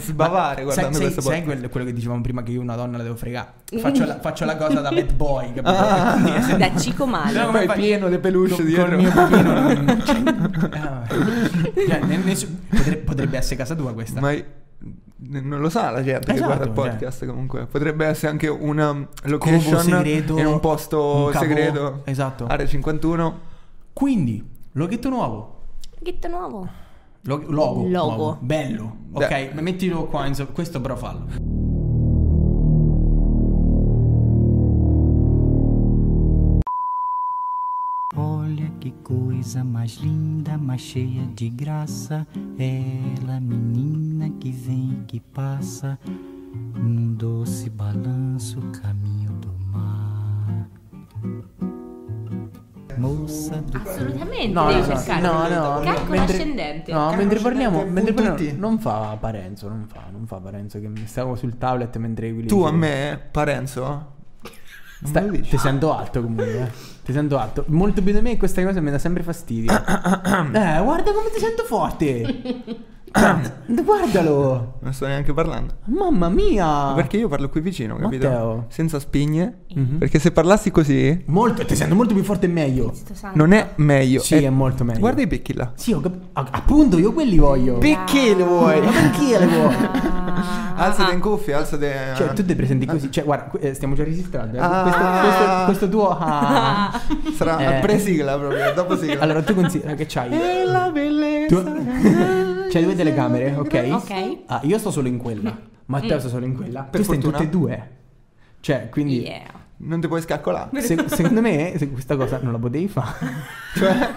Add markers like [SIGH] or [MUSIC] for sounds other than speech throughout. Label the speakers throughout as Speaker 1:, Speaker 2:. Speaker 1: sul
Speaker 2: Ma
Speaker 1: Bavare guardando
Speaker 2: sai,
Speaker 1: questo
Speaker 2: sai,
Speaker 1: podcast.
Speaker 2: sai quel- quello che dicevamo prima che io una donna la devo fregare faccio,
Speaker 1: [LAUGHS]
Speaker 2: la, faccio la cosa da bad boy capito? Quindi, eh, se-
Speaker 3: [LAUGHS] Da Cico
Speaker 2: se no
Speaker 3: Male.
Speaker 2: come
Speaker 1: Poi
Speaker 2: fai-
Speaker 1: Ah. pieno di peluche
Speaker 2: con-
Speaker 1: dietro.
Speaker 2: col mio pupino non-
Speaker 1: [LAUGHS]
Speaker 2: cioè, cioè, ne- ne- potrebbe, potrebbe essere casa tua questa
Speaker 1: Ma i- n- non lo sa la gente che
Speaker 2: Esatto,
Speaker 1: guarda il
Speaker 2: cioè.
Speaker 1: podcast comunque. Potrebbe essere anche una
Speaker 2: Covo
Speaker 1: location
Speaker 2: segreto,
Speaker 1: in un posto
Speaker 2: un cavo-
Speaker 1: segreto.
Speaker 2: esatto.
Speaker 1: Area 51.
Speaker 2: quindi loghetto nuovo
Speaker 3: Ghetto nuovo.
Speaker 2: Lo- logo,
Speaker 3: Logo.
Speaker 2: nuovo. bello ok
Speaker 1: Beh.
Speaker 2: ma mettilo qua insomma, questo però fallo
Speaker 4: Olha que coisa mais linda, mais cheia de graça. Ela, menina que vem e que passa, num doce balanço, caminho do mar. Moça do
Speaker 3: Assolutamente.
Speaker 5: No, no,
Speaker 3: devi
Speaker 5: no,
Speaker 3: cercare.
Speaker 5: no, no,
Speaker 3: Calcolo
Speaker 5: mentre-
Speaker 3: ascendente.
Speaker 5: No, mentre parliamo, mentre
Speaker 1: punto
Speaker 5: parliamo-
Speaker 1: T.
Speaker 5: non fa Parenzo, non fa, non fa Parenzo che mi stavo sul tablet mentre equilibri.
Speaker 1: Tu a me, Parenzo? non
Speaker 5: Stai-
Speaker 1: me lo dici?
Speaker 5: ti sento alto comunque, eh. Ti sento alto. Molto più di me questa cosa mi dà sempre
Speaker 1: [COUGHS]
Speaker 5: fastidio. eh, guarda come ti sento forte.
Speaker 1: [COUGHS]
Speaker 5: Guarda- Guardalo.
Speaker 1: Non sto neanche parlando.
Speaker 5: Mamma mia.
Speaker 1: Perché io parlo qui vicino, capito?
Speaker 5: Ah. Matteo.
Speaker 1: Senza spigne. Perché se parlassi così
Speaker 5: Molto, ti sento molto più forte e meglio.
Speaker 3: Cristo santo.
Speaker 1: non è meglio. Eh,
Speaker 5: Sì, è molto meglio.
Speaker 1: Guarda i picchi là.
Speaker 5: Sì, ho cap- a- appunto, io quelli voglio.
Speaker 1: Picchi lo vuoi?
Speaker 5: Ma perché le vuoi?
Speaker 3: Ah,
Speaker 1: Alzate
Speaker 3: ah.
Speaker 1: in cuffia, alzate.
Speaker 5: Cioè, tu ti presenti così. Cioè, guarda, que- eh, stiamo già registrando. eh.
Speaker 1: Ah.
Speaker 5: Questo, questo- questo tuo. ah.
Speaker 3: [LAUGHS]
Speaker 1: Sarà
Speaker 5: Eh.
Speaker 1: pre-sigla proprio, dopo sigla.
Speaker 5: Allora, tu considera che c'hai.
Speaker 1: È la
Speaker 5: Tu... Cioè,
Speaker 1: bellezza. [LAUGHS]
Speaker 5: [LAUGHS] c'hai due telecamere, ok?
Speaker 3: Ok. Mm.
Speaker 5: Ah, io sto solo in quella. Matteo sta solo in quella.
Speaker 1: Per
Speaker 5: tu stai in
Speaker 1: fortuna.
Speaker 5: tutte e due. Cioè, quindi.
Speaker 3: Yeah.
Speaker 1: Non ti puoi scaccolare. [LAUGHS]
Speaker 5: se- secondo me se questa cosa non la potevi
Speaker 3: [LAUGHS]
Speaker 5: fare.
Speaker 1: Cioè,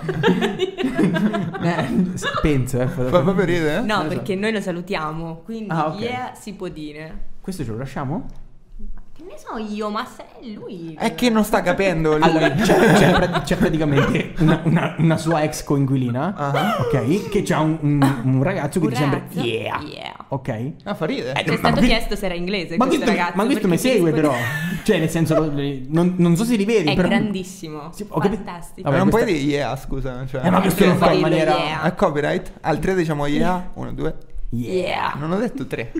Speaker 5: Eh, se- penso, eh.
Speaker 1: fa proprio ridere. eh?
Speaker 3: No,
Speaker 5: Esatto.
Speaker 3: perché noi lo salutiamo, quindi
Speaker 5: Ah, ok.
Speaker 3: yeah si può dire.
Speaker 5: Questo ce lo lasciamo?
Speaker 3: Ma Che ne so io, ma se è lui.
Speaker 1: È che non sta capendo lui.
Speaker 5: Allora, c'è, c'è
Speaker 1: [LAUGHS]
Speaker 5: pra- c'è praticamente una, una- una sua ex coinquilina,
Speaker 1: Ah.
Speaker 5: ok? Che c'ha un, un- un ragazzo che
Speaker 3: Un
Speaker 5: dice sempre
Speaker 3: ragazzo?
Speaker 5: yeah,
Speaker 3: Yeah.
Speaker 5: ok?
Speaker 1: Ah, fa ridere.
Speaker 3: Ci è stato chiesto se era inglese
Speaker 5: Ma
Speaker 3: questo
Speaker 5: questo,
Speaker 3: ragazzo.
Speaker 5: ma questo
Speaker 3: perché
Speaker 5: mi
Speaker 3: si
Speaker 5: segue
Speaker 3: discute-
Speaker 5: però, [LAUGHS]
Speaker 3: [LAUGHS]
Speaker 5: cioè nel senso, lo- non, non so se li vedi
Speaker 3: È
Speaker 5: però...
Speaker 3: grandissimo.
Speaker 5: Sì, ho capito.
Speaker 3: fantastico.
Speaker 1: Ma
Speaker 5: Vabbè,
Speaker 1: non
Speaker 5: questa-
Speaker 1: puoi dire yeah, scusa. Cioè.
Speaker 5: Eh, ma questo lo
Speaker 3: non
Speaker 5: fa in
Speaker 3: puoi dirlo,
Speaker 5: maniera...
Speaker 3: yeah.
Speaker 1: Al copyright? Al 3 diciamo yeah. 1, 2.
Speaker 3: Yeah.
Speaker 1: Non ho detto 3.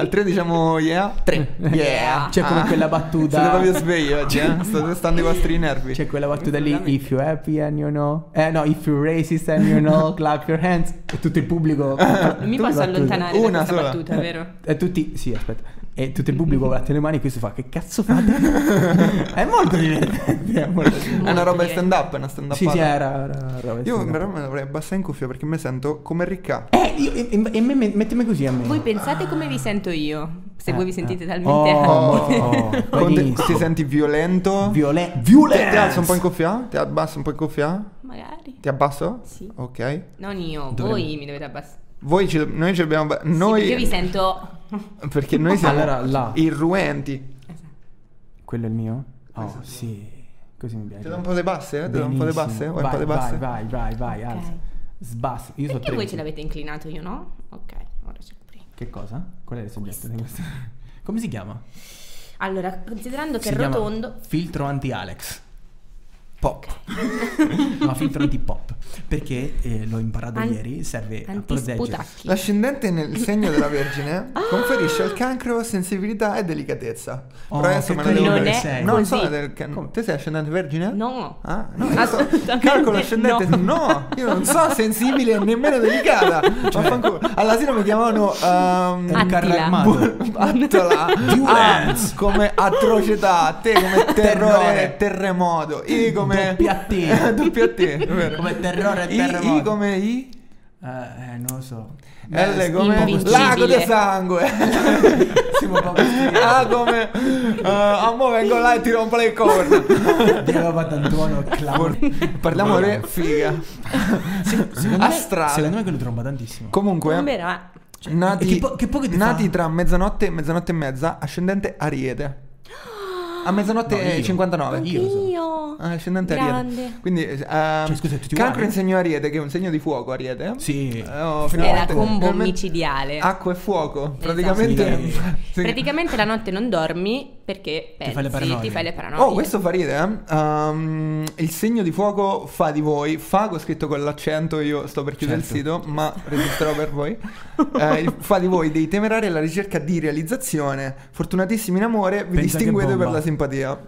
Speaker 1: [LAUGHS] Al 3 diciamo yeah. 3.
Speaker 3: [LAUGHS]
Speaker 1: Yeah.
Speaker 5: C'è come quella battuta-
Speaker 1: [LAUGHS] Sono
Speaker 5: [LAUGHS]
Speaker 1: proprio sveglio oggi, eh. Sto testando i vostri nervi.
Speaker 5: C'è quella battuta lì, if you're happy and you know... Eh no, if you're racist and you know, clap your hands. E tutto il pubblico...
Speaker 3: Non mi
Speaker 5: tutte
Speaker 3: posso
Speaker 5: battute.
Speaker 3: allontanare
Speaker 1: Una
Speaker 3: da questa
Speaker 1: sola.
Speaker 5: [LAUGHS]
Speaker 3: battuta, vero?
Speaker 5: E tutti, sì, aspetta. E tutto il pubblico batte le mani e questo fa che cazzo fate? [LAUGHS] è molto divertente. È molto [LAUGHS] divertente.
Speaker 1: È una roba di
Speaker 3: Molto
Speaker 1: stand up, è una stand up.
Speaker 5: Sì, sì, era, era roba di
Speaker 1: Io
Speaker 5: stand-up.
Speaker 1: però me dovrei abbassare in cuffia perché mi sento come ricca.
Speaker 5: Eh, io, e, e- e me, me- mettimi così a me.
Speaker 3: Voi pensate come vi sento io, se
Speaker 5: Eh,
Speaker 3: voi vi sentite
Speaker 5: eh.
Speaker 3: talmente
Speaker 5: Oh,
Speaker 3: alti.
Speaker 5: oh,
Speaker 1: Con te-
Speaker 5: benissimo.
Speaker 1: ti senti violento?
Speaker 5: Violen-
Speaker 1: Ti alzo un po' in
Speaker 5: violence.
Speaker 1: cuffia? Ti abbasso un po' in cuffia?
Speaker 3: [LAUGHS] Magari.
Speaker 1: Ti abbasso?
Speaker 3: Sì.
Speaker 1: Ok.
Speaker 3: Non io, voi mi dovete abbassare.
Speaker 1: Voi ci- noi ci dobbiamo... ba- Noi...
Speaker 3: Sì, perché io vi sento...
Speaker 1: Perché noi siamo
Speaker 5: Allora, là.
Speaker 1: irruenti.
Speaker 5: Quello è il mio? Oh, sì. Così mi piace.
Speaker 1: Ti do un po' le basse? eh? Ti do un po' le
Speaker 5: Benissimo.
Speaker 1: basse? Vuoi un po'
Speaker 5: Vai,
Speaker 1: le basse?
Speaker 5: vai, vai, vai, vai, alza. Sbassa. Io so
Speaker 3: Perché
Speaker 5: tre.
Speaker 3: voi ce l'avete inclinato, io no? Ok, ora ce l'ho prima.
Speaker 5: Che cosa? Qual è il soggetto di questo? [LAUGHS] Come si chiama?
Speaker 3: Allora, considerando che
Speaker 5: si
Speaker 3: è
Speaker 5: chiama
Speaker 3: rotondo...
Speaker 5: Filtro anti-Alex. Pop. [LAUGHS] Ma filtro anti-pop. Perché eh, l'ho imparato
Speaker 3: An-
Speaker 5: ieri, serve a
Speaker 3: [LAUGHS]
Speaker 5: proteggere.
Speaker 3: Antisputacchi.
Speaker 1: L'ascendente
Speaker 3: [LAUGHS]
Speaker 1: nel segno della Vergine
Speaker 3: Ah!
Speaker 1: conferisce al cancro sensibilità e delicatezza.
Speaker 5: Oh,
Speaker 1: Però adesso
Speaker 5: che
Speaker 1: me ne devo
Speaker 5: coglione
Speaker 1: dire.
Speaker 5: sei.
Speaker 1: No,
Speaker 3: Così.
Speaker 1: sono del can- Te sei ascendente vergine?
Speaker 3: No.
Speaker 1: Ah, no, io so-
Speaker 3: Assolutamente
Speaker 1: calcolo ascendente. No.
Speaker 3: no.
Speaker 1: io non sono sensibile e nemmeno delicata.
Speaker 5: Cioè.
Speaker 1: Vaffanculo. All'asilo mi chiamavano ehm,
Speaker 5: È un carro
Speaker 3: Attila.
Speaker 5: armato.
Speaker 3: [LAUGHS]
Speaker 1: [LAUGHS] Attola A
Speaker 5: Violence.
Speaker 1: Ah. come atrocità, te come terrore,
Speaker 5: Terrore.
Speaker 1: terremoto, I come
Speaker 5: Doppia
Speaker 1: [LAUGHS]
Speaker 5: T.
Speaker 1: doppia T, è vero.
Speaker 5: Come terrore e
Speaker 1: I-
Speaker 5: terremoto.
Speaker 1: I come I
Speaker 5: Eh, eh, non lo so. Eh,
Speaker 1: L come
Speaker 3: Invincibile.
Speaker 1: lago di sangue.
Speaker 5: [LAUGHS] Siamo proprio
Speaker 1: [LAUGHS] A come eh, a mo vengo là e ti rompo le corna.
Speaker 5: Abbiamo fatto Antuono Clown.
Speaker 1: Parliamo di figa.
Speaker 5: Secondo me,
Speaker 1: Astrale.
Speaker 5: secondo me quello tromba tantissimo.
Speaker 1: Comunque
Speaker 3: Bomberà.
Speaker 1: nati,
Speaker 5: e che po- che poco ti fa?
Speaker 1: nati tra mezzanotte e Ah. mezzanotte e mezza, ascendente Ariete. A mezzanotte
Speaker 5: No, io.
Speaker 1: e 59.
Speaker 5: Io lo so.
Speaker 3: Io. Oh,
Speaker 1: Ah, ascendente Ariete.
Speaker 3: grande.
Speaker 1: Quindi, eh, ehm,
Speaker 5: Cioè, scusa, tutti
Speaker 1: cancro
Speaker 5: uguali?
Speaker 1: insegno Ariete, che è un segno di fuoco, Ariete.
Speaker 5: Sì.
Speaker 1: Eh, oh,
Speaker 3: è la
Speaker 1: finalmente-
Speaker 3: combo
Speaker 1: finalmente-
Speaker 3: micidiale.
Speaker 1: Acqua e fuoco. Ah, Praticamente.
Speaker 5: Sì.
Speaker 1: [LAUGHS] Sì.
Speaker 3: Praticamente la notte non dormi perché pensi, ti
Speaker 5: fai le paranoie.
Speaker 3: fai le paranoie.
Speaker 1: Oh, questo fa ridere. eh? Um, il segno di fuoco fa di voi. Fago scritto con l'accento, io sto per chiudere
Speaker 5: Certo.
Speaker 1: il sito, ma resisterò per voi. Eh,
Speaker 5: [LAUGHS]
Speaker 1: il- fa di voi dei temerari alla ricerca di realizzazione. Fortunatissimi in amore, vi
Speaker 5: Pensa che
Speaker 1: distinguete per
Speaker 5: bomba.
Speaker 1: la simpatia.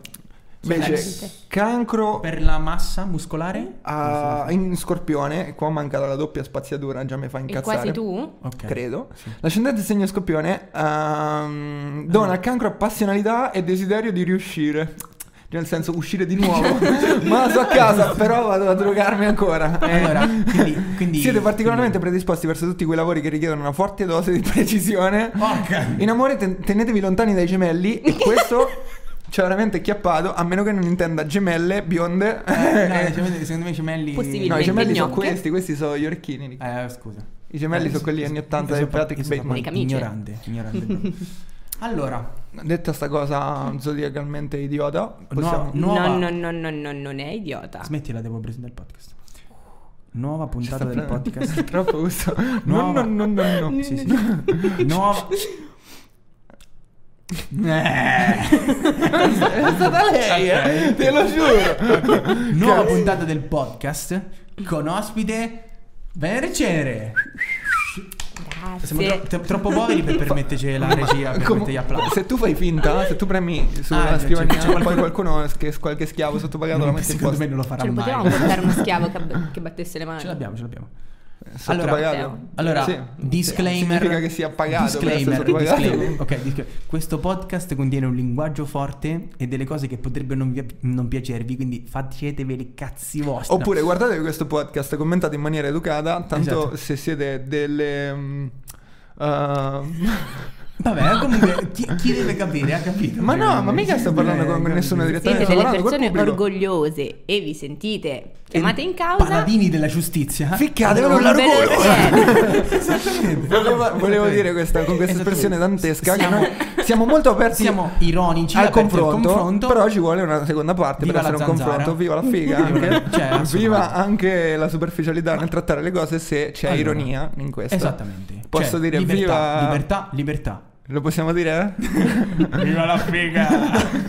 Speaker 1: Invece,
Speaker 3: veramente.
Speaker 1: cancro
Speaker 5: Per la massa muscolare?
Speaker 1: a- Ah, in scorpione, e qua manca la doppia spaziatura, già mi fa
Speaker 3: E
Speaker 1: incazzare.
Speaker 3: quasi tu?
Speaker 5: Ok.
Speaker 1: Credo. L'ascendente segno scorpione ehm, dona al cancro passionalità e desiderio di riuscire. Cioè, Nel senso, uscire di
Speaker 5: [LAUGHS]
Speaker 1: nuovo. [LAUGHS] Ma so a casa, però vado a drogarmi ancora. Eh,
Speaker 5: Cioè, Allora, quindi, quindi
Speaker 1: Siete particolarmente predisposti verso tutti quei lavori che richiedono una forte dose di precisione.
Speaker 5: Porca.
Speaker 1: In amore ten- tenetevi lontani dai gemelli e
Speaker 5: [LAUGHS]
Speaker 1: questo ci ha veramente chiappato, a meno che non intenda gemelle bionde.
Speaker 5: Eh,
Speaker 1: [LAUGHS]
Speaker 5: no, i gemelli- secondo me i gemelli
Speaker 3: Possibile.
Speaker 1: no, i gemelli sono
Speaker 3: Gnocche.
Speaker 1: questi, questi sono gli orecchini.
Speaker 5: Eh, scusa.
Speaker 1: I gemelli
Speaker 5: Eh,
Speaker 1: sono quelli anni 80 del Patrick Bateman.
Speaker 3: Le camicie.
Speaker 5: Ignorante, ignorante.
Speaker 1: [LAUGHS]
Speaker 5: allora,
Speaker 1: Detta sta cosa zodiacalmente idiota, possiamo...
Speaker 5: no, nuova
Speaker 3: No, no, no, no, no, non è idiota.
Speaker 5: Smettila, devo presentare il podcast. Nuova
Speaker 1: Ci
Speaker 5: puntata
Speaker 1: sta
Speaker 5: del
Speaker 1: prendendo-
Speaker 5: podcast.
Speaker 1: Troppo gusto. No,
Speaker 5: Nuova.
Speaker 1: no, no, no, no. [LAUGHS]
Speaker 5: Sì, sì. Nuova.
Speaker 1: [LAUGHS]
Speaker 5: Eh,
Speaker 3: [LAUGHS]
Speaker 1: È stata lei, eh. Te lo giuro. Cioè-
Speaker 5: Nuova puntata del podcast con ospite Venere Cenere.
Speaker 3: Grazie.
Speaker 5: Siamo tro- tro- troppo
Speaker 1: [LAUGHS]
Speaker 5: poveri per permetterci la regia, per
Speaker 1: Come-
Speaker 5: mettergli applausi. [LAUGHS]
Speaker 1: se tu fai finta, se tu premi sulla
Speaker 5: Ah, c'è-
Speaker 1: scrivania,
Speaker 5: c'è qualcuno-
Speaker 1: poi qualcuno, che, qualche schiavo sottopagato la mette in
Speaker 5: Secondo
Speaker 1: posto.
Speaker 5: me non lo farà
Speaker 3: Ce lo Cioè, potevamo
Speaker 5: mai.
Speaker 3: portare uno schiavo che, ab- che battesse le
Speaker 5: [LAUGHS]
Speaker 3: mani.
Speaker 5: Ce l'abbiamo, ce l'abbiamo.
Speaker 1: Sottopagato.
Speaker 5: Allora,
Speaker 1: Sì.
Speaker 5: disclaimer.
Speaker 1: Significa che sia pagato per essere
Speaker 5: Disclaimer,
Speaker 1: sottopagato.
Speaker 5: disclaimer. Ok, disclaimer. questo podcast contiene un linguaggio forte e delle cose che potrebbero non, vi- non piacervi, quindi faceteveli i cazzi vostri.
Speaker 1: Oppure guardatevi questo podcast, commentate in maniera educata, tanto
Speaker 5: Esatto.
Speaker 1: se siete delle... mm, uh,
Speaker 5: Vabbè, comunque chi, chi deve capire ha capito.
Speaker 1: Ma no, ma mica sto parlando con
Speaker 5: Eh,
Speaker 1: nessuno
Speaker 5: capito.
Speaker 1: direttamente. sto
Speaker 3: Siete delle
Speaker 1: parlando col
Speaker 3: persone
Speaker 1: pubblico.
Speaker 3: orgogliose e vi sentite chiamate in causa.
Speaker 5: Paladini della giustizia.
Speaker 1: Ficcatelo
Speaker 3: Non
Speaker 1: con la
Speaker 3: ve ne
Speaker 1: rugola. [LAUGHS]
Speaker 3: frega.
Speaker 5: Esattamente.
Speaker 1: Volevo, volevo dire questa, con questa espressione dantesca
Speaker 5: Siamo-
Speaker 1: che noi siamo molto aperti
Speaker 5: Siamo ironici
Speaker 1: al
Speaker 5: aperti al
Speaker 1: confronto,
Speaker 5: confronto.
Speaker 1: però ci vuole una seconda parte
Speaker 5: Viva
Speaker 1: per
Speaker 5: la
Speaker 1: essere un
Speaker 5: zanzara.
Speaker 1: confronto. Viva la figa anche.
Speaker 5: Viva la- cioè, assolutamente.
Speaker 1: viva anche la superficialità nel trattare le cose se c'è
Speaker 5: Allora.
Speaker 1: ironia in questo.
Speaker 5: Esattamente.
Speaker 1: Posso
Speaker 5: Cioè,
Speaker 1: dire
Speaker 5: libertà,
Speaker 1: viva...
Speaker 5: libertà, libertà.
Speaker 1: Lo possiamo dire? eh?
Speaker 5: Viva la figa!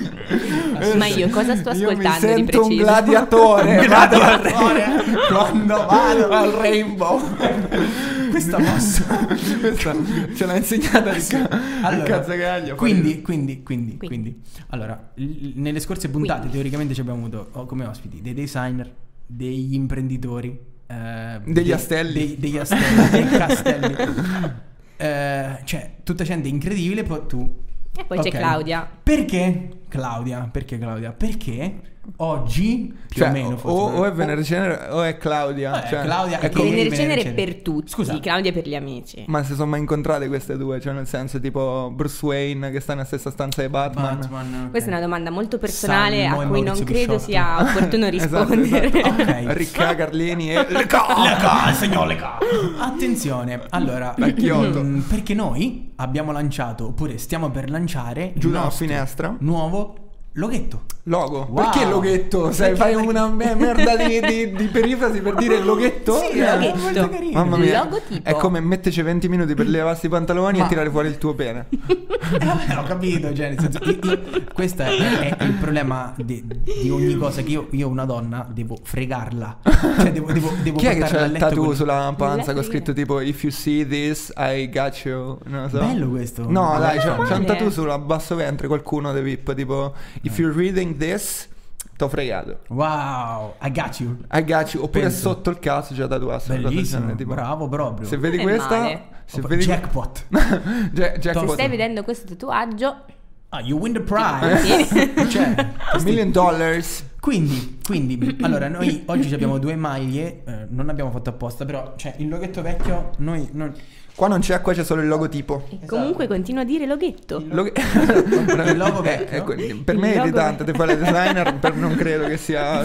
Speaker 3: Ma io cosa sto
Speaker 1: Io mi
Speaker 3: ascoltando di
Speaker 1: sento un
Speaker 3: preciso?
Speaker 1: gladiatore. vado al re-
Speaker 5: Quando
Speaker 1: Vado al rainbow.
Speaker 5: Questa mossa.
Speaker 1: [LAUGHS] Questa ce l'ha insegnata il, ca- [LAUGHS] il cazzagaglio.
Speaker 5: Ah, quindi, quindi, quindi,
Speaker 3: Quindi.
Speaker 5: quindi. Allora, l- nelle scorse puntate
Speaker 3: Quindi.
Speaker 5: teoricamente ci abbiamo avuto oh, come ospiti dei designer, degli imprenditori, eh,
Speaker 1: Degli
Speaker 5: dei-
Speaker 1: astelli.
Speaker 5: dei- degli
Speaker 1: [LAUGHS]
Speaker 5: astelli, dei castelli. Eh, cioè, tutta gente incredibile, poi tu
Speaker 3: E poi
Speaker 5: Ok.
Speaker 3: c'è Claudia.
Speaker 5: Perché Claudia? Perché Claudia? Perché oggi più
Speaker 1: Cioè,
Speaker 5: o meno
Speaker 1: o,
Speaker 5: forse-
Speaker 1: o è Venere Cenere o è Claudia.
Speaker 5: Eh,
Speaker 1: cioè,
Speaker 5: Claudia
Speaker 1: è
Speaker 5: e
Speaker 1: come-
Speaker 5: Ieri
Speaker 3: Venere
Speaker 5: Venere
Speaker 3: Cenere
Speaker 5: Cenere.
Speaker 3: per tutti.
Speaker 5: Scusa.
Speaker 3: Claudia per gli amici.
Speaker 1: Ma si sono mai incontrate queste due? Cioè, nel senso, tipo Bruce Wayne che sta nella stessa stanza di Batman.
Speaker 5: Batman, ok.
Speaker 3: Questa è una domanda molto personale
Speaker 5: Salmo
Speaker 3: a
Speaker 5: e
Speaker 3: cui non
Speaker 5: Maurizio
Speaker 3: credo
Speaker 5: Pisciotto. [LAUGHS]
Speaker 3: sia opportuno
Speaker 1: [LAUGHS] Esatto,
Speaker 3: rispondere. [LAUGHS]
Speaker 1: esatto.
Speaker 5: Ok.
Speaker 1: Ricca
Speaker 5: [LAUGHS]
Speaker 1: Carlini e Le co-
Speaker 5: Attenzione, allora,
Speaker 1: Da Kyoto.
Speaker 5: mm, perché noi abbiamo lanciato, oppure stiamo per lanciare,
Speaker 1: Giù
Speaker 5: il
Speaker 1: dalla
Speaker 5: nostro
Speaker 1: finestra.
Speaker 5: nuovo loghetto.
Speaker 1: Logo.
Speaker 5: Wow.
Speaker 1: Perché loghetto? Sai,
Speaker 5: Perché-
Speaker 1: fai
Speaker 5: perché-
Speaker 1: una me- merda di, di- di perifrasi per
Speaker 5: [LAUGHS]
Speaker 1: dire loghetto?
Speaker 5: Sì,
Speaker 1: Eh,
Speaker 5: loghetto. Mm.
Speaker 3: Loghetto.
Speaker 5: molto carino.
Speaker 1: Mamma mia.
Speaker 3: Logotipo.
Speaker 1: È come metterci 20 minuti per levarsi i pantaloni e tirare fuori il tuo pene.
Speaker 5: Eh, vabbè, ho capito, cioè, nel senso, io- io- questo è, è il problema di, di ogni cosa, che io, io una donna devo fregarla. Cioè, devo, devo, devo
Speaker 1: Chi è che
Speaker 5: portarla
Speaker 1: c'ha
Speaker 5: a
Speaker 1: il
Speaker 5: letto
Speaker 1: tattoo
Speaker 5: con-
Speaker 1: sulla panza
Speaker 3: letto
Speaker 1: che ho
Speaker 3: di-
Speaker 1: scritto tipo If you see this, I got you? Non lo so.
Speaker 5: Bello questo.
Speaker 1: No, dai, c'è,
Speaker 3: male.
Speaker 1: c'è un tattoo sulla basso ventre qualcuno dei VIP tipo If
Speaker 5: Eh.
Speaker 1: you're reading this, t'ho fregato.
Speaker 5: Wow, I got you.
Speaker 1: I got you. Oppure
Speaker 5: Penso.
Speaker 1: sotto il cazzo c'è tatuato.
Speaker 5: Bellissimo, bravo proprio.
Speaker 1: Se vedi
Speaker 3: Non è
Speaker 1: questa,
Speaker 3: male.
Speaker 1: se
Speaker 5: Oh,
Speaker 1: vedi
Speaker 5: Jackpot.
Speaker 1: [LAUGHS] Jack-
Speaker 5: Se
Speaker 1: Jackpot.
Speaker 3: Se stai vedendo questo tatuaggio,
Speaker 5: Ah, you win the prize.
Speaker 1: [LAUGHS]
Speaker 5: cioè,
Speaker 1: Million dollars.
Speaker 5: quindi,
Speaker 1: [COUGHS]
Speaker 5: quindi, allora, noi oggi ci abbiamo due maglie, eh, non abbiamo fatto apposta, però, cioè, il loghetto vecchio, noi... noi-
Speaker 1: Qua non c'è acqua, c'è solo il logotipo.
Speaker 5: Esatto.
Speaker 3: E comunque continua a dire loghetto.
Speaker 1: Log-
Speaker 5: Il logo
Speaker 1: [LAUGHS] Eh,
Speaker 5: vecchio.
Speaker 1: eh, que- per me
Speaker 3: Il
Speaker 1: è
Speaker 3: logo
Speaker 1: irritante te
Speaker 3: vecchio.
Speaker 1: fare la designer, per- non credo che
Speaker 5: [LAUGHS]
Speaker 1: sia.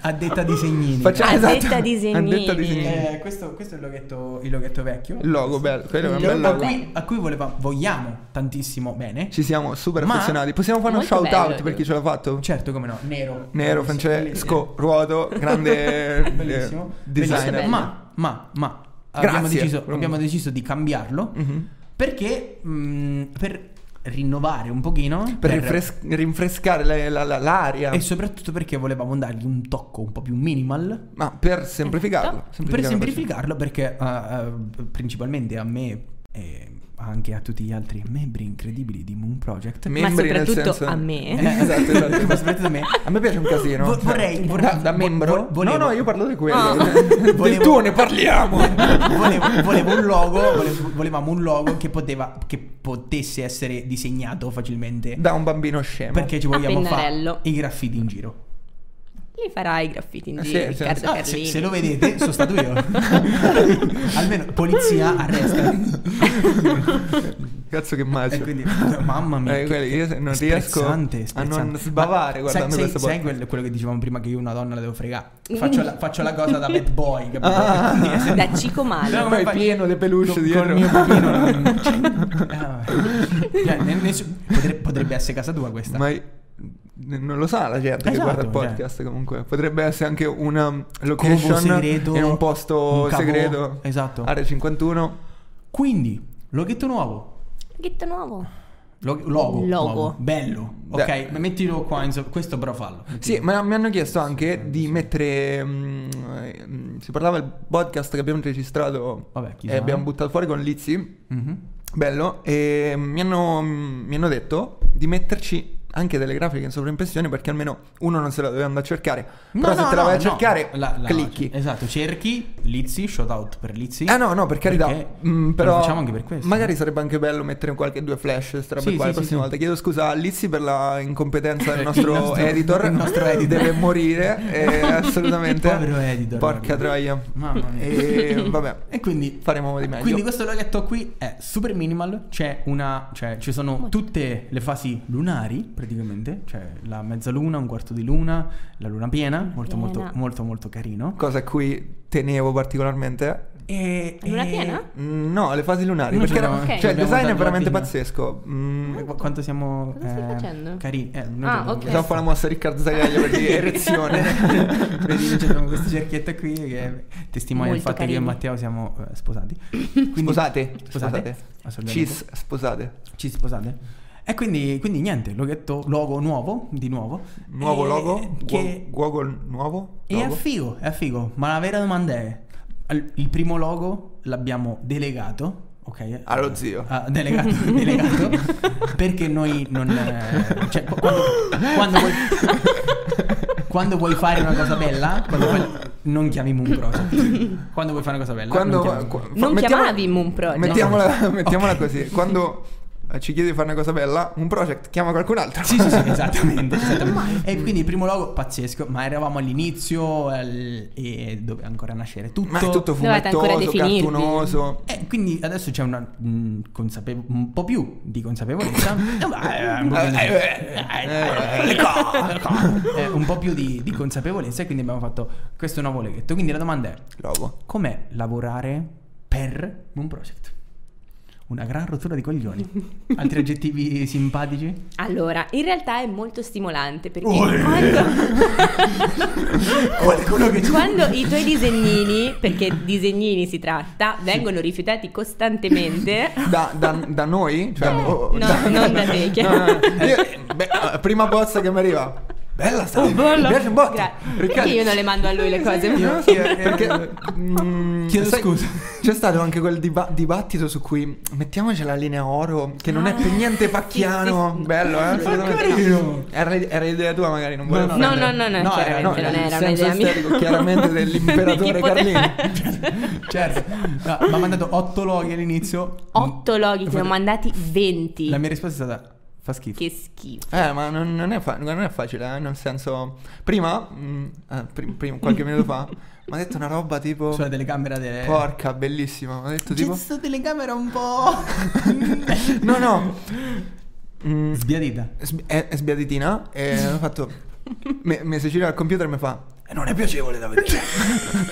Speaker 5: A detta di segnini.
Speaker 1: Facciamo
Speaker 3: Addetta
Speaker 1: esatto,
Speaker 3: disegnini.
Speaker 1: addetta disegnini.
Speaker 5: Eh, questo, questo è il loghetto, il loghetto vecchio.
Speaker 1: Il logo bello, quello è un
Speaker 5: Il
Speaker 1: bel
Speaker 5: logo
Speaker 1: logo.
Speaker 5: a cui, a cui voleva- vogliamo tantissimo bene.
Speaker 1: Ci siamo super
Speaker 5: Ma-
Speaker 1: affezionati. Possiamo fare uno
Speaker 3: Molto
Speaker 1: shout out
Speaker 3: bello.
Speaker 1: per chi ce l'ha fatto?
Speaker 5: Certo, come no. Nero.
Speaker 1: Nero, Francesco, Ruoto, grande eh,
Speaker 5: [LAUGHS] Bellissimo.
Speaker 1: designer.
Speaker 3: Bellissimo.
Speaker 5: Ma, ma, ma.
Speaker 1: Grazie.
Speaker 5: Abbiamo deciso,
Speaker 1: Comunque.
Speaker 5: abbiamo deciso di cambiarlo
Speaker 1: Mhm.
Speaker 5: perché mm, per rinnovare un pochino.
Speaker 1: Per rinfres- rinfrescare la- la- la- l'aria.
Speaker 5: E soprattutto perché volevamo dargli un tocco un po' più minimal.
Speaker 1: Ma per semplificarlo.
Speaker 5: per
Speaker 1: la
Speaker 5: semplificarlo, perché eh, eh, principalmente a me e anche a tutti gli altri membri incredibili di Moon Project,
Speaker 1: Me-
Speaker 3: Ma
Speaker 1: Membri nel
Speaker 3: soprattutto
Speaker 1: senso-
Speaker 3: a me.
Speaker 1: Eh, [LAUGHS] esatto, esatto.
Speaker 5: [LAUGHS] ma soprattutto a me.
Speaker 1: A me
Speaker 5: [LAUGHS]
Speaker 1: piace un casino.
Speaker 5: Vo-
Speaker 1: Cioè,
Speaker 5: vorrei-
Speaker 1: da-
Speaker 5: vorrei-
Speaker 1: da,
Speaker 5: vo-
Speaker 1: membro.
Speaker 5: vo-
Speaker 1: no, no,
Speaker 5: volevo.
Speaker 1: io parlo di quello. [LAUGHS] [LAUGHS]
Speaker 3: Ah.
Speaker 1: Del
Speaker 5: Volevo-
Speaker 1: tuo ne parliamo.
Speaker 5: volevo, volevo un logo, volevo- volevamo un logo che, poteva, che potesse essere disegnato facilmente.
Speaker 1: da un bambino scemo.
Speaker 5: Perché ci
Speaker 3: A
Speaker 5: vogliamo fare
Speaker 3: pennarello.
Speaker 5: i graffiti in giro.
Speaker 3: Li farai i graffiti in
Speaker 1: Eh,
Speaker 3: giro,
Speaker 1: sì, sì,
Speaker 3: Riccardo
Speaker 1: sì.
Speaker 5: Ah, se,
Speaker 3: Carlini.
Speaker 5: se lo vedete, sono stato
Speaker 3: [LAUGHS]
Speaker 5: io. Almeno polizia arresta.
Speaker 3: [LAUGHS]
Speaker 1: Cazzo che
Speaker 5: E
Speaker 1: magico.
Speaker 5: quindi, cioè, mamma mia,
Speaker 1: [LAUGHS] Eh,
Speaker 5: che-
Speaker 1: quelli- io se- non
Speaker 5: sprezzante,
Speaker 1: riesco a
Speaker 5: sprezzante.
Speaker 1: non sbavare
Speaker 5: Ma
Speaker 1: guardando questo
Speaker 5: sai, sai, sai
Speaker 1: podcast.
Speaker 5: quello, quello che dicevamo prima che io una donna la devo fregare. Faccio la, faccio la cosa da bad boy, capito? Quindi, se-
Speaker 3: Mm. Da Cico
Speaker 1: No,
Speaker 3: Male.
Speaker 1: ma Ah. è pieno le peluche
Speaker 5: con-
Speaker 1: dietro.
Speaker 5: col mio
Speaker 1: [LAUGHS]
Speaker 5: pupino non- cioè, ah, vabbè. Cioè, ne- ne- potre- potrebbe essere casa tua questa.
Speaker 1: Ma i- non lo sa la gente che
Speaker 5: Esatto,
Speaker 1: guarda il
Speaker 5: cioè.
Speaker 1: podcast comunque. Potrebbe essere anche una
Speaker 5: Covo
Speaker 1: location
Speaker 5: segreto,
Speaker 1: in un posto
Speaker 5: un cavo-
Speaker 1: segreto.
Speaker 5: esatto.
Speaker 1: Area 51.
Speaker 5: Quindi, loghetto nuovo.
Speaker 3: Loghetto nuovo.
Speaker 5: Log- logo,
Speaker 3: Logo.
Speaker 5: nuovo. Bello.
Speaker 1: Beh.
Speaker 5: Ok, ma mettilo qua. Insomma, questo però fallo.
Speaker 1: Sì, ma mi hanno chiesto anche di mettere. mm, eh, mm, si parlava del podcast che abbiamo registrato
Speaker 5: Vabbè, chi
Speaker 1: e
Speaker 5: sa. eh.
Speaker 1: abbiamo buttato fuori con Lizzy.
Speaker 5: Mhm.
Speaker 1: Bello. E mi hanno, mm, mi hanno detto di metterci anche delle grafiche in sovraimpressione perché almeno uno non se la doveva andare a cercare. Però
Speaker 5: No,
Speaker 1: se
Speaker 5: no,
Speaker 1: te la
Speaker 5: no,
Speaker 1: vai a
Speaker 5: no.
Speaker 1: cercare,
Speaker 5: La- la-
Speaker 1: clicchi.
Speaker 5: Esatto, cerchi Lizzi, shout out per Lizzi.
Speaker 1: Ah no, no, per carità.
Speaker 5: Perché
Speaker 1: Mm, però
Speaker 5: lo facciamo anche per questo.
Speaker 1: Magari sarebbe anche bello mettere qualche due flash,
Speaker 5: Sì,
Speaker 1: sarebbe qua
Speaker 5: sì,
Speaker 1: la
Speaker 5: sì,
Speaker 1: prossima
Speaker 5: sì.
Speaker 1: volta. Chiedo scusa a Lizzy per la incompetenza del
Speaker 5: [LAUGHS] Il
Speaker 1: nostro,
Speaker 5: nostro-
Speaker 1: editor.
Speaker 5: il nostro editor.
Speaker 1: deve morire
Speaker 5: [LAUGHS]
Speaker 1: eh, assolutamente.
Speaker 5: Povero editor,
Speaker 1: Porca
Speaker 5: guarda.
Speaker 1: troia.
Speaker 5: Mamma mia.
Speaker 1: E vabbè.
Speaker 5: E quindi
Speaker 1: Faremo di meglio.
Speaker 5: Quindi questo loghetto qui è super minimal, c'è una, cioè ci sono tutte le fasi lunari praticamente, cioè la mezzaluna, un quarto di luna, la luna piena, molto molto
Speaker 3: Piena.
Speaker 5: molto molto carino.
Speaker 1: Cosa a cui tenevo particolarmente.
Speaker 5: E
Speaker 3: La luna
Speaker 5: e-
Speaker 3: piena?
Speaker 1: Mm, No, le fasi lunari.
Speaker 5: Noi
Speaker 1: perché
Speaker 5: abbiamo-
Speaker 1: era-
Speaker 3: ok.
Speaker 1: cioè, il
Speaker 5: abbiamo
Speaker 1: design è
Speaker 5: dato
Speaker 1: veramente
Speaker 5: ordine.
Speaker 1: pazzesco. Mm,
Speaker 5: Eh, qu- Quanto siamo
Speaker 3: Cosa stai facendo?
Speaker 5: carini. Eh, noi abbiamo
Speaker 3: Ah, ok.
Speaker 1: Possiamo
Speaker 5: questo.
Speaker 1: fare la mossa Riccardo Zagaglio per
Speaker 5: [LAUGHS]
Speaker 1: di erezione.
Speaker 5: Vedi, noi abbiamo questa cerchietta qui che testimonia il
Speaker 3: Molto
Speaker 5: fatto che io e
Speaker 3: carini.
Speaker 5: Matteo siamo eh, sposati. Quindi-
Speaker 1: Sposate.
Speaker 5: Sposate?
Speaker 1: Sposate.
Speaker 5: Assolutamente.
Speaker 1: Cis, sposate.
Speaker 5: Ci sposate? E quindi, quindi niente, loghetto, logo nuovo, di nuovo.
Speaker 1: Nuovo
Speaker 5: Eh,
Speaker 1: logo?
Speaker 5: Che
Speaker 1: Google nuovo?
Speaker 5: e è
Speaker 1: Logo?
Speaker 5: figo, è figo. Ma la vera domanda è, al- il primo logo l'abbiamo delegato, ok?
Speaker 1: Allo zio.
Speaker 5: Ah,
Speaker 1: [LAUGHS]
Speaker 5: delegato, delegato. perché noi non... eh, cioè, qu- quando, quando vuoi, quando vuoi fare una cosa bella, quando vuoi- non chiami Moon Project. Quando vuoi fare una cosa bella,
Speaker 1: Quando,
Speaker 5: non chiami-
Speaker 1: qua- fa-
Speaker 3: Non
Speaker 1: mettiamola-
Speaker 3: chiamavi Moon Project.
Speaker 1: Mettiamola, mettiamola [LAUGHS]
Speaker 5: Ok.
Speaker 1: così. Quando eh, ci chiedi di fare una cosa bella, un project chiama qualcun altro.
Speaker 5: Sì, sì, sì, esattamente. esattamente. E quindi il primo logo pazzesco, ma eravamo all'inizio al- e doveva ancora nascere
Speaker 1: [LAUGHS]
Speaker 5: tutto.
Speaker 1: Ma è tutto
Speaker 3: Dovete ancora
Speaker 1: fumettoso,
Speaker 3: definirvi.
Speaker 1: cartunoso.
Speaker 5: E Eh, quindi adesso c'è una mm, consapevo- un po' più di consapevolezza. Eh, beh, un po' più di- eh, eh, eh, un po' più di, di consapevolezza e quindi abbiamo fatto questo nuovo leghetto. Quindi la domanda è,
Speaker 1: Logo.
Speaker 5: com'è lavorare per Moon Project? Una gran rottura di coglioni. Altri aggettivi simpatici?
Speaker 3: Allora, in realtà è molto stimolante perché [LAUGHS]
Speaker 5: Uè.
Speaker 3: quando...
Speaker 5: Qualcuno che
Speaker 3: [LAUGHS] Quando i tuoi disegnini, perché disegnini si tratta, vengono rifiutati costantemente.
Speaker 1: Da, da- da noi? Cioè,
Speaker 3: Eh,
Speaker 1: oh,
Speaker 3: no,
Speaker 1: [LAUGHS]
Speaker 3: non da te, che-
Speaker 1: Io- beh, eh, prima bozza che mi arriva. Bella sta.
Speaker 3: Oh, bella.
Speaker 1: Mi piace un botto.
Speaker 3: Gra-
Speaker 1: Riccardo-
Speaker 3: Perché io non le mando a lui le cose?
Speaker 1: Io non so perché mm,
Speaker 5: Chiedo
Speaker 1: sai,
Speaker 5: scusa.
Speaker 1: C'è stato anche quel diba- dibattito su cui mettiamoci la linea oro che non è per niente pacchiano.
Speaker 3: Ah. sì, sì.
Speaker 1: Bello, eh?
Speaker 3: Ma
Speaker 1: assolutamente.
Speaker 5: carino.
Speaker 1: Era, era l'idea tua, magari non volevo
Speaker 3: no,
Speaker 1: offendere.
Speaker 3: no, no,
Speaker 5: No,
Speaker 3: chiaramente
Speaker 5: no,
Speaker 3: non era
Speaker 1: senso
Speaker 3: un'idea mia.
Speaker 1: esterico, chiaramente dell'imperatore
Speaker 3: Di chi poteva-
Speaker 5: Certo, No, mi ha mandato 8 loghi all'inizio.
Speaker 3: [LAUGHS] Otto loghi, ti ne ho
Speaker 5: Infatti,
Speaker 3: mandati 20.
Speaker 5: La mia risposta è stata
Speaker 6: Fa schifo.
Speaker 3: Che schifo.
Speaker 1: Eh, ma non, non è, fa- non è facile, eh, nel senso... Prima, mm, eh, prim- prima, qualche minuto fa, mi ha detto una roba tipo...
Speaker 5: Sulla telecamera delle...
Speaker 1: Porca, bellissima. Mi ha detto tipo...
Speaker 5: Questa telecamera un [LAUGHS] po'...
Speaker 1: No, no. Mm,
Speaker 5: Sbiadita.
Speaker 1: sb- è, è sbiaditina e ho fatto... Mi, mi si gira al computer e mi fa... "Eh, Non è piacevole da [LAUGHS] vedere.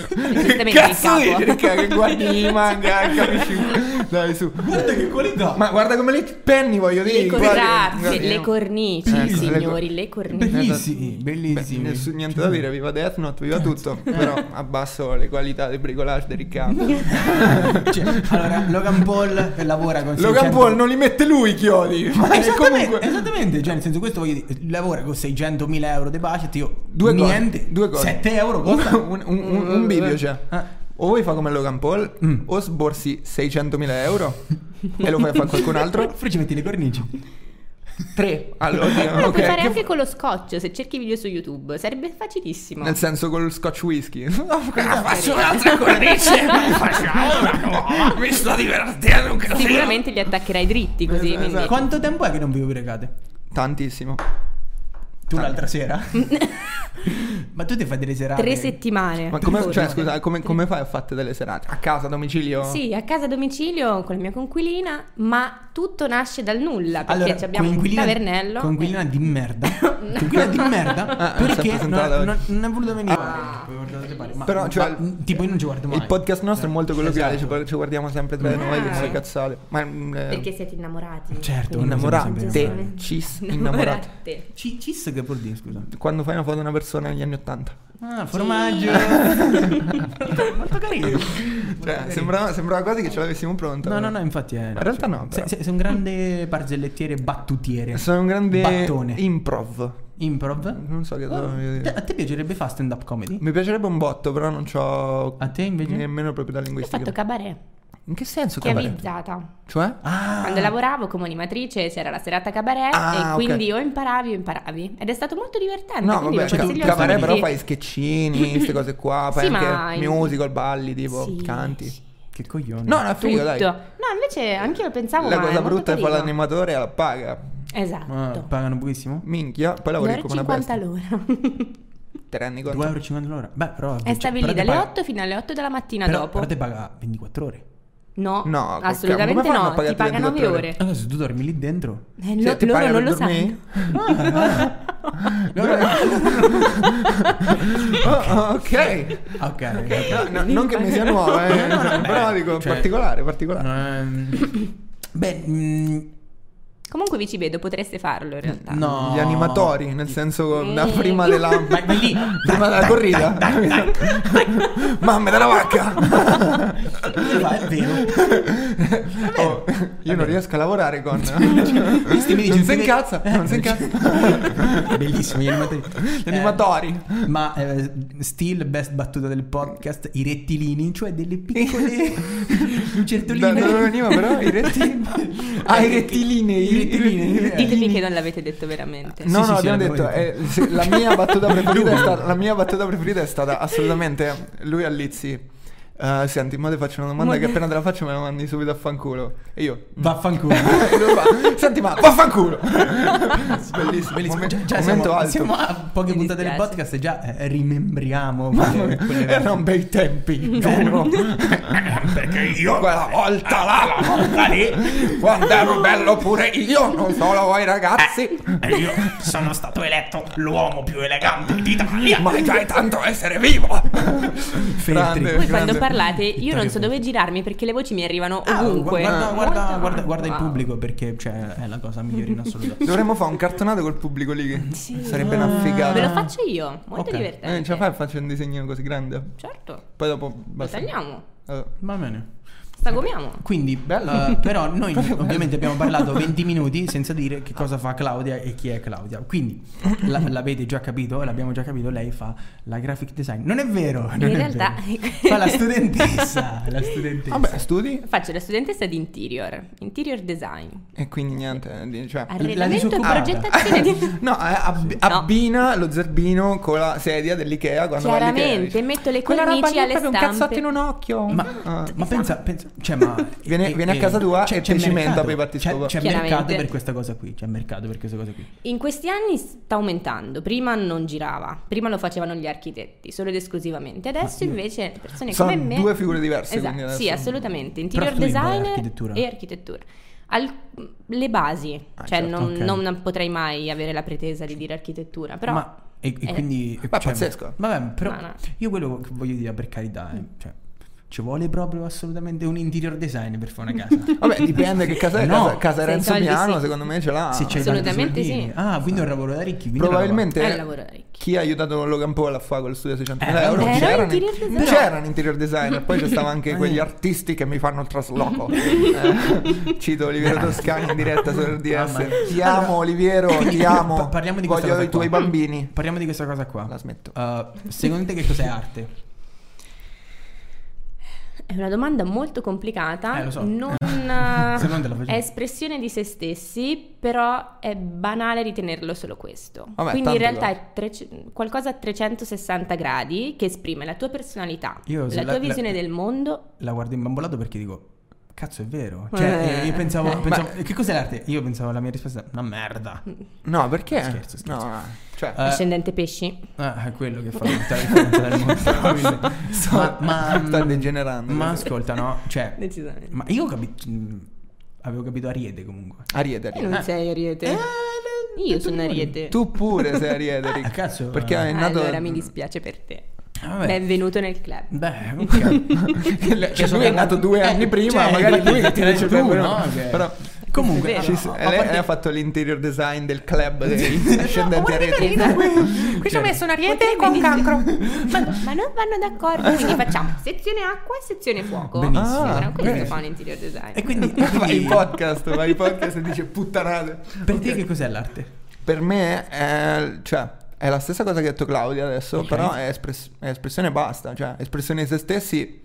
Speaker 3: Giustamente il
Speaker 1: Cazzo
Speaker 3: capo.
Speaker 1: dici che
Speaker 3: [LAUGHS]
Speaker 1: guardi i manga, capisci? Dai, su.
Speaker 5: Guarda che qualità.
Speaker 1: Ma guarda come le penny voglio dire.
Speaker 3: Le
Speaker 1: guarda-
Speaker 3: cornici,
Speaker 1: guarda-
Speaker 3: le cornici,
Speaker 1: Ecco, eh. le
Speaker 3: signori, le cornici.
Speaker 5: Bellissimi,
Speaker 1: Beh,
Speaker 5: bellissimi.
Speaker 1: nessun- niente da dire, viva Death Note, viva tutto. Però
Speaker 3: Eh.
Speaker 1: abbasso le qualità del bricolage del Riccardo.
Speaker 5: [LAUGHS] Cioè, allora, Logan Paul lavora con
Speaker 1: Logan
Speaker 3: certo.
Speaker 5: 600
Speaker 1: Paul non li mette lui i chiodi. [LAUGHS] Ma è
Speaker 5: Esattamente,
Speaker 1: comunque.
Speaker 5: esattamente, cioè nel senso questo voglio dire, lavora con 600.000 euro di budget, io
Speaker 1: Due cose,
Speaker 5: niente,
Speaker 1: due cose.
Speaker 5: 7 euro
Speaker 1: Un,
Speaker 5: costa.
Speaker 1: un- un- un video c'è.
Speaker 5: Ah.
Speaker 1: O vuoi fare come Logan Paul,
Speaker 5: Mm.
Speaker 1: o sborsi 600.000 euro e lo fai fare a qualcun
Speaker 3: [LAUGHS]
Speaker 1: altro.
Speaker 5: Poi ci metti le cornici.
Speaker 1: Tre. Allora,
Speaker 3: Lo
Speaker 1: Ah, ok.
Speaker 3: puoi fare
Speaker 1: che-
Speaker 3: anche con lo scotch, se cerchi video su YouTube, sarebbe facilissimo.
Speaker 1: Nel senso col scotch whisky. [LAUGHS]
Speaker 3: Eh, faccio
Speaker 1: un'altra cornice, facciamo una nuova. Mi sto divertendo un casino.
Speaker 3: [LAUGHS] Sicuramente li attaccherai dritti così.
Speaker 1: Esatto,
Speaker 3: quindi-
Speaker 1: esatto.
Speaker 5: Quanto tempo è che non vi regate?
Speaker 1: Tantissimo. Ah.
Speaker 5: Tu
Speaker 1: [LAUGHS]
Speaker 5: l'altra sera? Ma tu ti fai delle serate?
Speaker 3: Tre settimane.
Speaker 1: Ma come,
Speaker 3: Tipo,
Speaker 1: cioè,
Speaker 3: no.
Speaker 1: scusa, come, come fai a fatte delle serate? A casa, a domicilio?
Speaker 3: Sì, a casa a domicilio con la mia conquilina, ma tutto nasce dal nulla perché
Speaker 5: Allora,
Speaker 3: ci abbiamo un
Speaker 5: coinquilina-
Speaker 3: tavernello.
Speaker 5: Coinquilina di merda.
Speaker 3: [LAUGHS]
Speaker 5: Coinquilina di
Speaker 1: Ah,
Speaker 5: merda.
Speaker 1: non si è
Speaker 5: perché
Speaker 1: presentata
Speaker 5: non,
Speaker 1: oggi.
Speaker 5: non, non è voluto venire.
Speaker 1: Ah.
Speaker 5: Poi guardate le pari, ma-
Speaker 1: Però,
Speaker 5: ma- mm,
Speaker 1: cioè,
Speaker 5: tipo, io non ci guardo mai.
Speaker 1: Il podcast nostro è molto colloquiale, cioè,
Speaker 5: Esatto.
Speaker 1: ci par- ci guardiamo sempre tra di noi come
Speaker 3: Ah.
Speaker 1: le cazzate. Ma mm, eh,
Speaker 3: Perché siete innamorati.
Speaker 5: Certo,
Speaker 3: Quindi-
Speaker 1: innamorate,
Speaker 3: Attenzione.
Speaker 1: cis, innamorate.
Speaker 3: [LAUGHS] innamorate.
Speaker 5: Ci- Cis che vuol dire, scusa?
Speaker 1: Quando fai una foto a una persona negli anni Ottanta. [LAUGHS]
Speaker 5: Ah, formaggio. Molto carino. Molto
Speaker 1: Cioè,
Speaker 5: carino.
Speaker 1: sembrava, sembrava quasi che ce l'avessimo pronta.
Speaker 5: No, no, no, infatti è...
Speaker 1: In realtà no,
Speaker 5: Sei,
Speaker 1: però.
Speaker 5: sei- sei un grande barzellettiere battutiere.
Speaker 1: Sono un grande
Speaker 5: Battone.
Speaker 1: improv.
Speaker 5: Improv.
Speaker 1: Non so che
Speaker 5: Oh,
Speaker 1: devo
Speaker 5: te-
Speaker 1: dire. Mm.
Speaker 5: a te piacerebbe fare stand-up comedy?
Speaker 1: Mi piacerebbe un botto, però non c'ho
Speaker 5: A te invece?
Speaker 1: nemmeno proprietà
Speaker 3: Io ho
Speaker 1: linguistica.
Speaker 3: fatto cabaret,
Speaker 1: In che senso cabaret?
Speaker 3: chiavizzata.
Speaker 1: Cioè?
Speaker 5: Ah,
Speaker 3: Quando lavoravo come animatrice c'era la serata cabaret
Speaker 1: Ah,
Speaker 3: e
Speaker 1: ok.
Speaker 3: quindi o imparavi o imparavi. Ed è stato molto divertente.
Speaker 1: Ah, No,
Speaker 3: quindi
Speaker 1: vabbè,
Speaker 3: lo
Speaker 1: ca-
Speaker 3: consiglio
Speaker 1: cabaret
Speaker 3: a tutti.
Speaker 1: però fai scheccini,
Speaker 3: [LAUGHS]
Speaker 1: queste cose qua, fai
Speaker 3: Sì, ma
Speaker 1: anche
Speaker 3: in-
Speaker 1: musical, balli, tipo,
Speaker 3: Sì,
Speaker 1: canti.
Speaker 3: sì,
Speaker 5: che coglione.
Speaker 1: No, no, è figo, dai.
Speaker 3: tutto. No, invece anche io lo pensavo
Speaker 1: La
Speaker 3: ma
Speaker 1: cosa
Speaker 3: è molto
Speaker 1: brutta è che
Speaker 3: carino.
Speaker 1: l'animatore e la paga.
Speaker 3: Esatto.
Speaker 5: Ah, pagano pochissimo?
Speaker 1: Minchia, poi lavori come una bestia. [LAUGHS] Cioè,
Speaker 3: 2,50 all'ora.
Speaker 1: Te rendi
Speaker 5: 2,50
Speaker 1: conto?
Speaker 5: euro l'ora? Beh, però...
Speaker 3: È
Speaker 5: cioè,
Speaker 3: stabilita
Speaker 5: però te
Speaker 3: dalle
Speaker 5: paga-
Speaker 3: 8 fino alle 8 della mattina
Speaker 5: però,
Speaker 3: dopo.
Speaker 5: Però te paga 24 ore.
Speaker 3: No,
Speaker 1: No, co-
Speaker 3: assolutamente
Speaker 1: come fanno a
Speaker 3: no. Ti
Speaker 1: pagarti
Speaker 3: paga 9
Speaker 1: 24 ore?
Speaker 3: ore.
Speaker 5: Allora, se tu dormi lì dentro...
Speaker 3: Eh, lo-
Speaker 1: Cioè, ti
Speaker 3: loro
Speaker 1: pagano
Speaker 3: non
Speaker 1: per
Speaker 3: lo
Speaker 1: dormire?
Speaker 3: sanno.
Speaker 5: No, no, no.
Speaker 1: [LAUGHS] Oh, oh, ok.
Speaker 3: [LAUGHS]
Speaker 5: Ah, Ok, ok.
Speaker 1: No, no, non che mi sia nuova, eh,
Speaker 5: No, no, no,
Speaker 1: però
Speaker 5: beh,
Speaker 1: dico
Speaker 5: cioè-
Speaker 1: particolare, particolare.
Speaker 5: Ehm, Beh, mm,
Speaker 3: Comunque vi ci vedo, potreste farlo in realtà.
Speaker 5: no.
Speaker 1: Gli animatori, nel senso
Speaker 3: Eh.
Speaker 1: da prima della
Speaker 5: Ma è lì.
Speaker 1: prima della corrida. [LAUGHS] Mamma della vacca.
Speaker 5: Ma è vero.
Speaker 1: Oh, io non riesco a lavorare con [LAUGHS] Cioè,
Speaker 5: Questi mi dici,
Speaker 1: Non si
Speaker 5: ti-
Speaker 1: incazza,
Speaker 5: eh,
Speaker 1: non si
Speaker 5: dici-
Speaker 1: [LAUGHS] incazza.
Speaker 5: Bellissimo, gli animatori.
Speaker 1: Gli animatori.
Speaker 5: Eh, ma eh, still best battuta del podcast, i rettilini, cioè delle piccole
Speaker 1: Da dove
Speaker 5: lucertoline.
Speaker 1: veniva però i rettili? Ah, i rettilinei.
Speaker 5: I rettilinei, eh.
Speaker 3: [LAUGHS] Ditemi che non l'avete detto veramente.
Speaker 1: No,
Speaker 5: Sì,
Speaker 1: no,
Speaker 5: sì, sì,
Speaker 1: abbiamo
Speaker 5: l'abbiamo
Speaker 1: detto, eh, se- la, mia [LAUGHS] battuta preferita è stata, la mia battuta preferita è stata assolutamente lui a Lizzi. eh, senti, ma ti faccio una domanda
Speaker 3: [LAUGHS]
Speaker 1: che appena te la faccio me la mandi subito a fanculo. E io... [LAUGHS]
Speaker 5: Vaffanculo.
Speaker 1: e lui fa, senti, ma vaffanculo! bellissimo,
Speaker 5: Bellissimo.
Speaker 1: momen-
Speaker 5: Già- già
Speaker 1: momento
Speaker 5: siamo,
Speaker 1: alto.
Speaker 5: siamo a poche
Speaker 3: Mi
Speaker 5: puntate del
Speaker 3: dispiace.
Speaker 5: podcast e già eh, rimembriamo.
Speaker 1: Mamma
Speaker 5: quelle-
Speaker 1: mia,
Speaker 5: quelle-
Speaker 1: erano bei tempi,
Speaker 5: [LAUGHS]
Speaker 1: giuro. Perché io quella volta là, quella volta lì, quando ero bello pure io, non solo voi ragazzi.
Speaker 7: E io sono stato eletto l'uomo più elegante d'Italia.
Speaker 1: Ma già è tanto essere vivo.
Speaker 5: Feltri.
Speaker 3: Voi
Speaker 1: Grande.
Speaker 3: quando parlate io non so dove girarmi perché le voci mi arrivano
Speaker 5: Ah,
Speaker 3: ovunque.
Speaker 5: Guarda, guarda,
Speaker 3: Molto-
Speaker 5: guarda, guarda il
Speaker 3: Wow.
Speaker 5: pubblico perché cioè, è la cosa migliore in assoluto.
Speaker 1: Dovremmo fare un cartonato col pubblico lì che sarebbe una
Speaker 3: Ve lo
Speaker 1: figata.
Speaker 3: faccio io, molto
Speaker 5: Ok.
Speaker 3: divertente.
Speaker 1: Ah. Eh, ce la fai a fare un disegnino così grande?
Speaker 3: Certo,
Speaker 1: Poi dopo
Speaker 3: lo
Speaker 1: basta.
Speaker 3: tagliamo,
Speaker 1: Allora.
Speaker 5: Va bene.
Speaker 3: stagomiamo.
Speaker 5: Quindi, eh, però,
Speaker 1: [LAUGHS]
Speaker 5: noi ovviamente abbiamo parlato 20 minuti senza dire
Speaker 1: Ah.
Speaker 5: che cosa fa Claudia e chi è Claudia. Quindi, la- l'avete già capito, l'abbiamo già capito, lei fa la graphic design. Non è vero, non
Speaker 3: In
Speaker 5: è
Speaker 3: realtà-
Speaker 5: vero. fa la studentessa. La studentessa.
Speaker 1: Vabbè, studi
Speaker 3: Faccio la studentessa di interior, interior design,
Speaker 1: e quindi niente. eh, di- Cioè.
Speaker 3: arredamento e
Speaker 5: disoccupata.
Speaker 1: [LAUGHS]
Speaker 3: progettazione di...
Speaker 1: No, eh, ab-
Speaker 3: No.
Speaker 1: abbina lo zerbino con la sedia dell'Ikea quando va all'Ikea.
Speaker 3: Chiaramente,
Speaker 1: dice,
Speaker 3: metto le
Speaker 1: Quella roba
Speaker 3: cornici
Speaker 1: lì è
Speaker 3: alle
Speaker 1: proprio un
Speaker 3: stampe.
Speaker 1: cazzotto in un occhio.
Speaker 5: Ma,
Speaker 1: Ah.
Speaker 5: ma pensa, pensa-
Speaker 1: veramente.
Speaker 5: Cioè, ma
Speaker 1: Viene- viene a casa tua e ti cimenta
Speaker 5: mercato.
Speaker 1: per i fatti
Speaker 5: C'è,
Speaker 1: sopra.
Speaker 5: c'è
Speaker 3: Chiaramente.
Speaker 5: mercato per questa cosa qui. C'è mercato per questa cosa qui.
Speaker 3: In questi anni sta aumentando, prima non girava, prima lo facevano gli architetti solo ed esclusivamente, adesso invece le persone
Speaker 1: Sono
Speaker 3: come me...
Speaker 1: due figure diverse,
Speaker 3: Esatto,
Speaker 1: quindi
Speaker 3: sì,
Speaker 1: adesso-
Speaker 3: assolutamente, interior
Speaker 5: Però tu in
Speaker 3: design
Speaker 5: architettura.
Speaker 3: e architettura. Al- le basi,
Speaker 1: Ah,
Speaker 3: cioè
Speaker 1: certo,
Speaker 3: non,
Speaker 5: ok.
Speaker 3: non potrei mai avere la pretesa di dire architettura, però...
Speaker 5: ma, e, e
Speaker 3: eh,
Speaker 5: quindi cioè,
Speaker 1: Ma è pazzesco.
Speaker 5: Vabbè, però
Speaker 3: Ma no.
Speaker 5: io quello che voglio dire per carità, eh, cioè, ci vuole proprio assolutamente un interior design per fare una
Speaker 1: [LAUGHS]
Speaker 5: casa.
Speaker 1: Vabbè, dipende che casa è.
Speaker 5: [LAUGHS] No.
Speaker 1: casa, casa
Speaker 3: Se i
Speaker 1: Renzo
Speaker 3: soldi
Speaker 1: Piano,
Speaker 3: sì.
Speaker 1: secondo me ce l'ha.
Speaker 5: Ah, Se c'hai tanti
Speaker 3: Assolutamente
Speaker 5: soldini.
Speaker 3: sì.
Speaker 5: Ah, quindi è un lavoro da ricchi. quindi
Speaker 3: È il lavoro
Speaker 1: Probabilmente
Speaker 3: da ricchi.
Speaker 1: chi ha aiutato Logan Paul a fare quello studio a 600.000
Speaker 5: Eh,
Speaker 1: euro
Speaker 3: era
Speaker 1: c'erano,
Speaker 3: interior designer.
Speaker 1: c'erano interior designer, poi
Speaker 5: [LAUGHS]
Speaker 1: c'erano anche quegli artisti che mi fanno il trasloco. Eh, cito Oliviero Toscani in diretta su
Speaker 5: Mamma.
Speaker 1: RDS. Ti amo Oliviero, ti amo.
Speaker 5: Pa- [LAUGHS] parliamo di questa
Speaker 1: Voglio
Speaker 5: cosa
Speaker 1: i tuoi
Speaker 5: qua.
Speaker 1: bambini.
Speaker 5: Parliamo di questa cosa qua.
Speaker 1: La smetto.
Speaker 5: Uh, secondo te che cos'è arte?
Speaker 3: È una domanda molto complicata,
Speaker 5: Eh, lo so.
Speaker 3: non,
Speaker 5: [LAUGHS]
Speaker 3: eh,
Speaker 5: Se non te la facevo.
Speaker 3: è espressione di se stessi, però è banale ritenerlo solo questo.
Speaker 1: Vabbè,
Speaker 3: Quindi
Speaker 1: tante
Speaker 3: in realtà è trec- qualcosa a 360 gradi che esprime la tua personalità,
Speaker 5: Io
Speaker 3: la
Speaker 5: sulla-
Speaker 3: tua visione
Speaker 5: la-
Speaker 3: del mondo.
Speaker 5: La guardo imbambolato perché dico Cazzo è vero Cioè
Speaker 3: Eh.
Speaker 5: eh, io pensavo,
Speaker 1: Eh.
Speaker 5: pensavo- Che cos'è l'arte? Io pensavo la mia risposta è Una merda
Speaker 1: No, perché?
Speaker 5: Scherzo, scherzo.
Speaker 1: No, eh, cioè,
Speaker 5: Eh,
Speaker 3: Ascendente pesci.
Speaker 5: Ah, è quello che fa tutta la differenza del
Speaker 1: [LAUGHS]
Speaker 5: mondo [LAUGHS]
Speaker 1: Sto- [LAUGHS] sta
Speaker 5: mm,
Speaker 1: degenerando.
Speaker 5: Eh, Ma
Speaker 1: [LAUGHS]
Speaker 5: ascolta no Cioè
Speaker 3: Decisamente.
Speaker 5: Ma io ho capito Avevo capito Ariete comunque
Speaker 1: Ariete,
Speaker 3: Te
Speaker 1: Ariete.
Speaker 3: non sei Ariete.
Speaker 5: Eh.
Speaker 3: Io sono Ariete.
Speaker 1: Tu pure sei Ariete, Rick.
Speaker 5: [LAUGHS] Ah, cazzo.
Speaker 1: Perché è nato
Speaker 3: Allora mi dispiace per te.
Speaker 5: Ah, vabbè.
Speaker 3: Benvenuto nel club.
Speaker 1: [LAUGHS]
Speaker 5: Beh, ok.
Speaker 1: Eh, Cioè, lui è nato due
Speaker 5: Eh,
Speaker 1: anni prima,
Speaker 5: cioè,
Speaker 1: magari lui che ti
Speaker 5: tu,
Speaker 1: dice il tempo,
Speaker 5: no?
Speaker 1: no?
Speaker 5: Che-
Speaker 1: Però-
Speaker 5: comunque,
Speaker 3: È vero.
Speaker 5: no,
Speaker 1: Ci s-
Speaker 5: a
Speaker 1: lei, lei
Speaker 5: parte-
Speaker 1: ha fatto l'interior design del club
Speaker 5: [LAUGHS]
Speaker 1: dei discendenti
Speaker 7: guarda che
Speaker 1: Ariete.
Speaker 7: carino.
Speaker 3: Qui
Speaker 5: ci ho messo
Speaker 3: un ariete con cancro. [LAUGHS] ma, ma non vanno d'accordo, quindi facciamo sezione acqua e sezione fuoco.
Speaker 5: Benissimo.
Speaker 1: Ah,
Speaker 3: Era questo
Speaker 5: bene.
Speaker 3: fa un interior design.
Speaker 5: E quindi,
Speaker 1: [LAUGHS] Fai [LAUGHS] i
Speaker 5: quindi
Speaker 1: podcast, fai i podcast e dice puttanate.
Speaker 5: per te che cos'è l'arte?
Speaker 1: Per me è, cioè, è la stessa cosa che ha detto Claudia adesso, però è, espress- è espressione e basta, cioè espressione di se stessi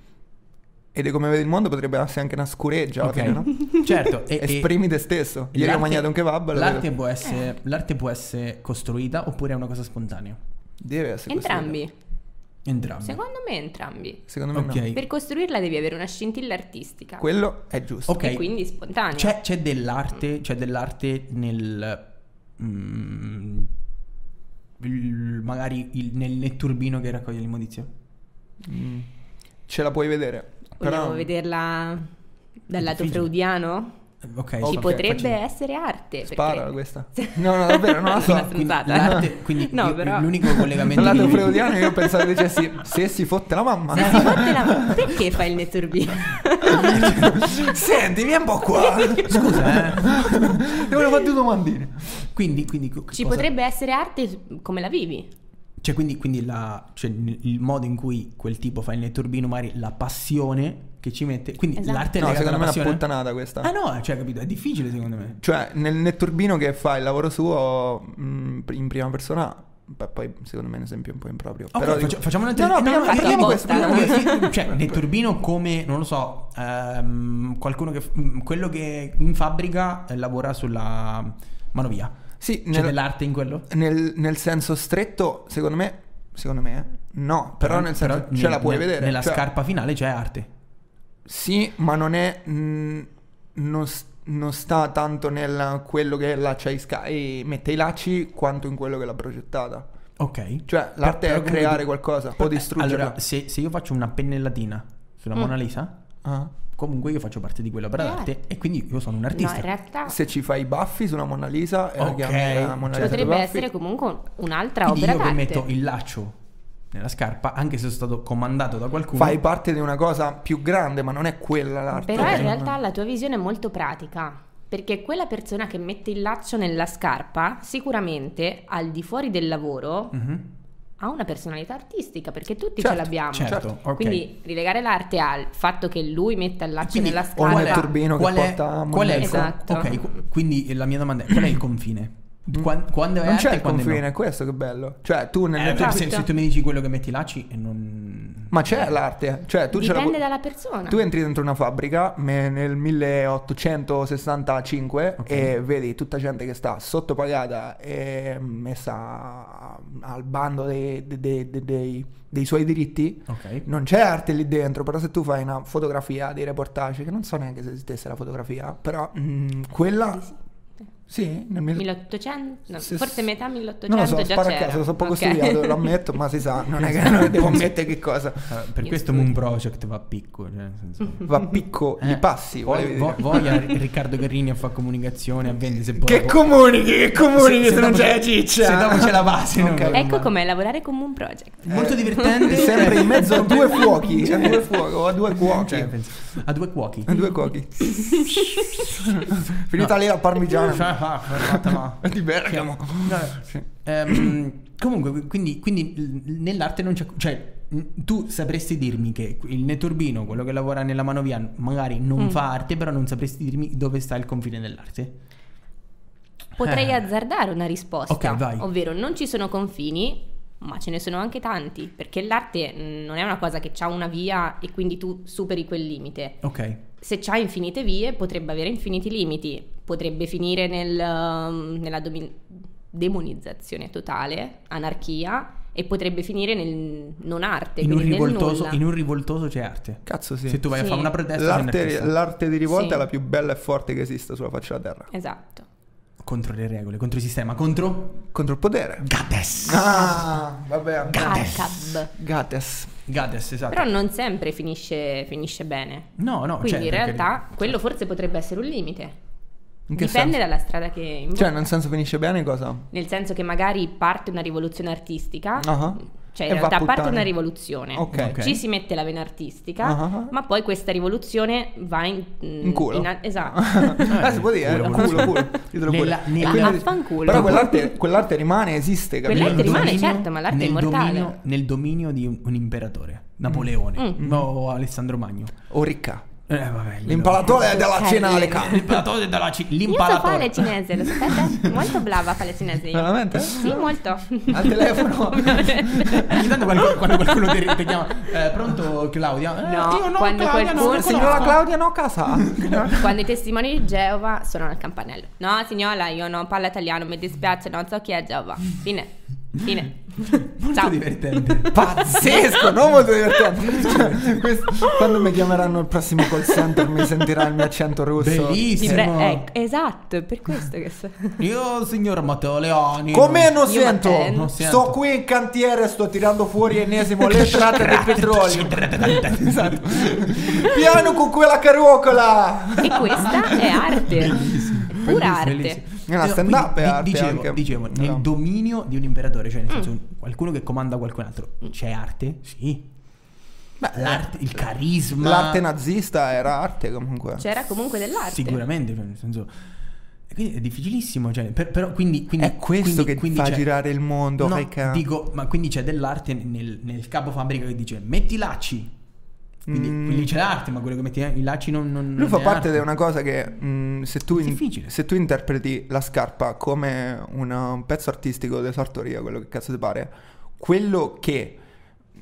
Speaker 1: ed è come vede il mondo potrebbe essere anche una scureggia, alla
Speaker 5: Ok,
Speaker 1: fine, Cioè, no?
Speaker 5: certo. [LAUGHS] E, e-
Speaker 1: Esprimi te stesso. Ieri ho
Speaker 5: l'arte-
Speaker 1: mangiato un kebab. lo
Speaker 5: L'arte
Speaker 1: vedo.
Speaker 5: può, essere, l'arte può essere costruita oppure è una cosa spontanea.
Speaker 1: Deve essere costruita.
Speaker 3: entrambi.
Speaker 5: Entrambi.
Speaker 3: Secondo me entrambi.
Speaker 1: Secondo me
Speaker 5: Ok.
Speaker 1: no.
Speaker 3: Per costruirla devi avere una scintilla artistica.
Speaker 1: Quello è giusto.
Speaker 5: Ok. Cioè,
Speaker 3: E quindi spontanea.
Speaker 5: C'è, c'è
Speaker 3: Mm.
Speaker 5: dell'arte, c'è dell'arte nel. mm, il- magari il- nel, nel turbino che raccoglie l'immondizia. Eh,
Speaker 1: Ce la puoi vedere.
Speaker 3: Vogliamo
Speaker 1: però...
Speaker 3: vederla dal lato
Speaker 5: Difficile.
Speaker 3: freudiano?
Speaker 5: Ok,
Speaker 3: Ci
Speaker 5: ok,
Speaker 3: potrebbe
Speaker 5: facile.
Speaker 3: essere arte.
Speaker 1: Spara
Speaker 3: perché- [LAUGHS]
Speaker 1: questa. No, no, davvero, non la so.
Speaker 3: Una stronzata.
Speaker 5: l'arte- quindi
Speaker 3: [LAUGHS] no,
Speaker 5: io-
Speaker 3: però...
Speaker 5: l'unico collegamento
Speaker 1: Dal lato
Speaker 5: che-
Speaker 1: freudiano
Speaker 5: [LAUGHS]
Speaker 1: io pensavo [LAUGHS] dicessi se si fotte la mamma.
Speaker 3: Se si fotte la- Perché fai il netturbino? [LAUGHS]
Speaker 1: Senti, vieni un po' qua.
Speaker 5: Scusa, eh.
Speaker 1: Ti volevo fare due domandine.
Speaker 5: Quindi, quindi co-
Speaker 3: Ci
Speaker 5: cosa-
Speaker 3: potrebbe essere arte come la vivi.
Speaker 5: Cioè, quindi, quindi la- cioè, il il modo in cui quel tipo fa il netturbino, magari la passione che ci mette. Quindi
Speaker 3: Esatto.
Speaker 5: l'arte è
Speaker 1: No,
Speaker 5: legata
Speaker 1: secondo me
Speaker 5: alla
Speaker 1: è una
Speaker 5: passione.
Speaker 1: puttanata questa.
Speaker 5: ah, no, cioè, capito? È difficile, secondo me.
Speaker 1: Cioè, nel, nel turbino che fa il lavoro suo mh, in prima persona, beh, poi secondo me è un esempio un po' improprio.
Speaker 5: Ok,
Speaker 1: però
Speaker 5: faccia-
Speaker 1: dico-
Speaker 5: facciamo un
Speaker 1: No,
Speaker 5: altro
Speaker 1: no, parliamo,
Speaker 3: fatto
Speaker 1: parliamo questo.
Speaker 3: apposta.
Speaker 1: parliamo questo.
Speaker 5: cioè, netturbino come, non lo so, ehm, qualcuno che. f- quello che in fabbrica eh, lavora sulla manovia.
Speaker 1: Sì,
Speaker 5: C'è
Speaker 1: nel,
Speaker 5: dell'arte in quello?
Speaker 1: nel- nel senso stretto, secondo me, secondo me, eh, no. Però nel senso, ce
Speaker 5: nel-
Speaker 1: la puoi
Speaker 5: nel-
Speaker 1: vedere.
Speaker 5: Nella
Speaker 1: cioè,
Speaker 5: scarpa finale c'è arte.
Speaker 1: Sì, ma non è. mh, non, s- non sta tanto nel quello che laccia i sca- e mette i lacci quanto in quello che l'ha progettata.
Speaker 5: Ok.
Speaker 1: Cioè, l'arte
Speaker 5: Però
Speaker 1: è
Speaker 5: comunque-
Speaker 1: creare qualcosa o distruggerla. Mm.
Speaker 5: Allora, se, se io faccio una pennellatina sulla Mona Lisa,
Speaker 1: Ah.
Speaker 5: comunque io faccio parte di quella opera
Speaker 3: Eh.
Speaker 5: d'arte e quindi io sono un
Speaker 3: No,
Speaker 5: artista.
Speaker 3: in realtà
Speaker 1: Se ci fai i baffi sulla Mona Lisa, e la
Speaker 5: Ok.
Speaker 1: chiami la Mona Lisa dei
Speaker 3: Cioè, potrebbe
Speaker 1: baffi.
Speaker 3: essere comunque un'altra
Speaker 5: quindi
Speaker 3: opera
Speaker 5: io che
Speaker 3: d'arte.
Speaker 5: metto il laccio nella scarpa, anche se sono stato comandato da qualcuno.
Speaker 1: Fai parte di una cosa più grande, ma non è quella l'arte.
Speaker 3: Però in
Speaker 1: secondo me.
Speaker 3: realtà la tua visione è molto pratica. Perché quella persona che mette il laccio nella scarpa, sicuramente al di fuori del lavoro,
Speaker 5: Mhm.
Speaker 3: ha una personalità artistica, perché tutti
Speaker 1: Mm. Certo,
Speaker 3: ce l'abbiamo.
Speaker 5: certo, ok.
Speaker 3: Quindi rilegare l'arte al fatto che lui metta il laccio
Speaker 5: Quindi,
Speaker 3: nella
Speaker 1: O
Speaker 3: scarpa.
Speaker 1: il turbino
Speaker 5: Qual
Speaker 1: che
Speaker 5: è,
Speaker 1: porta a
Speaker 5: qual è il
Speaker 1: Monaco.
Speaker 3: Esatto.
Speaker 5: Ok, qu- quindi la mia domanda è: qual è il confine? Qua- Quando è
Speaker 1: Mm. Non
Speaker 5: arte
Speaker 1: c'è
Speaker 5: e
Speaker 1: il
Speaker 5: quando
Speaker 1: confine,
Speaker 5: no?
Speaker 1: è questo che è bello. Cioè, tu
Speaker 5: Eh,
Speaker 1: nelle
Speaker 5: cioè,
Speaker 1: tue...
Speaker 5: se,
Speaker 3: Capita.
Speaker 5: se tu mi dici quello che metti i lacci e non.
Speaker 1: Ma c'è l'arte, cioè tu ce la
Speaker 3: Dipende
Speaker 1: pu-
Speaker 3: dalla persona.
Speaker 1: Tu entri dentro una fabbrica me- nel 1865 e vedi tutta gente che sta sottopagata e messa al bando dei, dei- dei- dei- dei- dei suoi diritti.
Speaker 5: Ok.
Speaker 1: Non c'è arte lì dentro, però se tu fai una fotografia, dei reportage, che non so neanche se esistesse la fotografia, però mm, quella... Sì, nel 1865
Speaker 3: 1800, no,
Speaker 1: se-
Speaker 3: forse metà
Speaker 1: non lo
Speaker 3: 1800
Speaker 1: so,
Speaker 3: già
Speaker 1: sparo a
Speaker 3: c'era.
Speaker 1: caso, sono poco
Speaker 3: Ok.
Speaker 1: studiato,
Speaker 3: [LAUGHS]
Speaker 1: lo ammetto, ma si sa, non è che non devo ammettere che cosa.
Speaker 5: Eh, per
Speaker 3: Io
Speaker 5: questo
Speaker 3: studio.
Speaker 5: Moon
Speaker 3: Mm.
Speaker 5: Project va a picco. Cioè, nel senso...
Speaker 1: Va a picco
Speaker 5: Eh,
Speaker 1: i passi, volevi
Speaker 5: Poi vo-
Speaker 1: dire.
Speaker 5: voglia
Speaker 1: [LAUGHS]
Speaker 5: Riccardo Guerrini a fare comunicazione, a vendere se
Speaker 1: Che
Speaker 5: dopo-
Speaker 1: comunichi, che comunichi se,
Speaker 5: dopo
Speaker 1: non c'è la
Speaker 5: se
Speaker 1: ciccia.
Speaker 5: dopo c'è la base, non-
Speaker 1: Ok.
Speaker 3: Ecco com'è lavorare con Moon Project.
Speaker 5: Molto divertente.
Speaker 1: È Eh. [LAUGHS] sempre in mezzo a due fuochi, a due fuoco, a due cuochi.
Speaker 5: Cioè, penso- a due cuochi.
Speaker 1: A due [LAUGHS] cuochi. Finita lì la parmigiana. [LAUGHS] Di Bergamo. Cioè, Sì.
Speaker 5: Ehm, comunque, quindi, quindi l- nell'arte non c'è. Cioè, mh, tu sapresti dirmi che il netturbino, quello che lavora nella manovia, magari non
Speaker 3: Mm.
Speaker 5: fa arte, però non sapresti dirmi dove sta il confine dell'arte.
Speaker 3: Potrei
Speaker 5: Eh.
Speaker 3: azzardare una risposta,
Speaker 5: Ok, vai.
Speaker 3: ovvero non ci sono confini, ma ce ne sono anche tanti, perché l'arte mh, non è una cosa che ha una via e quindi tu superi quel limite.
Speaker 5: Ok.
Speaker 3: Se ha infinite vie potrebbe avere infiniti limiti, potrebbe finire nel, um, nella domin- demonizzazione totale, anarchia e potrebbe finire nel non arte,
Speaker 5: In un,
Speaker 3: quindi nel
Speaker 5: rivoltoso,
Speaker 3: nulla.
Speaker 5: in un rivoltoso c'è arte.
Speaker 1: Cazzo sì.
Speaker 5: Se tu vai a
Speaker 3: Sì.
Speaker 5: fare una protesta, sei un
Speaker 1: L'arte,
Speaker 5: artista.
Speaker 1: l'arte di rivolta
Speaker 3: Sì.
Speaker 1: è la più bella e forte che esista sulla faccia della terra.
Speaker 3: Esatto.
Speaker 5: contro le regole, contro il sistema, contro
Speaker 1: Contro il potere.
Speaker 5: Gades.
Speaker 1: Ah, vabbè.
Speaker 3: Arcab.
Speaker 1: Gates.
Speaker 5: Gades, esatto.
Speaker 3: Però non sempre finisce, finisce bene.
Speaker 5: no, no,
Speaker 3: Quindi
Speaker 5: cioè,
Speaker 3: in
Speaker 5: per
Speaker 3: realtà
Speaker 5: carità.
Speaker 3: quello forse potrebbe essere un limite.
Speaker 1: In che
Speaker 3: Dipende
Speaker 1: senso?
Speaker 3: dalla strada che invoca.
Speaker 1: Cioè, nel senso finisce bene cosa?
Speaker 3: Nel senso che magari parte una rivoluzione artistica,
Speaker 1: Ah.
Speaker 3: cioè
Speaker 1: E
Speaker 3: in
Speaker 1: va a
Speaker 3: realtà
Speaker 1: puttane.
Speaker 3: parte una rivoluzione.
Speaker 1: Ok.
Speaker 5: Ok.
Speaker 3: Ci si mette la vena artistica,
Speaker 1: Ah.
Speaker 3: ma poi questa rivoluzione va in,
Speaker 1: In culo. [LAUGHS]
Speaker 3: a- esatto.
Speaker 1: ah, si può dire, eh?
Speaker 5: Culo,
Speaker 1: culo,
Speaker 5: culo.
Speaker 1: culo. Titolo culo.
Speaker 5: Nella- nella-
Speaker 1: E quindi-
Speaker 3: Affanculo.
Speaker 1: Però quell'arte, quell'arte rimane, esiste, capito?
Speaker 3: Quell'arte
Speaker 5: Nel
Speaker 3: rimane,
Speaker 5: dominio-
Speaker 3: certo, ma l'arte è
Speaker 5: nel
Speaker 3: immortale.
Speaker 5: dominio- nel dominio di un, un imperatore, Napoleone
Speaker 3: Mm.
Speaker 5: no, o Alessandro Magno.
Speaker 1: O Oh, ricca.
Speaker 5: Eh, vabbè,
Speaker 1: L'impalatore della cena alle
Speaker 5: no.
Speaker 1: canne.
Speaker 5: L'imperatore della ci-
Speaker 3: Io so fare
Speaker 5: L'impalatore.
Speaker 3: il cinese, lo
Speaker 1: [LAUGHS]
Speaker 3: sapete? Molto brava a fare il cinese io.
Speaker 1: Veramente?
Speaker 3: Sì, molto.
Speaker 1: Al telefono.
Speaker 5: [LAUGHS] Ogni tanto quando, quando qualcuno ti, ti chiama, eh, pronto Claudia? Eh,
Speaker 3: No,
Speaker 5: io no,
Speaker 3: quando
Speaker 5: Claudia, no,
Speaker 3: qualcuno-
Speaker 5: no,
Speaker 1: [LAUGHS] Signora
Speaker 5: no.
Speaker 1: Claudia, no, casa.
Speaker 3: [LAUGHS] Quando i testimoni di Geova suonano il campanello. No, signora, io non parlo italiano, mi dispiace, non so chi è Geova. Fine. Fine.
Speaker 5: [LAUGHS] Molto
Speaker 3: Ciao. [LAUGHS]
Speaker 5: divertente.
Speaker 1: Pazzesco, no? Molto divertente. Questo- Cioè, Quando mi chiameranno il prossimo call center mi sentirà il mio accento russo.
Speaker 3: Ti
Speaker 5: Bellissimo.
Speaker 3: pre- ecco, esatto, è per questo che
Speaker 5: [LAUGHS]
Speaker 3: so.
Speaker 5: Io, signor Matteo Leoni.
Speaker 1: Come non
Speaker 3: Io
Speaker 1: sento?
Speaker 3: Matteo.
Speaker 5: Non sento.
Speaker 1: Sto qui in cantiere, sto tirando fuori ennesimo [LAUGHS] le tratte del petrolio. Esatto. Piano con quella carucola.
Speaker 3: E questa è arte. È pura arte.
Speaker 1: Eh, la
Speaker 5: No,
Speaker 1: stand-up
Speaker 5: quindi
Speaker 1: è
Speaker 5: di-
Speaker 1: arte
Speaker 5: dicevo,
Speaker 1: anche.
Speaker 5: dicevo, nel
Speaker 1: No.
Speaker 5: dominio di un imperatore, cioè nel senso un- qualcuno che comanda qualcun altro, c'è arte? Sì. l'arte, il carisma.
Speaker 1: L'arte nazista era arte comunque.
Speaker 5: Cioè,
Speaker 3: C'era comunque dell'arte.
Speaker 5: Sicuramente, cioè, nel senso e quindi è difficilissimo, cioè, per- però quindi, quindi
Speaker 1: È questo
Speaker 5: quindi-
Speaker 1: che
Speaker 5: quindi
Speaker 1: fa
Speaker 5: c'è-
Speaker 1: girare il mondo,
Speaker 5: No,
Speaker 1: Reca.
Speaker 5: dico, ma quindi c'è dell'arte nel, nel capo fabbrica che dice "Metti i lacci". Quindi,
Speaker 1: Mm.
Speaker 5: quindi c'è l'arte, ma quello che metti eh, i lacci non, non
Speaker 1: Lui
Speaker 5: non
Speaker 1: fa
Speaker 5: è
Speaker 1: parte
Speaker 5: arte.
Speaker 1: di una cosa che mh, se, tu
Speaker 5: È
Speaker 1: in-
Speaker 5: difficile.
Speaker 1: se tu interpreti la scarpa come una- un pezzo artistico d'esortoria, quello che cazzo ti pare, quello che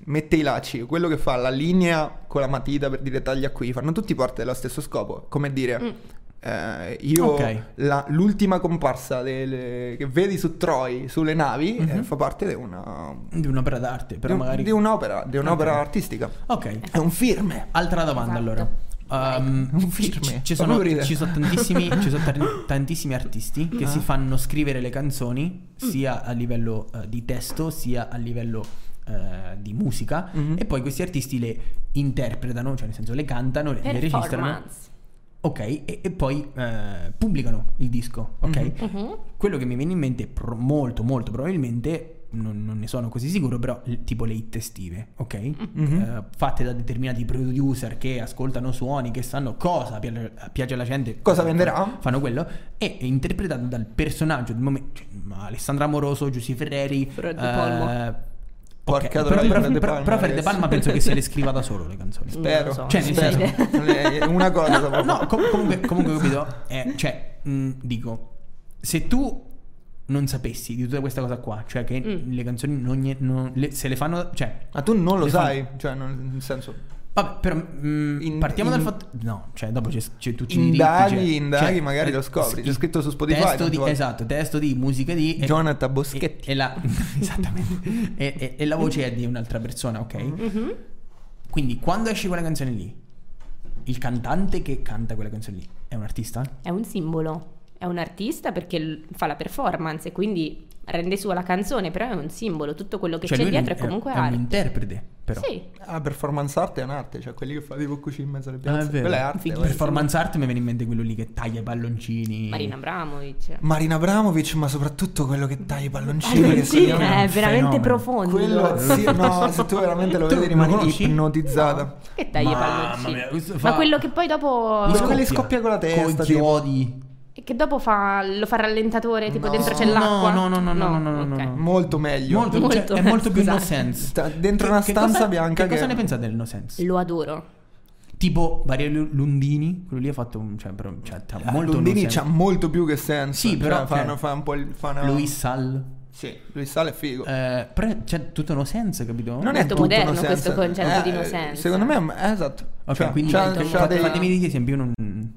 Speaker 1: mette i lacci, quello che fa la linea con la matita per dire taglia qui, fanno tutti parte dello stesso scopo, come dire... eh, io
Speaker 5: Mm. Ok.
Speaker 1: la- l'ultima comparsa delle- che vedi su Troy sulle navi eh,
Speaker 5: Mm-hmm.
Speaker 1: fa parte di una
Speaker 5: di un'opera d'arte, però
Speaker 1: di, un-
Speaker 5: magari
Speaker 1: di un'opera di un'opera
Speaker 5: Ok.
Speaker 1: artistica
Speaker 3: Eh.
Speaker 5: Ok.
Speaker 1: è un firme
Speaker 5: Altra domanda
Speaker 3: Esatto.
Speaker 5: allora. Ehm,
Speaker 1: [LAUGHS] Un
Speaker 5: ci-
Speaker 1: firme.
Speaker 5: ci- Ci
Speaker 1: Fa
Speaker 5: sono,
Speaker 1: proprio ridere.
Speaker 5: ci sono
Speaker 1: [LAUGHS]
Speaker 5: tantissimi, ci sono tar- tantissimi artisti
Speaker 1: Ah.
Speaker 5: che si fanno scrivere le canzoni sia a livello eh, di testo sia a livello eh, di musica
Speaker 1: Mm-hmm.
Speaker 5: e poi questi artisti le interpretano, cioè nel senso le cantano, le, le registrano.
Speaker 3: Performance.
Speaker 5: Ok, e, e poi eh, pubblicano il disco, ok?
Speaker 1: Mm-hmm.
Speaker 3: Mhm.
Speaker 5: Quello che mi viene in mente pro- molto molto probabilmente non, non ne sono così sicuro, però l- tipo le hit estive, ok?
Speaker 1: Mm-hmm.
Speaker 5: Eh, fatte da determinati producer che ascoltano suoni, che sanno cosa piace, piace alla gente,
Speaker 1: Cosa venderà?
Speaker 5: fanno quello e è interpretato dal personaggio del momento, cioè, ma Alessandra Amoroso, Giussi Ferreri,
Speaker 3: Fred De
Speaker 5: eh,
Speaker 3: Palma.
Speaker 5: ok,
Speaker 1: Porca
Speaker 5: però-
Speaker 1: troia,
Speaker 5: però-
Speaker 1: Fred De
Speaker 5: però-
Speaker 1: Palma,
Speaker 5: però Fred De
Speaker 1: ragazzi.
Speaker 5: Palma penso che
Speaker 1: [LAUGHS]
Speaker 5: se le scriva da solo le canzoni.
Speaker 1: Spero.
Speaker 3: Non lo so.
Speaker 5: Cioè, nel
Speaker 1: Spero.
Speaker 5: senso-
Speaker 3: [LAUGHS]
Speaker 1: Le- una cosa proprio.
Speaker 5: No, com- comunque, comunque capito, eh, cioè, mh, dico, se tu non sapessi di tutta questa cosa qua, cioè che
Speaker 3: Mm.
Speaker 5: le canzoni non, glie- non- le- se le fanno, cioè
Speaker 1: Ma tu non lo
Speaker 5: Le
Speaker 1: sai, cioè, non- nel senso...
Speaker 5: Vabbè, però mm,
Speaker 1: In-
Speaker 5: partiamo
Speaker 1: in-
Speaker 5: dal fatto no, cioè dopo c'è, c'è tutti i
Speaker 1: Indaghi,
Speaker 5: diritti, cioè-
Speaker 1: indaghi,
Speaker 5: cioè,
Speaker 1: magari lo scopri.
Speaker 5: il
Speaker 1: C'è scritto su Spotify,
Speaker 5: Testo
Speaker 1: tante
Speaker 5: di,
Speaker 1: volte.
Speaker 5: esatto, testo di musica di e-
Speaker 1: Jonathan
Speaker 5: e,
Speaker 1: Boschetti.
Speaker 5: e la [LAUGHS] esattamente. e, e- e la voce è di un'altra persona, ok?
Speaker 3: mhm.
Speaker 5: Quindi quando esce quella canzone lì, il cantante che canta quella canzone lì è un artista?
Speaker 3: È un simbolo. È un artista perché l- fa la performance e quindi rende sua la canzone, però è un simbolo. Tutto quello che
Speaker 5: Cioè,
Speaker 3: c'è
Speaker 5: lui
Speaker 3: dietro
Speaker 5: un-
Speaker 3: è comunque
Speaker 5: un
Speaker 3: arte.
Speaker 5: interprete, però.
Speaker 3: Sì,
Speaker 1: La Ah, performance art è un'arte, cioè quelli che fa tipo cucina in mezzo alle
Speaker 5: Ah,
Speaker 1: piazze.
Speaker 5: è vero.
Speaker 1: Quella è arte.
Speaker 3: Fighissimo.
Speaker 1: guarda.
Speaker 5: Performance art mi viene in mente quello lì che taglia i palloncini.
Speaker 3: Marina Abramovic.
Speaker 1: Marina Abramovic, ma soprattutto quello che taglia i palloncini. che
Speaker 3: Sì,
Speaker 1: sono-
Speaker 5: è
Speaker 3: è
Speaker 5: un
Speaker 3: veramente
Speaker 5: fenomeno.
Speaker 3: profondo.
Speaker 1: Quello, sì,
Speaker 3: [LAUGHS]
Speaker 1: no, se tu veramente lo
Speaker 5: Tu
Speaker 1: vedi
Speaker 5: lo
Speaker 1: rimani
Speaker 5: conosci?
Speaker 1: ipnotizzata.
Speaker 3: Che taglia i
Speaker 5: Mamma
Speaker 3: palloncini.
Speaker 5: mia, questo fa-
Speaker 3: Ma quello che poi dopo.
Speaker 5: Gli
Speaker 1: Quello che le scoppia con la testa,
Speaker 5: Con gli
Speaker 1: tipo.
Speaker 5: odi.
Speaker 3: Che dopo fa, lo fa rallentatore, tipo
Speaker 1: No.
Speaker 3: dentro c'è
Speaker 5: No,
Speaker 3: l'acqua.
Speaker 5: no, no, no, no, no, no, no,
Speaker 3: ok.
Speaker 5: no.
Speaker 1: Molto meglio.
Speaker 5: Molto,
Speaker 3: Molto, esatto.
Speaker 5: cioè, è molto più no
Speaker 3: scusate.
Speaker 5: sense.
Speaker 1: Sta dentro una
Speaker 5: Che
Speaker 1: stanza
Speaker 5: cosa-
Speaker 1: bianca
Speaker 5: Che cosa
Speaker 1: che-
Speaker 5: ne pensate del no sense?
Speaker 3: Lo adoro.
Speaker 5: Tipo Barriere Lundini, quello lì ha fatto un cioè, però, cioè, ha
Speaker 1: Ah,
Speaker 5: molto
Speaker 1: Lundini
Speaker 5: no
Speaker 1: c'ha
Speaker 5: sense.
Speaker 1: molto più che senso.
Speaker 5: Sì, però,
Speaker 1: Cioè, fa,
Speaker 5: cioè,
Speaker 1: una- fa un po' il. Fa una...
Speaker 5: Luis Sal.
Speaker 1: Sì, Luis Sale è figo.
Speaker 5: Eh, però c'è tutto no sense, capito?
Speaker 1: non è
Speaker 3: molto
Speaker 1: tutto
Speaker 3: moderno
Speaker 1: no sense.
Speaker 3: questo concetto
Speaker 1: Eh,
Speaker 3: di no
Speaker 1: eh,
Speaker 3: sense.
Speaker 1: Secondo me, è- eh, esatto.
Speaker 5: Ok,
Speaker 1: Cioè,
Speaker 5: quindi
Speaker 1: c'ha-
Speaker 5: fate-
Speaker 1: c'ha dei-
Speaker 5: fatemi degli esempi, io non,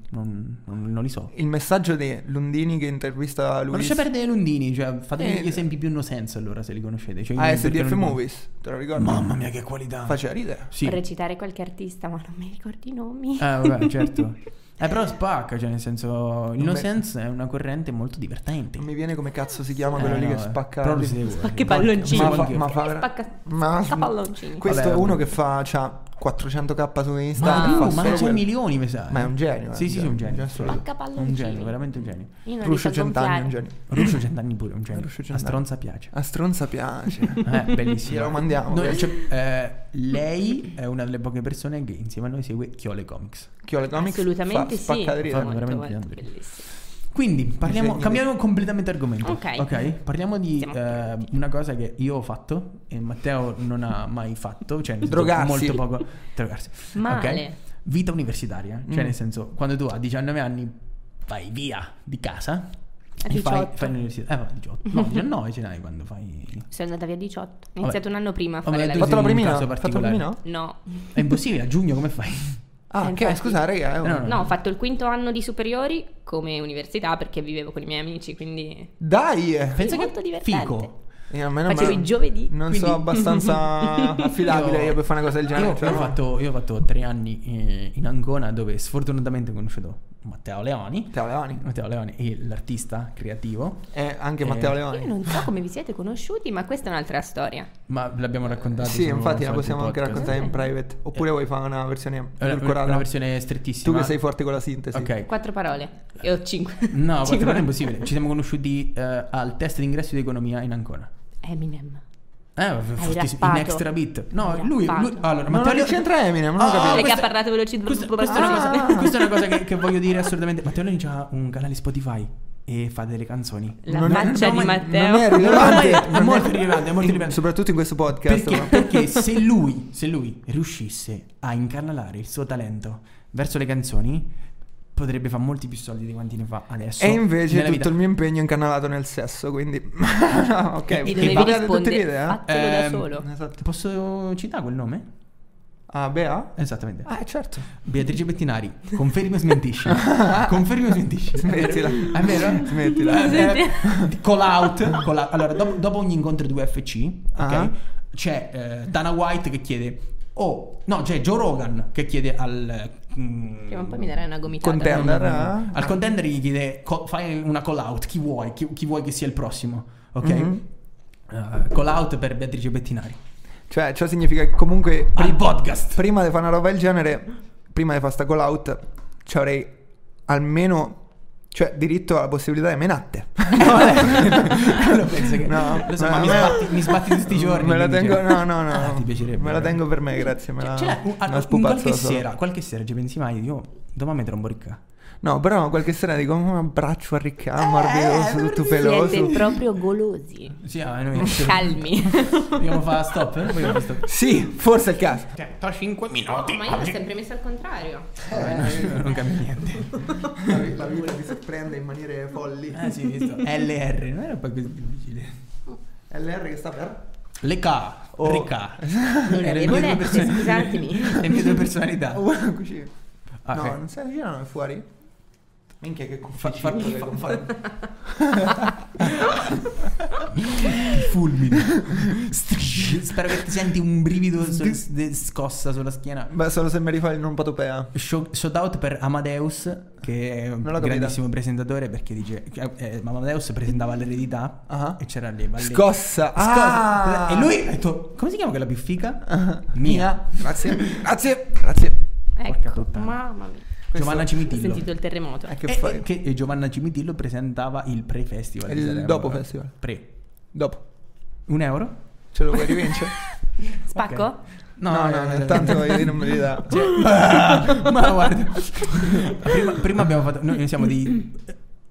Speaker 5: non, non- non li so.
Speaker 1: il messaggio di Lundini che intervista
Speaker 5: Ma
Speaker 1: Luis
Speaker 5: lascia perdere Lundini, cioè fatemi
Speaker 1: Eh, Ah,
Speaker 5: degli esempi più no sense allora se li conoscete. Cioè,
Speaker 1: a
Speaker 5: io- perché
Speaker 1: SDF
Speaker 5: non-
Speaker 1: Movies. Te lo ricordi?
Speaker 5: Mamma mia che qualità.
Speaker 1: Faceva ridere.
Speaker 5: Sì.
Speaker 3: Recitare qualche artista, ma non mi ricordo i nomi. [LAUGHS]
Speaker 5: Ah, vabbè, certo. Eh, però spacca, cioè, nel senso, il
Speaker 1: Non
Speaker 5: no
Speaker 1: me-
Speaker 5: sense è una corrente molto divertente.
Speaker 1: Non mi viene come cazzo si chiama quello
Speaker 5: Eh,
Speaker 1: lì
Speaker 5: no,
Speaker 1: che
Speaker 5: eh.
Speaker 1: spacca.
Speaker 5: Però lo
Speaker 1: lì.
Speaker 5: seguo, eh.
Speaker 3: Spacca i
Speaker 5: Porca-
Speaker 3: palloncini.
Speaker 5: Ma
Speaker 1: Ma,
Speaker 5: fa-
Speaker 1: fa, ma fa-
Speaker 3: Spacca-
Speaker 1: ma-
Speaker 3: spacca palloncini.
Speaker 1: Questo
Speaker 5: Vabbè,
Speaker 1: è uno che fa c'ha 400k su
Speaker 5: ma,
Speaker 1: Instagram. fa solo
Speaker 5: ma ne sono
Speaker 1: quello.
Speaker 5: milioni, mi sa.
Speaker 1: Ma è un genio, eh,
Speaker 5: Sì, sì, sì, è un genio.
Speaker 1: assoluto.
Speaker 3: Spacca palloncini.
Speaker 5: Un genio, veramente un genio.
Speaker 3: Io
Speaker 1: Ruscio
Speaker 3: non riesco a
Speaker 1: Cent'anni è un
Speaker 3: gonfiare.
Speaker 1: genio.
Speaker 5: Ruscio Cent'anni pure, è un genio.
Speaker 1: Ruscio
Speaker 5: La
Speaker 1: Cent'anni. [LAUGHS]
Speaker 5: stronza piace.
Speaker 1: A stronza piace.
Speaker 5: Eh, bellissimo.
Speaker 1: Glielo mandiamo.
Speaker 5: Noi- cioè, eh, lei è una delle poche persone che insieme a noi segue Chiole Comics.
Speaker 1: Chiole Comics
Speaker 3: Assolutamente
Speaker 1: fa
Speaker 3: sì.
Speaker 1: spacca di ridere.
Speaker 5: Fa-
Speaker 3: Molto,
Speaker 5: veramente
Speaker 3: molto
Speaker 5: veramente.
Speaker 3: bellissimo.
Speaker 5: Quindi parliamo,
Speaker 1: Disegni
Speaker 5: cambiamo completamente argomento.
Speaker 3: Ok.
Speaker 5: Parliamo di
Speaker 3: Siamo
Speaker 5: eh, una cosa che io ho fatto e Matteo non ha mai fatto. Cioè, nel senso,
Speaker 1: Drogarsi.
Speaker 5: Molto poco. Drogarsi.
Speaker 3: Male.
Speaker 5: Ok? Vita universitaria.
Speaker 1: Mm.
Speaker 5: Cioè, nel senso, quando tu a 19 anni vai via di casa.
Speaker 3: A
Speaker 5: e fai,
Speaker 3: 18.
Speaker 5: fai l'università. Eh, no, 18. No, 19 ce l'hai quando fai.
Speaker 3: Sono andata via a 18. Ho
Speaker 5: Vabbè.
Speaker 3: iniziato un anno prima a
Speaker 5: Vabbè,
Speaker 3: fare la
Speaker 5: tu
Speaker 1: Ho fatto la
Speaker 5: un
Speaker 1: primina.
Speaker 5: caso
Speaker 1: Ho fatto la
Speaker 5: particolare.
Speaker 1: primina?
Speaker 3: No.
Speaker 5: È impossibile, a giugno come fai?
Speaker 1: Ah,
Speaker 3: Eh,
Speaker 1: ok,
Speaker 3: infatti.
Speaker 1: scusa, raga. è un-
Speaker 5: Eh, no, no.
Speaker 3: No, ho fatto il quinto anno di superiori come università perché vivevo con i miei amici, quindi
Speaker 1: Dai! eh.
Speaker 5: Pensa che
Speaker 3: molto divertente.
Speaker 5: Fico.
Speaker 1: Io almeno
Speaker 3: facevo
Speaker 1: ma-
Speaker 3: i giovedì.
Speaker 1: Non
Speaker 5: Quindi-
Speaker 1: sono abbastanza affidabile io, per fare una cosa del genere.
Speaker 5: Io,
Speaker 1: cioè,
Speaker 5: io ho,
Speaker 1: no.
Speaker 5: fatto, io ho fatto tre anni eh, in Ancona dove sfortunatamente ho conosciuto Matteo Leoni.
Speaker 1: Matteo Leoni.
Speaker 5: Matteo Leoni è l'artista creativo,
Speaker 1: E anche
Speaker 5: Eh,
Speaker 1: Matteo
Speaker 3: Io
Speaker 1: Leoni.
Speaker 3: non so come vi siete conosciuti, ma questa è un'altra storia.
Speaker 5: ma l'abbiamo raccontato.
Speaker 1: Sì,
Speaker 5: su-
Speaker 1: infatti la
Speaker 5: su altri
Speaker 1: possiamo anche
Speaker 5: podcast.
Speaker 1: raccontare in private. Oppure vuoi fare una versione
Speaker 5: Eh, Una,
Speaker 1: edulcorata?
Speaker 5: una versione strettissima.
Speaker 1: Tu che sei forte con la sintesi.
Speaker 5: Ok.
Speaker 3: Quattro parole. E ho cinque. [LAUGHS]
Speaker 5: No,
Speaker 3: Cinque
Speaker 5: quattro non è impossibile. Ci siamo conosciuti eh, al test d'ingresso di economia in Ancona.
Speaker 3: Eminem.
Speaker 5: Eh, fortissimo, in
Speaker 3: rappato.
Speaker 5: extra beat. No,
Speaker 3: Hai
Speaker 5: lui, lui-
Speaker 3: rappato.
Speaker 5: allora,
Speaker 1: Ma
Speaker 5: Matteo
Speaker 1: non
Speaker 5: Leoni-
Speaker 1: c'entra Eminem, non ho
Speaker 5: Ah,
Speaker 1: capito.
Speaker 3: Perché
Speaker 5: questa-
Speaker 3: ha parlato veloci.
Speaker 5: Questa, questa è
Speaker 1: Ah.
Speaker 5: una cosa, [LAUGHS] questa è una cosa che, che voglio dire assolutamente. Matteo Leoni ha un canale Spotify e fa delle canzoni.
Speaker 3: La
Speaker 1: Non è-
Speaker 3: faccia
Speaker 5: non
Speaker 3: di
Speaker 5: è-
Speaker 3: Matteo.
Speaker 1: Non è rilevante,
Speaker 5: è-
Speaker 1: non
Speaker 5: è molto rilevante, è molto rilevante.
Speaker 1: Soprattutto in questo podcast.
Speaker 5: Perché,
Speaker 1: ma-
Speaker 5: perché se, lui, se lui riuscisse a incanalare il suo talento verso le canzoni, potrebbe fare molti più soldi di quanti ne fa adesso.
Speaker 1: E invece
Speaker 5: nella
Speaker 1: tutto
Speaker 5: vita.
Speaker 1: il mio impegno è incanalato nel sesso, quindi... [LAUGHS] ok,
Speaker 3: E
Speaker 1: vi potete
Speaker 3: dovevi
Speaker 1: tutte le
Speaker 3: rispondere.
Speaker 1: idee? eh?
Speaker 3: Fattelo da
Speaker 5: Ehm,
Speaker 3: solo.
Speaker 1: Esatto.
Speaker 5: Posso citare quel nome?
Speaker 1: Ah, Bea?
Speaker 5: Esattamente.
Speaker 1: Ah, certo.
Speaker 5: Beatrice Bettinari, confermi
Speaker 1: [LAUGHS]
Speaker 5: o smentisci? confermi o smentisci? [LAUGHS]
Speaker 1: Smettila.
Speaker 5: È vero?
Speaker 1: Smettila.
Speaker 5: Eh, call, out, call out. Allora, dopo, dopo ogni incontro di UFC, ok,
Speaker 1: Ah.
Speaker 5: c'è eh, Dana White che chiede... Oh, no, c'è Joe Rogan che chiede al... mm,
Speaker 3: Prima o poi mi darai una gomitata.
Speaker 1: Contento.
Speaker 5: no, no, no, no.
Speaker 1: Ah.
Speaker 5: Eh, Al contender gli chiede co- fai una call out, chi vuoi, chi, chi vuoi che sia il prossimo, ok?
Speaker 1: Mhm.
Speaker 5: Eh, call out per Beatrice Bettinari.
Speaker 1: Cioè, ciò significa che comunque... pri- [LAUGHS]
Speaker 5: Al podcast. [LAUGHS]
Speaker 1: prima di fare una roba del genere, prima di fare sta call out, ci avrei almeno... Cioè, diritto alla possibilità di
Speaker 5: [LAUGHS]
Speaker 1: menate.
Speaker 5: lo penso che
Speaker 1: No,
Speaker 5: lo so,
Speaker 1: ma
Speaker 5: ma mi,
Speaker 1: me-
Speaker 5: sbatti, mi sbatti tutti i giorni.
Speaker 1: me la
Speaker 5: quindi,
Speaker 1: tengo... No,
Speaker 5: cioè-
Speaker 1: no, no.
Speaker 5: Ah, ti piacerebbe.
Speaker 1: Me la tengo per me, grazie. Me
Speaker 5: Cioè,
Speaker 1: la...
Speaker 5: ce l'hai un,
Speaker 1: me la
Speaker 5: un
Speaker 1: spupazzo
Speaker 5: qualche
Speaker 1: da solo.
Speaker 5: sera, qualche sera ci pensi mai, io domani mi trombo ricca.
Speaker 1: No, però qualche sera dico "Mm, un braccio a ricamo,
Speaker 5: Eh,
Speaker 1: arveloso, tutto
Speaker 3: Siete
Speaker 1: peloso.
Speaker 3: proprio golosi.
Speaker 5: [LAUGHS] Sì, ah, noi [LAUGHS]
Speaker 3: Calmi.
Speaker 5: dobbiamo fare stop. eh? Poi abbiamo
Speaker 1: [LAUGHS]
Speaker 5: stop.
Speaker 1: Sì, forse è il caso.
Speaker 7: 105
Speaker 3: No,
Speaker 7: minuti.
Speaker 3: ma io l'ho sempre messo al contrario.
Speaker 5: Non cambia niente. Cioè,
Speaker 1: La vita ti sorprende in maniere folli.
Speaker 5: Ah, sì, visto. LR, non era poi così difficile.
Speaker 1: LR che sta per?
Speaker 5: Le K,
Speaker 1: Oh.
Speaker 5: Ricca.
Speaker 3: le volette, scusatemi.
Speaker 5: Le mie due personalità.
Speaker 1: Uguale cucina.
Speaker 5: Eh. Ah,
Speaker 1: Oh, no,
Speaker 5: ok.
Speaker 1: non sei vicino, non è fuori? Minchia che
Speaker 5: Fa- fa-
Speaker 1: confusione.
Speaker 5: fa- Fulmine. Spero che ti senti un brivido sul- de- scossa sulla schiena.
Speaker 1: [LAUGHS] Beh, solo se mi rifai il non patopea.
Speaker 5: Show, shout out per Amadeus, che è
Speaker 1: Non
Speaker 5: un
Speaker 1: l'ho capita.
Speaker 5: grandissimo presentatore perché dice... eh, eh, ma Amadeus presentava l'eredità
Speaker 1: Ah.
Speaker 5: e c'era le ballerine.
Speaker 1: Scossa. Ah!
Speaker 5: E
Speaker 1: [LAUGHS]
Speaker 5: lui ha detto, come si chiama quella più figa?
Speaker 1: Mia.
Speaker 5: Mia.
Speaker 1: Grazie, grazie, grazie.
Speaker 5: Porca
Speaker 3: Ecco,
Speaker 5: puttana. Ecco,
Speaker 3: mamma mia.
Speaker 5: Giovanna
Speaker 3: Ho
Speaker 5: Cimitillo.
Speaker 3: sentito il terremoto.
Speaker 1: Eh, che
Speaker 5: E-
Speaker 1: fai?
Speaker 5: e Che, e Giovanna Cimitillo presentava il pre-festival. di
Speaker 1: Il
Speaker 5: Sanremo.
Speaker 1: dopo festival.
Speaker 5: Pre.
Speaker 1: Dopo.
Speaker 5: Un euro?
Speaker 1: Ce lo vuoi
Speaker 5: [LAUGHS]
Speaker 1: rivincere?
Speaker 3: Spacco?
Speaker 5: ok.
Speaker 1: No, no, no, tanto
Speaker 5: [LAUGHS]
Speaker 1: voglio dire non me li dà.
Speaker 5: Cioè,
Speaker 1: [LAUGHS]
Speaker 5: Ma guarda. prima, prima abbiamo fatto. Noi siamo di.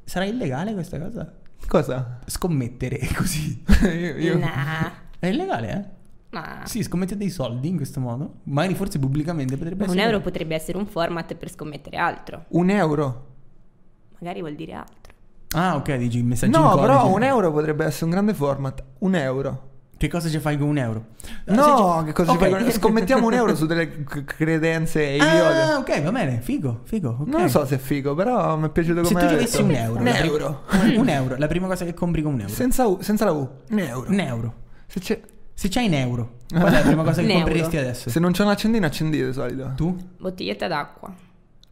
Speaker 5: Sarà illegale questa cosa?
Speaker 1: Cosa? [LAUGHS]
Speaker 5: Scommettere [LAUGHS] così.
Speaker 1: Io, io-
Speaker 3: Nah.
Speaker 5: È illegale, eh?
Speaker 3: nah.
Speaker 5: Sì, scommettete dei soldi in questo modo. Magari forse pubblicamente potrebbe
Speaker 3: Un
Speaker 5: essere.
Speaker 3: euro potrebbe essere un format per scommettere altro.
Speaker 1: Un euro.
Speaker 3: Magari vuol dire altro.
Speaker 5: Ah, ok, dici il messaggio. in
Speaker 1: No,
Speaker 5: codice.
Speaker 1: però un euro potrebbe essere un grande format. Un euro.
Speaker 5: Che cosa ci fai con un euro?
Speaker 1: No, che cosa ci
Speaker 5: Ah, Ok.
Speaker 1: fai con- Scommettiamo un euro su delle c- credenze idiote.
Speaker 5: Ah, ok, va bene, figo, figo. ok.
Speaker 1: Non lo so se è figo, però mi è piaciuto
Speaker 5: Se
Speaker 1: come
Speaker 5: tu
Speaker 1: hai
Speaker 5: giochessi
Speaker 1: detto.
Speaker 5: un euro,
Speaker 1: Un
Speaker 5: la prim-
Speaker 1: euro.
Speaker 3: Mm.
Speaker 5: un, un euro, la prima cosa che compri con un euro.
Speaker 1: Senza, U- senza la U. Un euro.
Speaker 5: Un euro.
Speaker 1: Se, c'è-
Speaker 5: Se c'hai un euro, qual è la prima cosa
Speaker 3: [LAUGHS] Un
Speaker 5: che
Speaker 3: euro.
Speaker 5: compreresti adesso?
Speaker 1: se non c'è un accendino, accendite di solito.
Speaker 5: Tu?
Speaker 3: Bottiglietta d'acqua.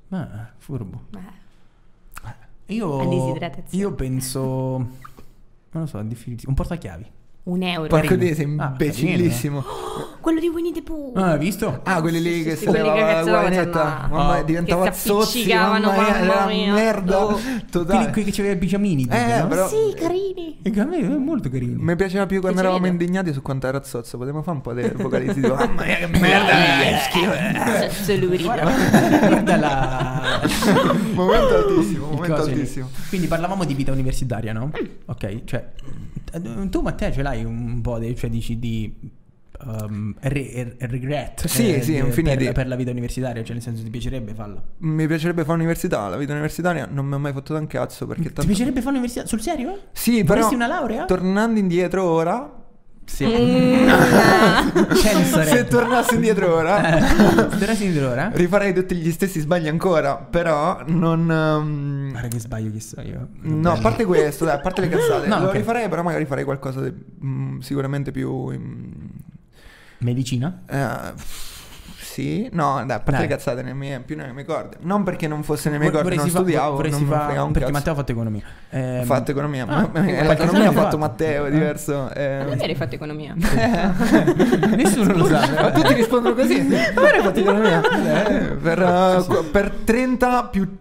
Speaker 5: Ma furbo.
Speaker 3: Eh, La
Speaker 5: Io.
Speaker 3: disidratazione.
Speaker 5: Io penso. Non lo so, è difficile. Un portachiavi.
Speaker 3: Un euro. Oh,
Speaker 1: Porco
Speaker 5: Carino.
Speaker 1: Dio, sei
Speaker 5: Ah,
Speaker 1: imbecillissimo.
Speaker 3: Quello di Winnie the Pooh.
Speaker 5: Ah, hai visto?
Speaker 1: Ah, quelli lì che
Speaker 3: sì,
Speaker 1: si
Speaker 3: quelli che
Speaker 1: levava la
Speaker 3: cazzavano,
Speaker 1: guainetta.
Speaker 3: insomma.
Speaker 1: Mamma mia,
Speaker 5: Oh.
Speaker 1: diventava
Speaker 3: Che
Speaker 1: zozzi.
Speaker 3: si
Speaker 1: Mamma
Speaker 3: appiccicavano,
Speaker 1: mia, era
Speaker 3: mamma
Speaker 1: una
Speaker 3: mia.
Speaker 1: merda.
Speaker 3: Oh.
Speaker 1: Totale.
Speaker 5: Quelli qui che c'aveva i pigiamini.
Speaker 1: Eh,
Speaker 5: dentro, no?
Speaker 1: però
Speaker 3: Sì, carini.
Speaker 5: E che a me è molto carino.
Speaker 1: mi piaceva più quando
Speaker 3: Che ci
Speaker 1: eravamo
Speaker 3: vedo.
Speaker 1: indignati su quanto era zozzo. Potevamo fare un po' dei vocalizzi tipo, mamma mia, che merda. eh,
Speaker 3: [LAUGHS] Assolutamente.
Speaker 5: Guarda la.
Speaker 3: [LAUGHS]
Speaker 1: [LAUGHS] momento altissimo,
Speaker 5: il
Speaker 1: momento
Speaker 5: coso lì.
Speaker 1: altissimo.
Speaker 5: Quindi parlavamo di vita universitaria, no? Ok, cioè eh, tu Matteo ce l'hai un po' di, cioè dici di ehm, re- regret eh,
Speaker 1: Sì, sì,
Speaker 5: di-
Speaker 1: infiniti.
Speaker 5: per, per la vita universitaria, cioè nel senso ti piacerebbe farla.
Speaker 1: Mi piacerebbe fare università. La vita universitaria non mi ha mai fatto un cazzo perché
Speaker 5: Ti
Speaker 1: tanto...
Speaker 5: piacerebbe fare l'università sul serio?
Speaker 1: Sì, però
Speaker 5: Vorresti una laurea? Mm.
Speaker 1: tornando indietro ora...
Speaker 5: sì. Censored.
Speaker 1: Se
Speaker 5: [LAUGHS]
Speaker 1: tornassi indietro ora...
Speaker 5: Eh. Dovresti dire ora?
Speaker 1: Rifarei tutti gli stessi sbagli ancora, però non... ehm,
Speaker 5: Guarda che sbaglio che so io.
Speaker 1: No, a parte questo, dai, a parte le cazzate,
Speaker 5: No,
Speaker 1: lo
Speaker 5: ok.
Speaker 1: rifarei, però magari farei qualcosa di, mm, sicuramente più. mm,
Speaker 5: Medicina?
Speaker 1: eh, sì, no, dai, a parte
Speaker 5: Dai.
Speaker 1: le cazzate, nelle mie- più nelle mie corde. Non perché non fosse nelle mie corde,
Speaker 5: Vorresti
Speaker 1: non
Speaker 5: fa-
Speaker 1: studiavo,
Speaker 5: vorresti
Speaker 1: non mi
Speaker 5: fa-
Speaker 1: fregava un
Speaker 5: Perché
Speaker 1: cazzo.
Speaker 5: Matteo ha fatto economia. Ehm,
Speaker 1: Ha fatto economia,
Speaker 5: ah,
Speaker 1: [LAUGHS] ma- ma-
Speaker 5: qualche
Speaker 1: l'economia
Speaker 5: anno
Speaker 1: ha fatto
Speaker 5: fa.
Speaker 1: Matteo, è diverso. eh.
Speaker 3: Non avrei fatto economia.
Speaker 5: [LAUGHS] Nessuno lo
Speaker 1: [LAUGHS]
Speaker 5: sa.
Speaker 1: Ma tutti rispondono così. Non avrei fatto economia. [LAUGHS] Eh, Per, eh, qu- per 30 più.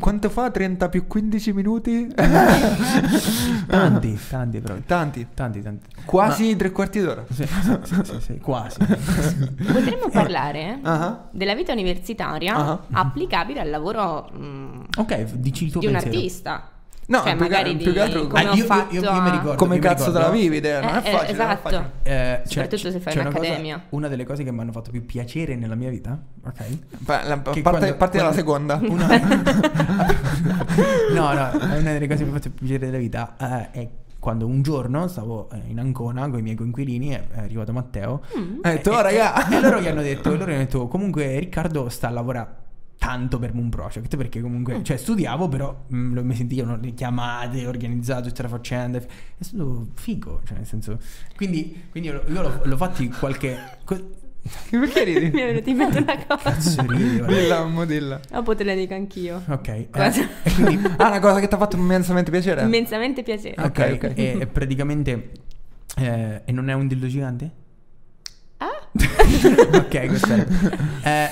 Speaker 1: Quanto fa? 30 più 15 minuti?
Speaker 5: Tanti, tanti proprio.
Speaker 1: Tanti.
Speaker 5: Tanti, tanti.
Speaker 1: Quasi tre quarti d'ora.
Speaker 5: Sì, sì, sì, sì, sì, quasi.
Speaker 3: Potremmo parlare
Speaker 1: Ah.
Speaker 3: della vita universitaria
Speaker 1: Ah.
Speaker 3: applicabile al lavoro mm,
Speaker 5: Ok, dici il tuo
Speaker 3: di un
Speaker 5: pensiero.
Speaker 3: artista.
Speaker 1: No,
Speaker 3: cioè,
Speaker 1: più che-
Speaker 3: magari
Speaker 1: più che
Speaker 3: di
Speaker 1: altro-
Speaker 3: come
Speaker 5: Ah, io-
Speaker 3: ho
Speaker 5: io-
Speaker 3: fatto.
Speaker 5: io mi
Speaker 3: a-
Speaker 5: ricordo.
Speaker 1: Come
Speaker 5: io mi
Speaker 1: cazzo te la
Speaker 5: ricordo-
Speaker 1: vivi? te? Non è
Speaker 3: Eh, eh,
Speaker 1: facile. non è
Speaker 3: esatto.
Speaker 1: facile.
Speaker 5: Eh, cioè,
Speaker 3: Soprattutto se fai
Speaker 5: c'è una
Speaker 3: un'accademia.
Speaker 5: cosa- una delle cose che mi hanno fatto più piacere nella mia vita, ok?
Speaker 1: Pa- la- parte
Speaker 5: Che
Speaker 1: parte
Speaker 5: quando-
Speaker 1: dalla seconda.
Speaker 5: quando- Una... [LAUGHS] no, no, è una delle cose che mi ha fatto più piacere della vita eh, è quando un giorno stavo eh, in Ancona con i miei coinquilini è è arrivato Matteo.
Speaker 1: Eh, tu, raga.
Speaker 5: "Oh, E loro gli hanno detto, loro gli hanno detto, comunque Riccardo sta a lavorare tanto per Moon Project, perché comunque, cioè studiavo però mm, lo- mi sentivano le chiamate, organizzato tutta la faccenda, è stato figo, cioè nel senso, quindi, quindi io, io l'ho, l'ho fatti qualche... Co-
Speaker 1: Perché
Speaker 3: [LAUGHS] Mi
Speaker 1: ridi?
Speaker 3: è venuta in mente una cosa.
Speaker 5: cazzo ridi, guarda.
Speaker 1: Dilla, mo dilla.
Speaker 3: No, poi te la dico anch'io.
Speaker 5: ok, eh,
Speaker 3: Cosa?
Speaker 5: e quindi
Speaker 1: Ah, una cosa che ti ha fatto immensamente piacere.
Speaker 3: Immensamente piacere.
Speaker 5: Eh, Ok,
Speaker 1: Ok, ok.
Speaker 5: E, e praticamente. eh, e non è un dildo gigante?
Speaker 1: [LAUGHS]
Speaker 3: Ah?
Speaker 5: ok, questo è.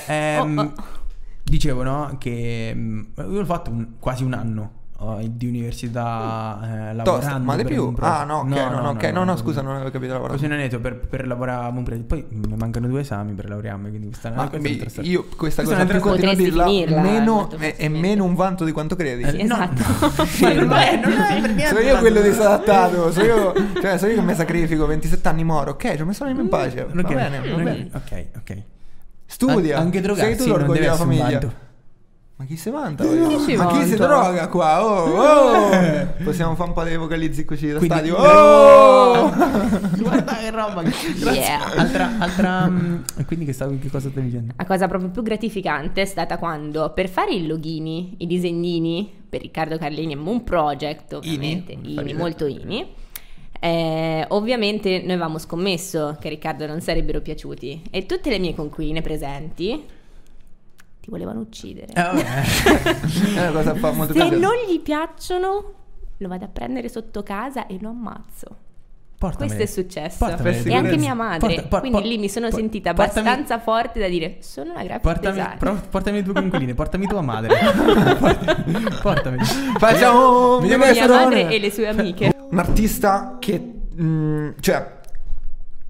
Speaker 5: Eh, ehm,
Speaker 3: Oh, oh.
Speaker 5: Dicevo, no? Che. mm, Io l'ho fatto un- quasi un anno. oh, di università eh,
Speaker 1: Tosta,
Speaker 5: lavorando.
Speaker 1: ma di
Speaker 5: per
Speaker 1: più?
Speaker 5: compro-
Speaker 1: Ah, no, ok, no, no, ok, no, no, scusa, non avevo capito la parola.
Speaker 5: Così non è detto per, per lavorare a Monpredi. Poi mi mancano due esami per laurearmi, quindi questa
Speaker 1: Ma
Speaker 5: questa è
Speaker 1: mi-
Speaker 5: un'altra storia.
Speaker 1: io questa
Speaker 5: Questa
Speaker 1: cosa
Speaker 5: è un'altra
Speaker 1: più continuo a
Speaker 3: Potresti
Speaker 1: dirla,
Speaker 3: finirla,
Speaker 1: meno,
Speaker 3: molto
Speaker 1: è, è
Speaker 3: facilmente.
Speaker 1: meno un vanto di quanto credi.
Speaker 5: Eh, no. [LAUGHS]
Speaker 3: esatto.
Speaker 5: Ma non lo è, non lo è per niente.
Speaker 1: Sono io quello disadattato, sono io, cioè, sono io che mi
Speaker 5: [LAUGHS]
Speaker 1: sacrifico, 27 anni moro, ok, ci ho messo l'anima in pace, va
Speaker 5: Mm, Ok,
Speaker 1: bene, va
Speaker 5: ok,
Speaker 1: bene.
Speaker 5: Ok, ok.
Speaker 1: Studia,
Speaker 5: An- anche drogarsi
Speaker 1: sei tu l'orgoglio
Speaker 5: non deve
Speaker 1: della
Speaker 5: essere un
Speaker 1: famiglia.
Speaker 5: vanto.
Speaker 1: [LAUGHS] Ma chi si vanta? voglio-
Speaker 3: si
Speaker 1: Ma chi si
Speaker 3: vanta?
Speaker 1: droga qua? Oh,
Speaker 5: [LAUGHS]
Speaker 1: oh! Possiamo fare un po' dei vocalizzi così da
Speaker 5: Quindi-
Speaker 1: stadio.
Speaker 5: [LAUGHS]
Speaker 1: Oh!
Speaker 5: Guarda che roba.
Speaker 3: Yeah.
Speaker 5: Altra,
Speaker 3: [LAUGHS]
Speaker 5: altra mm, quindi che, stavo, che cosa stavi dicendo?
Speaker 3: La cosa proprio più gratificante è stata quando per fare i loghini, i disegnini per Riccardo Carlini e Moon Project, ovviamente,
Speaker 1: Ini,
Speaker 3: ini,
Speaker 1: fammi vedere.
Speaker 3: molto ini, eh, ovviamente noi avevamo scommesso che a Riccardo non sarebbero piaciuti e tutte le mie conquiline presenti ti volevano uccidere.
Speaker 5: Eh, vabbè. [LAUGHS]
Speaker 1: È una cosa fa molto
Speaker 3: Se
Speaker 1: piacere.
Speaker 3: non gli piacciono, lo vado a prendere sotto casa e lo ammazzo.
Speaker 5: Portamele.
Speaker 3: Questo è successo.
Speaker 5: Portamele.
Speaker 1: Per
Speaker 3: E anche
Speaker 1: sicurezza.
Speaker 3: mia madre.
Speaker 5: Porta- por-
Speaker 3: quindi
Speaker 5: por-
Speaker 3: lì mi sono
Speaker 5: por-
Speaker 3: sentita
Speaker 5: portami-
Speaker 3: abbastanza esatto. forte da dire: Sono una graphic
Speaker 5: Portami,
Speaker 3: designer.
Speaker 5: pro- portami due conquiline, portami tua
Speaker 3: [LAUGHS]
Speaker 5: madre. [LAUGHS] portami.
Speaker 1: Facciamo un
Speaker 5: Vediamo
Speaker 3: mia
Speaker 1: minestrone.
Speaker 3: madre e le sue amiche.
Speaker 1: un artista che mm, cioè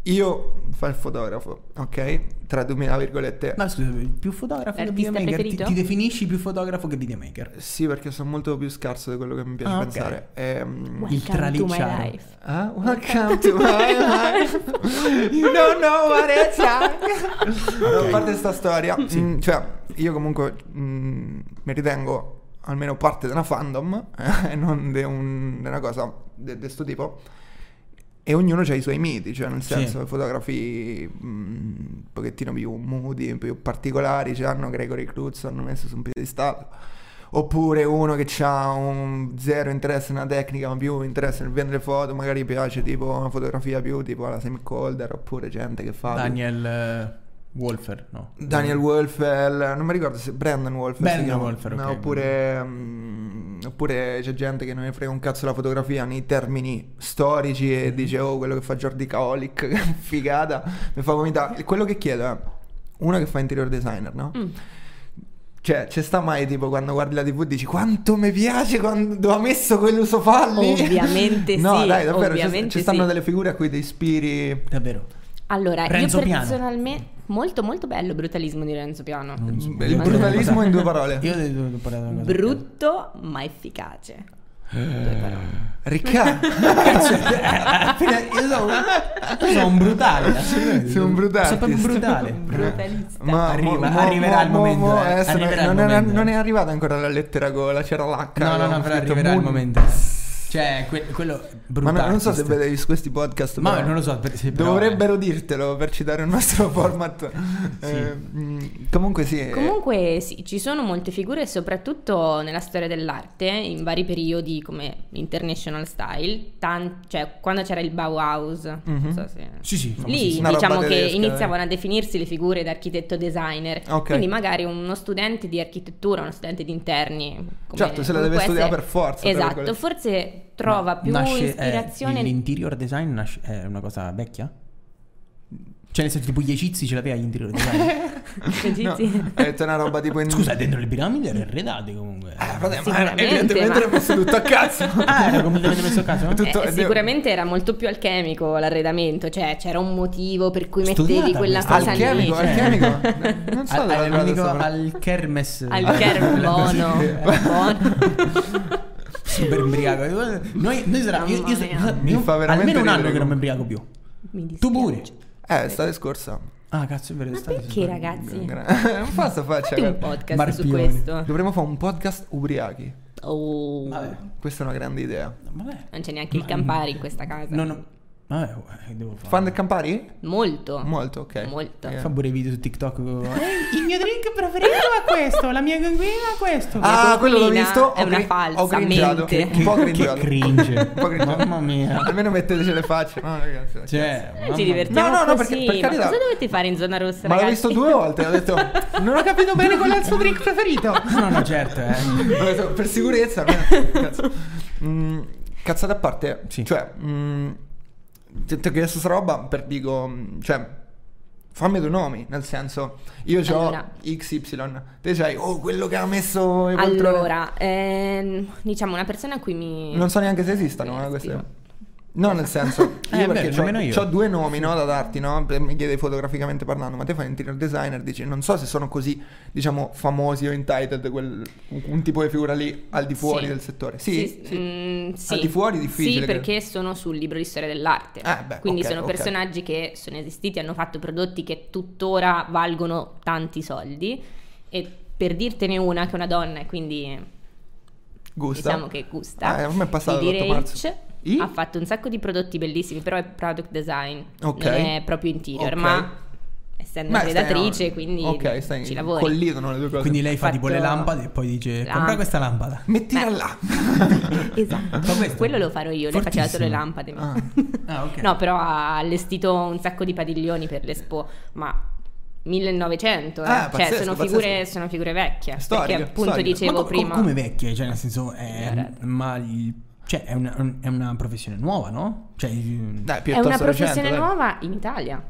Speaker 1: io fa il fotografo ok tra 2000 virgolette
Speaker 5: Ma scusa, più fotografo che
Speaker 3: L'artista
Speaker 5: videomaker? Ti,
Speaker 3: preferito?
Speaker 5: ti definisci più fotografo che videomaker?
Speaker 1: sì perché sono molto più scarso di quello che mi piace
Speaker 5: Ah, ok.
Speaker 1: pensare Ehm,
Speaker 3: Welcome to my
Speaker 5: tralicciaro.
Speaker 3: life.
Speaker 1: ah, welcome to my
Speaker 5: [LAUGHS]
Speaker 1: life you don't know what it's like a parte sta storia mm, cioè io comunque mm, mi ritengo almeno parte di una fandom eh, [LAUGHS] e non di un- di una cosa di questo tipo E ognuno ha i suoi miti, cioè nel
Speaker 5: Sì.
Speaker 1: senso fotografi mh, mm, un pochettino più moody, più particolari, ci hanno Gregory Cruz, hanno messo su un piedistallo. Oppure uno che ha un zero interesse nella tecnica, ma più interesse nel vendere foto, magari piace tipo una fotografia più tipo la Sam Colder, oppure gente che fa...
Speaker 5: Daniel eh, Wolfer, no.
Speaker 1: Daniel Wolfell, non mi ricordo se Brandon Wolfell si
Speaker 5: Brandon
Speaker 1: chiama.
Speaker 5: Wolfell,
Speaker 1: No,
Speaker 5: ok.
Speaker 1: oppure, mm, oppure c'è gente che non ne frega un cazzo la fotografia nei termini storici e dice oh quello che fa Jordi Caolic, [LAUGHS] che figata, mi fa
Speaker 5: [LAUGHS]
Speaker 1: vomitare. Quello che chiedo è uno che fa interior designer, no?
Speaker 3: Mm.
Speaker 1: Cioè, c'è sta mai tipo quando guardi la TV e dici quanto mi piace quando ha messo quello sofà lì?
Speaker 3: Ovviamente
Speaker 1: [LAUGHS] No,
Speaker 3: sì,
Speaker 1: dai, davvero, ci,
Speaker 3: ovviamente
Speaker 1: ci stanno
Speaker 3: sì.
Speaker 1: delle figure a cui ti ispiri.
Speaker 5: Davvero.
Speaker 3: Allora,
Speaker 5: Renzo
Speaker 3: io
Speaker 5: Piano.
Speaker 3: personalmente. Molto, molto bello il brutalismo di Renzo Piano.
Speaker 1: Il
Speaker 5: [LAUGHS]
Speaker 1: brutalismo in due parole.
Speaker 5: Io devo devo parlare di una cosa.
Speaker 3: Brutto ma efficace. Due parole.
Speaker 5: [LAUGHS]
Speaker 1: Riccardo,
Speaker 5: Appena- io sono, io sono
Speaker 1: [LAUGHS]
Speaker 5: un brutale. assolutamente.
Speaker 1: Sei un brutalist.
Speaker 5: Sono proprio brutale.
Speaker 3: Brutalista.
Speaker 1: Ma
Speaker 5: Arriva- arriverà il momento, eh.
Speaker 1: adesso non-
Speaker 5: Arriverà il
Speaker 1: non, è-
Speaker 5: momento.
Speaker 1: non è arrivata ancora la lettera gola, c'era l'H.
Speaker 5: No, no, no,
Speaker 1: avevamo
Speaker 5: però
Speaker 1: scritto
Speaker 5: arriverà il
Speaker 1: Moon.
Speaker 5: momento. Cioè, que- quello
Speaker 1: Ma
Speaker 5: brutale.
Speaker 1: no- non so se vedevi su questi podcast.
Speaker 5: Ma
Speaker 1: però
Speaker 5: non lo so, per- se però-
Speaker 1: Dovrebbero dirtelo per citare il
Speaker 5: [LAUGHS]
Speaker 1: nostro format. Eh, mh, comunque sì. eh,
Speaker 3: Comunque sì, ci sono molte figure, soprattutto nella storia dell'arte, in vari periodi come l'International Style, tan- cioè quando c'era il Bauhaus, non so se...
Speaker 5: Sì, sì,
Speaker 3: Lì
Speaker 1: Una Mhm. roba
Speaker 3: diciamo che
Speaker 1: tedesca, eh.
Speaker 3: iniziavano a definirsi le figure d'architetto designer,
Speaker 1: Ok.
Speaker 3: quindi magari uno studente di architettura, uno studente di interni. come-
Speaker 1: Certo, se la
Speaker 3: come
Speaker 1: deve
Speaker 3: può
Speaker 1: studiare
Speaker 3: essere-
Speaker 1: per forza, tra
Speaker 3: Esatto,
Speaker 1: virgolette.
Speaker 3: forse trova più
Speaker 5: Nasce, eh,
Speaker 3: ispirazione...
Speaker 5: il-
Speaker 3: [LAUGHS]
Speaker 5: l'interior design nasce- è una cosa vecchia? Cioè, nel senso, tipo gli egizi ce l'aveva l'interior
Speaker 3: [LAUGHS]
Speaker 5: design.
Speaker 1: no,
Speaker 3: Egizi.
Speaker 1: Hai detto una roba tipo in.
Speaker 5: Scusa, eh, dentro le piramidi era arredate comunque.
Speaker 1: Eh, frate, ma
Speaker 3: Sicuramente,
Speaker 1: evidentemente
Speaker 3: ma-
Speaker 1: era messo tutto a
Speaker 3: [LAUGHS]
Speaker 1: cazzo.
Speaker 5: Ah, era completamente messo
Speaker 1: [LAUGHS]
Speaker 5: a caso. no?
Speaker 1: Tu- tutto-
Speaker 3: Eh,
Speaker 1: eh,
Speaker 3: sicuramente era molto più alchemico l'arredamento, cioè c'era un motivo per cui
Speaker 5: Studiata
Speaker 3: mettevi quella
Speaker 5: questa
Speaker 3: cosa lì.
Speaker 1: alchemico,
Speaker 3: cioè-
Speaker 1: alchemico. Non so dove
Speaker 5: Al, al-
Speaker 1: è arrivato
Speaker 5: l'unico-
Speaker 1: sta parola.
Speaker 5: al kermes
Speaker 3: Al
Speaker 5: [LAUGHS]
Speaker 3: Kerm, buono,
Speaker 1: [LAUGHS]
Speaker 3: buono.
Speaker 5: super imbriaco noi, noi sarà, io, io,
Speaker 3: Mamma
Speaker 5: io-
Speaker 1: Mi fa veramente
Speaker 5: almeno un anno
Speaker 1: ridere
Speaker 5: che non mi imbriaco più
Speaker 3: Mi dispiace.
Speaker 5: tu pure
Speaker 1: Eh, l'estate scorsa.
Speaker 5: ah cazzo è vero
Speaker 3: Ma
Speaker 5: stai-
Speaker 3: perché
Speaker 1: [LAUGHS]
Speaker 3: ragazzi?
Speaker 1: Non fa sta faccia.
Speaker 3: Fate un
Speaker 1: guarda.
Speaker 3: podcast su
Speaker 5: Marpione.
Speaker 3: questo.
Speaker 1: Dovremmo fare un podcast ubriachi.
Speaker 3: Oh,
Speaker 5: vabbè,
Speaker 1: Questa è una grande idea.
Speaker 5: vabbè.
Speaker 3: non c'è neanche il Campari in questa casa.
Speaker 5: no no vabbè che devo fare
Speaker 1: Fan del Campari?
Speaker 3: Molto.
Speaker 1: Molto, ok.
Speaker 3: Molto.
Speaker 1: Eh.
Speaker 5: fa pure i video su TikTok
Speaker 6: [LAUGHS] Il mio drink preferito è questo, la mia gangrena è questo.
Speaker 1: Ah,
Speaker 3: Mia
Speaker 1: quello l'ho
Speaker 3: coinquilina
Speaker 1: visto.
Speaker 3: è
Speaker 1: ho
Speaker 3: una
Speaker 1: cri-
Speaker 3: falsa,
Speaker 1: Ho cringiato.
Speaker 3: mente.
Speaker 1: Un po'
Speaker 5: che
Speaker 1: cringiato.
Speaker 5: cringe
Speaker 1: Un po' cringiato.
Speaker 5: mamma mia
Speaker 1: Almeno metteteci le facce. No, ragazzi.
Speaker 5: cioè
Speaker 3: Noi
Speaker 5: mamma
Speaker 3: Ci
Speaker 5: mia.
Speaker 3: divertiamo
Speaker 1: No, no, no,
Speaker 3: così.
Speaker 1: perché- per
Speaker 3: Ma
Speaker 1: carità.
Speaker 3: cosa dovete fare in zona
Speaker 1: Ma
Speaker 3: rossa,
Speaker 1: l'ho
Speaker 3: ragazzi?
Speaker 1: visto due volte. Ho detto, non ho capito bene qual è il suo drink preferito.
Speaker 3: [LAUGHS]
Speaker 1: Ho
Speaker 5: no no certo eh.
Speaker 1: detto, [LAUGHS] per sicurezza. almeno- Cazzo. Mm, cazzate a parte.
Speaker 5: Sì.
Speaker 1: Cioè, mm, ti ti ho chiesto sta roba per dico, mm, cioè, fammi due nomi, nel senso, io ho
Speaker 3: Allora.
Speaker 1: XY, te c'hai, oh, quello che ha messo i poltrone.
Speaker 3: Allora, ehm, diciamo una persona a cui mi...
Speaker 1: Non so neanche se esistano,
Speaker 3: Mi
Speaker 1: eh, queste.
Speaker 3: ispiro.
Speaker 1: No, nel senso,
Speaker 5: Eh,
Speaker 1: io perché
Speaker 5: è vero,
Speaker 1: c'ho-
Speaker 5: nemmeno io.
Speaker 1: c'ho due nomi no, da darti, no? Per- Mi chiedi fotograficamente parlando, ma te fai interior designer, dici, non so se sono così, diciamo, famosi o entitled, quel, un, un tipo di figura lì al di fuori
Speaker 3: Sì.
Speaker 1: del settore. Sì, sì.
Speaker 3: mm, sì.
Speaker 1: Al di fuori è difficile,
Speaker 3: Sì,
Speaker 1: credo.
Speaker 3: perché sono sul libro di storia dell'arte.
Speaker 1: Ah, beh,
Speaker 3: Quindi
Speaker 1: ok,
Speaker 3: sono
Speaker 1: ok.
Speaker 3: personaggi che sono esistiti, hanno fatto prodotti che tuttora valgono tanti soldi. E per dirtene una, che è una donna e quindi
Speaker 1: Gusta.
Speaker 3: diciamo che gusta,
Speaker 1: Ah, a me è passato
Speaker 3: Lily
Speaker 1: l'8 marzo.
Speaker 3: Reich
Speaker 1: I?
Speaker 3: ha fatto un sacco di prodotti bellissimi, però è product design,
Speaker 1: Ok.
Speaker 3: non è proprio interior,
Speaker 1: Ok.
Speaker 3: ma essendo
Speaker 1: Beh,
Speaker 3: una
Speaker 1: stai-
Speaker 3: redattrice, quindi
Speaker 1: Ok, stai
Speaker 3: ci lavora.
Speaker 1: collidono le due cose.
Speaker 5: Quindi lei fa tipo le
Speaker 3: Fatto-
Speaker 5: lampade e poi dice:
Speaker 3: Lamp-
Speaker 5: Compra questa lampada.
Speaker 1: Mettila
Speaker 3: Beh.
Speaker 1: là. [LAUGHS]
Speaker 5: Fa questo?
Speaker 3: Esatto, quello lo farò io, le faceva solo le
Speaker 5: Fortissimo.
Speaker 3: lampade. ma-
Speaker 1: Ah.
Speaker 5: Ah, ok.
Speaker 3: No, però ha allestito un sacco di padiglioni per l'Expo, ma 1900, eh.
Speaker 1: Ah,
Speaker 3: cioè
Speaker 1: pazzesco,
Speaker 3: sono,
Speaker 1: pazzesco.
Speaker 3: figure, sono figure vecchie,
Speaker 1: Storiche,
Speaker 3: perché appunto
Speaker 1: storiche.
Speaker 5: Ma
Speaker 3: dicevo
Speaker 5: co- co-
Speaker 3: prima...
Speaker 5: come vecchie, cioè nel senso, è,
Speaker 3: Ignorate.
Speaker 5: ma il- cioè, è, una, un- è una professione nuova, no? Cioè, il-
Speaker 1: Dai,
Speaker 3: è
Speaker 1: piuttosto
Speaker 3: una professione
Speaker 1: recente, dai.
Speaker 3: nuova in Italia.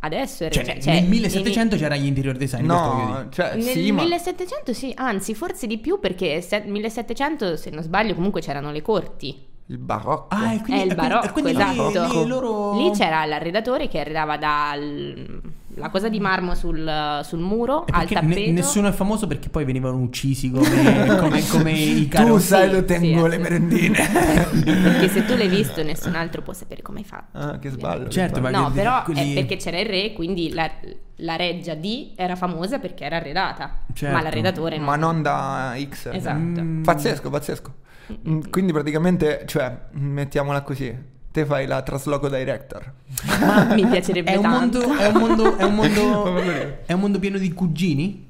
Speaker 3: Adesso è
Speaker 5: cioè,
Speaker 3: recente,
Speaker 5: nel eh,
Speaker 3: in-
Speaker 5: 1700 c'era gli interior design. questo voglio
Speaker 1: No,
Speaker 5: dire.
Speaker 1: cioè,
Speaker 3: Nel
Speaker 1: sì, ma...
Speaker 3: 1700 sì, anzi forse di più perché se- 1700 se non sbaglio comunque c'erano le corti,
Speaker 1: Il barocco.
Speaker 5: Ah, e quindi,
Speaker 3: è il
Speaker 5: e quindi-
Speaker 3: barocco,
Speaker 5: e quindi lì-
Speaker 3: esatto.
Speaker 5: lì loro-
Speaker 3: lì c'era l'arredatore che arrivava dalla cosa di marmo sul, sul muro
Speaker 5: E
Speaker 3: al
Speaker 5: Eh, perché ne-
Speaker 3: tappeto.
Speaker 5: nessuno è famoso perché poi venivano uccisi come, [LAUGHS] come- come
Speaker 1: tu
Speaker 5: i caro.
Speaker 1: sai,
Speaker 3: Sì,
Speaker 1: lo tengo
Speaker 3: sì,
Speaker 1: le merendine.
Speaker 3: [LAUGHS] perché se tu l'hai visto nessun altro può sapere come hai fatto.
Speaker 1: Ah, che sballo. che
Speaker 5: Certo,
Speaker 1: sballo.
Speaker 5: ma-
Speaker 3: No,
Speaker 5: Quelli-
Speaker 3: però
Speaker 5: quelli-
Speaker 3: è perché c'era il re, quindi la, la reggia D era famosa perché era arredata,
Speaker 5: Certo. Mm.
Speaker 3: ma l'arredatore no.
Speaker 1: Ma non da X.
Speaker 3: Esatto.
Speaker 1: Pazzesco, pazzesco. Mm, Quindi praticamente, cioè, mettiamola così. Te fai la trasloco director.
Speaker 3: Mi piacerebbe
Speaker 5: [LAUGHS] È un,
Speaker 3: tanto.
Speaker 5: mondo, è, un mondo, è,
Speaker 1: [LAUGHS]
Speaker 5: un mondo, è un mondo pieno di cugini?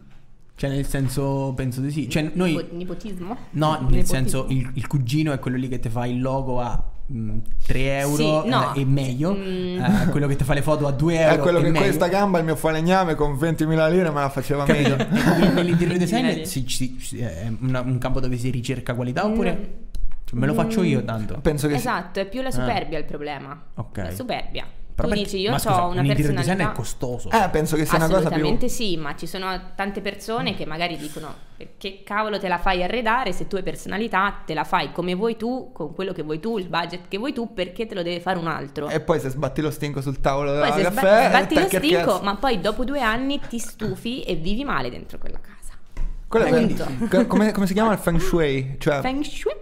Speaker 5: Cioè, nel senso, penso di sì. Cioè,
Speaker 3: Nipo-
Speaker 5: noi.
Speaker 3: Nipotismo?
Speaker 5: No, nel
Speaker 3: Nepotismo.
Speaker 5: senso, il, il cugino è quello lì che ti fa il logo a mh, 3 euro
Speaker 3: Sì, no.
Speaker 5: eh, e meglio.
Speaker 3: Mm.
Speaker 5: eh, quello che ti fa le foto a 2 euro.
Speaker 1: Certo, È quello
Speaker 5: e
Speaker 1: che
Speaker 5: meglio.
Speaker 1: questa
Speaker 5: [LAUGHS]
Speaker 1: gamba, il mio falegname, con 20.000 lire me la faceva [LAUGHS] meglio.
Speaker 5: Nel- Nell'interior design
Speaker 3: Immaginate.
Speaker 5: si- si- si- è una- un campo dove si ricerca qualità oppure Cioè,
Speaker 3: Mm.
Speaker 5: me lo faccio io tanto.
Speaker 1: Penso che sì.
Speaker 3: Esatto, è più la superbia il problema.
Speaker 5: Ah. Ok.
Speaker 3: La superbia.
Speaker 5: Però
Speaker 3: tu
Speaker 5: perché-
Speaker 3: dici io
Speaker 5: ma scusa,
Speaker 3: ho una
Speaker 5: un interior
Speaker 3: personalità.
Speaker 5: design è costoso.
Speaker 1: Eh, penso che sia una cosa più...
Speaker 3: Assolutamente sì, ma ci sono tante persone che magari dicono perché cavolo te la fai arredare se tu hai personalità, te la fai come vuoi tu, con quello che vuoi tu, il budget che vuoi tu, perché te lo deve fare un altro.
Speaker 1: E poi se sbatti lo stinco sul tavolo
Speaker 3: poi
Speaker 1: del
Speaker 3: se
Speaker 1: caffè... eh,
Speaker 3: sba- sbatti lo
Speaker 1: tacchi al
Speaker 3: stinco,
Speaker 1: cazzo.
Speaker 3: ma poi dopo due anni ti stufi e vivi male dentro quella casa.
Speaker 1: Quello è
Speaker 3: Punto.
Speaker 1: vero. Co- come, come si chiama il feng shui? Cioè,
Speaker 3: Feng Shui.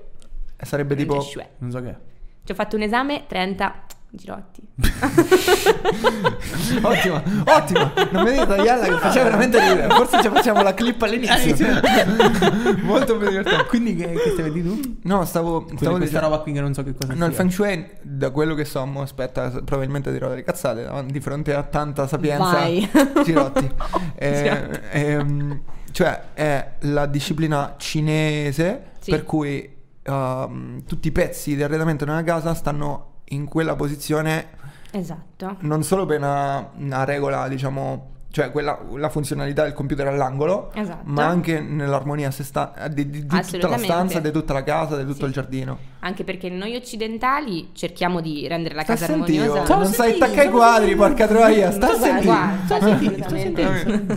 Speaker 1: sarebbe
Speaker 3: Feng
Speaker 1: tipo...
Speaker 3: Shui.
Speaker 5: Non so che.
Speaker 3: Ci ho fatto un esame, 30
Speaker 1: [LAUGHS]
Speaker 3: girotti.
Speaker 1: Ottima, ottima. Non mi dite tagliarla che faceva veramente ridere. Forse ci facciamo la clip
Speaker 3: [LAUGHS]
Speaker 1: all'inizio.
Speaker 5: Eh,
Speaker 1: Molto più divertente.
Speaker 5: Quindi che, che stai vedendo tu?
Speaker 1: No, stavo,
Speaker 5: Quindi
Speaker 1: stavo
Speaker 5: questa
Speaker 1: dicendo...
Speaker 5: roba qui che non so che cosa
Speaker 1: No, il
Speaker 5: sia.
Speaker 1: feng shui, da quello che so, mo, aspetta, s- probabilmente dirò delle cazzate, ma di fronte a tanta sapienza, [LAUGHS]
Speaker 3: Vai. [LAUGHS]
Speaker 1: Girotti. Eh, ehm, cioè, è la disciplina cinese
Speaker 3: Sì.
Speaker 1: per cui ehm, tutti i pezzi di arredamento di una casa stanno in quella posizione
Speaker 3: Esatto.
Speaker 1: non solo per una, una regola, diciamo, cioè quella, la funzionalità del computer all'angolo,
Speaker 3: Esatto.
Speaker 1: ma anche nell'armonia a sé sta- eh, di, di- di tutta la
Speaker 3: Assolutamente.
Speaker 1: stanza, di tutta la casa, di tutto
Speaker 3: Sì.
Speaker 1: il giardino.
Speaker 3: Anche perché noi occidentali cerchiamo di rendere la
Speaker 1: Sta
Speaker 3: casa
Speaker 1: sentì, oh,
Speaker 3: armoniosa.
Speaker 1: non sai attaccare i quadri, porca troia, sta
Speaker 3: [LAUGHS] Guarda,
Speaker 1: sentì.
Speaker 3: guarda, sta sentì, sta sentì.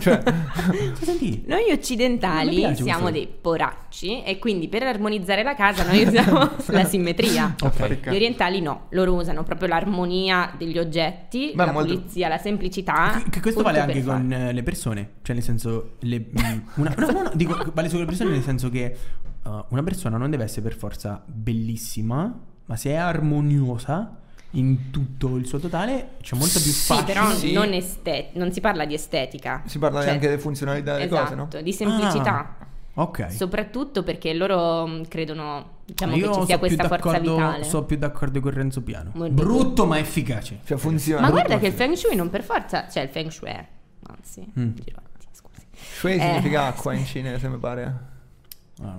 Speaker 1: [LAUGHS] Cioè,
Speaker 5: Cosa senti?
Speaker 3: Noi
Speaker 5: Non mi
Speaker 3: occidentali
Speaker 5: piace
Speaker 3: siamo
Speaker 5: questo.
Speaker 3: dei poracci e quindi per armonizzare la casa
Speaker 5: [LAUGHS]
Speaker 3: noi usiamo la simmetria.
Speaker 5: Ok.
Speaker 3: Gli orientali no, loro usano proprio l'armonia degli oggetti,
Speaker 1: Beh,
Speaker 3: la
Speaker 1: molto-
Speaker 3: pulizia, la semplicità.
Speaker 5: Che- Che questo
Speaker 3: Ah, tutto
Speaker 5: vale
Speaker 3: per
Speaker 5: anche
Speaker 3: fare.
Speaker 5: con eh, le persone, cioè nel senso le, mm, una, no, no, no, dico, vale solo le persone nel senso che uh, una persona non deve essere per forza bellissima, ma se è armoniosa in tutto il suo totale c'è molto più
Speaker 3: Sì,
Speaker 5: facile.
Speaker 3: però
Speaker 1: Sì.
Speaker 3: non, este- non si parla di estetica.
Speaker 1: si parla
Speaker 3: Cioè,
Speaker 1: anche delle funzionalità delle
Speaker 3: esatto,
Speaker 1: cose, no?
Speaker 3: di semplicità.
Speaker 5: Ah, ok.
Speaker 3: Soprattutto perché loro mh, credono diciamo,
Speaker 5: Io
Speaker 3: che ci sia
Speaker 5: so più
Speaker 3: questa forza
Speaker 5: d'accordo-
Speaker 3: vitale.
Speaker 5: So più d'accordo con Renzo Piano.
Speaker 3: Molto
Speaker 5: Brutto ma efficace.
Speaker 1: Cioè funziona.
Speaker 3: Ma guarda che il feng shui non per forza, cioè il feng shui,
Speaker 5: Mm.
Speaker 3: anzi, girotti, scusi.
Speaker 1: Shui
Speaker 3: eh.
Speaker 1: significa acqua in cinese, mi pare.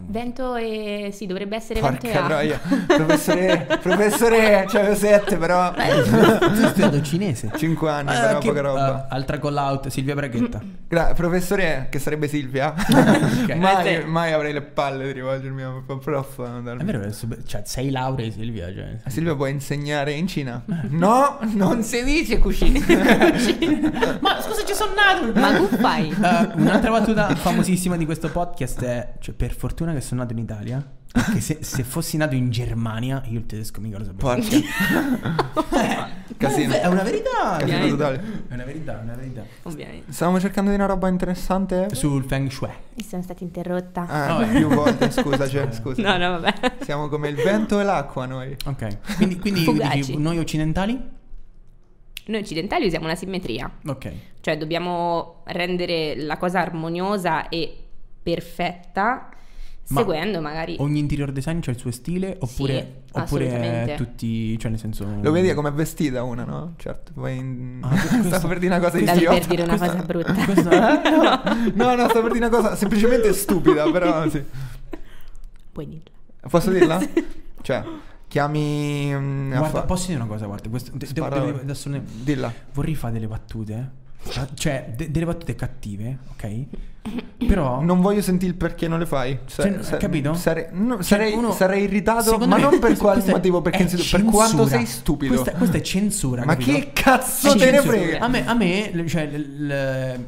Speaker 3: Vento e... sì, dovrebbe essere vento e
Speaker 1: Porca
Speaker 3: acqua.
Speaker 1: troia, professore, professore, cioè avevo sette però,
Speaker 5: Sto studiando cinese.
Speaker 1: 5 anni
Speaker 5: Ah,
Speaker 1: però,
Speaker 5: che-
Speaker 1: poca roba.
Speaker 5: ah, altra call out, Silvia Braghetta.
Speaker 3: Mm.
Speaker 1: Gra- professore, che sarebbe
Speaker 3: [LAUGHS]
Speaker 1: Silvia,
Speaker 5: Eh,
Speaker 1: mai,
Speaker 5: sì.
Speaker 1: mai avrei le palle di rivolgermi a un prof. non darmi-
Speaker 5: È vero, adesso- cioè, sei lauree Silvia. Cioè.
Speaker 1: Silvia può insegnare in
Speaker 5: [LAUGHS]
Speaker 1: Cina? No, non si dice
Speaker 3: [LAUGHS]
Speaker 1: cucina.
Speaker 5: Ma scusa, ci sono nato.
Speaker 3: Ma guffai.
Speaker 5: Eh, un'altra battuta famosissima di questo podcast è: cioè, per fortuna che sono nato in Italia. Perché se, se fossi nato in Germania, io il tedesco mica lo sapevo.
Speaker 1: Porca. Cioè, Casino.
Speaker 5: Eh, È una verità.
Speaker 1: Casino
Speaker 5: ovviamente.
Speaker 1: totale.
Speaker 5: È una verità, è una verità.
Speaker 3: Ovviamente.
Speaker 1: Stavamo cercando di una roba interessante.
Speaker 5: Sul Feng Shui.
Speaker 3: Mi sono stata interrotta.
Speaker 1: Ah,
Speaker 5: Eh, No, eh.
Speaker 1: più volte, scusa,
Speaker 5: [LAUGHS]
Speaker 1: cioè, scusa.
Speaker 3: No, no, vabbè.
Speaker 1: Siamo come il vento e l'acqua noi.
Speaker 5: Ok. Quindi, quindi
Speaker 3: Fugaci.
Speaker 5: dici, noi occidentali?
Speaker 3: Noi occidentali usiamo una simmetria,
Speaker 5: Ok.
Speaker 3: cioè dobbiamo rendere la cosa armoniosa e perfetta
Speaker 5: Ma
Speaker 3: seguendo magari...
Speaker 5: Ogni interior design c'ha il suo stile oppure,
Speaker 3: Sì,
Speaker 5: oppure
Speaker 3: assolutamente.
Speaker 5: tutti, cioè nel senso...
Speaker 1: Lo vedi com'è vestita una, no? Certo, poi in-
Speaker 5: Ah,
Speaker 1: [LAUGHS]
Speaker 5: questo-
Speaker 1: stavo per dire una cosa
Speaker 3: Stavi per
Speaker 1: idiota.
Speaker 3: dire una cosa brutta.
Speaker 1: [LAUGHS] No, no, stavo per dire una cosa semplicemente stupida, però sì.
Speaker 3: Puoi dirla.
Speaker 1: Posso
Speaker 5: [LAUGHS]
Speaker 1: dirla? Cioè, chiami mm, a
Speaker 5: Guarda,
Speaker 1: fa-
Speaker 5: posso dire una cosa, guarda, questo, de- devo-
Speaker 1: Spara-
Speaker 5: devo- adesso ne-
Speaker 1: Dilla.
Speaker 5: vorrei fare delle battute, ma- cioè de- delle battute cattive, ok? Però...
Speaker 1: Non voglio sentire il perché non le fai. Sa-
Speaker 5: Cioè,
Speaker 1: sa-
Speaker 5: capito?
Speaker 1: Sarei, no,
Speaker 5: Cioè,
Speaker 1: sarei,
Speaker 5: uno-
Speaker 1: sarei irritato,
Speaker 5: secondo
Speaker 1: ma
Speaker 5: me-
Speaker 1: non per
Speaker 5: [LAUGHS] questo-
Speaker 1: qual
Speaker 5: questo è-
Speaker 1: motivo, perché
Speaker 5: è
Speaker 1: insisto- per quanto
Speaker 5: censura.
Speaker 1: sei stupido.
Speaker 5: Questa, questa è censura,
Speaker 1: ma
Speaker 5: capito?
Speaker 1: che cazzo
Speaker 5: Sì,
Speaker 1: te ne
Speaker 5: censura.
Speaker 1: frega?
Speaker 5: A me, a me, le- cioè, l- l-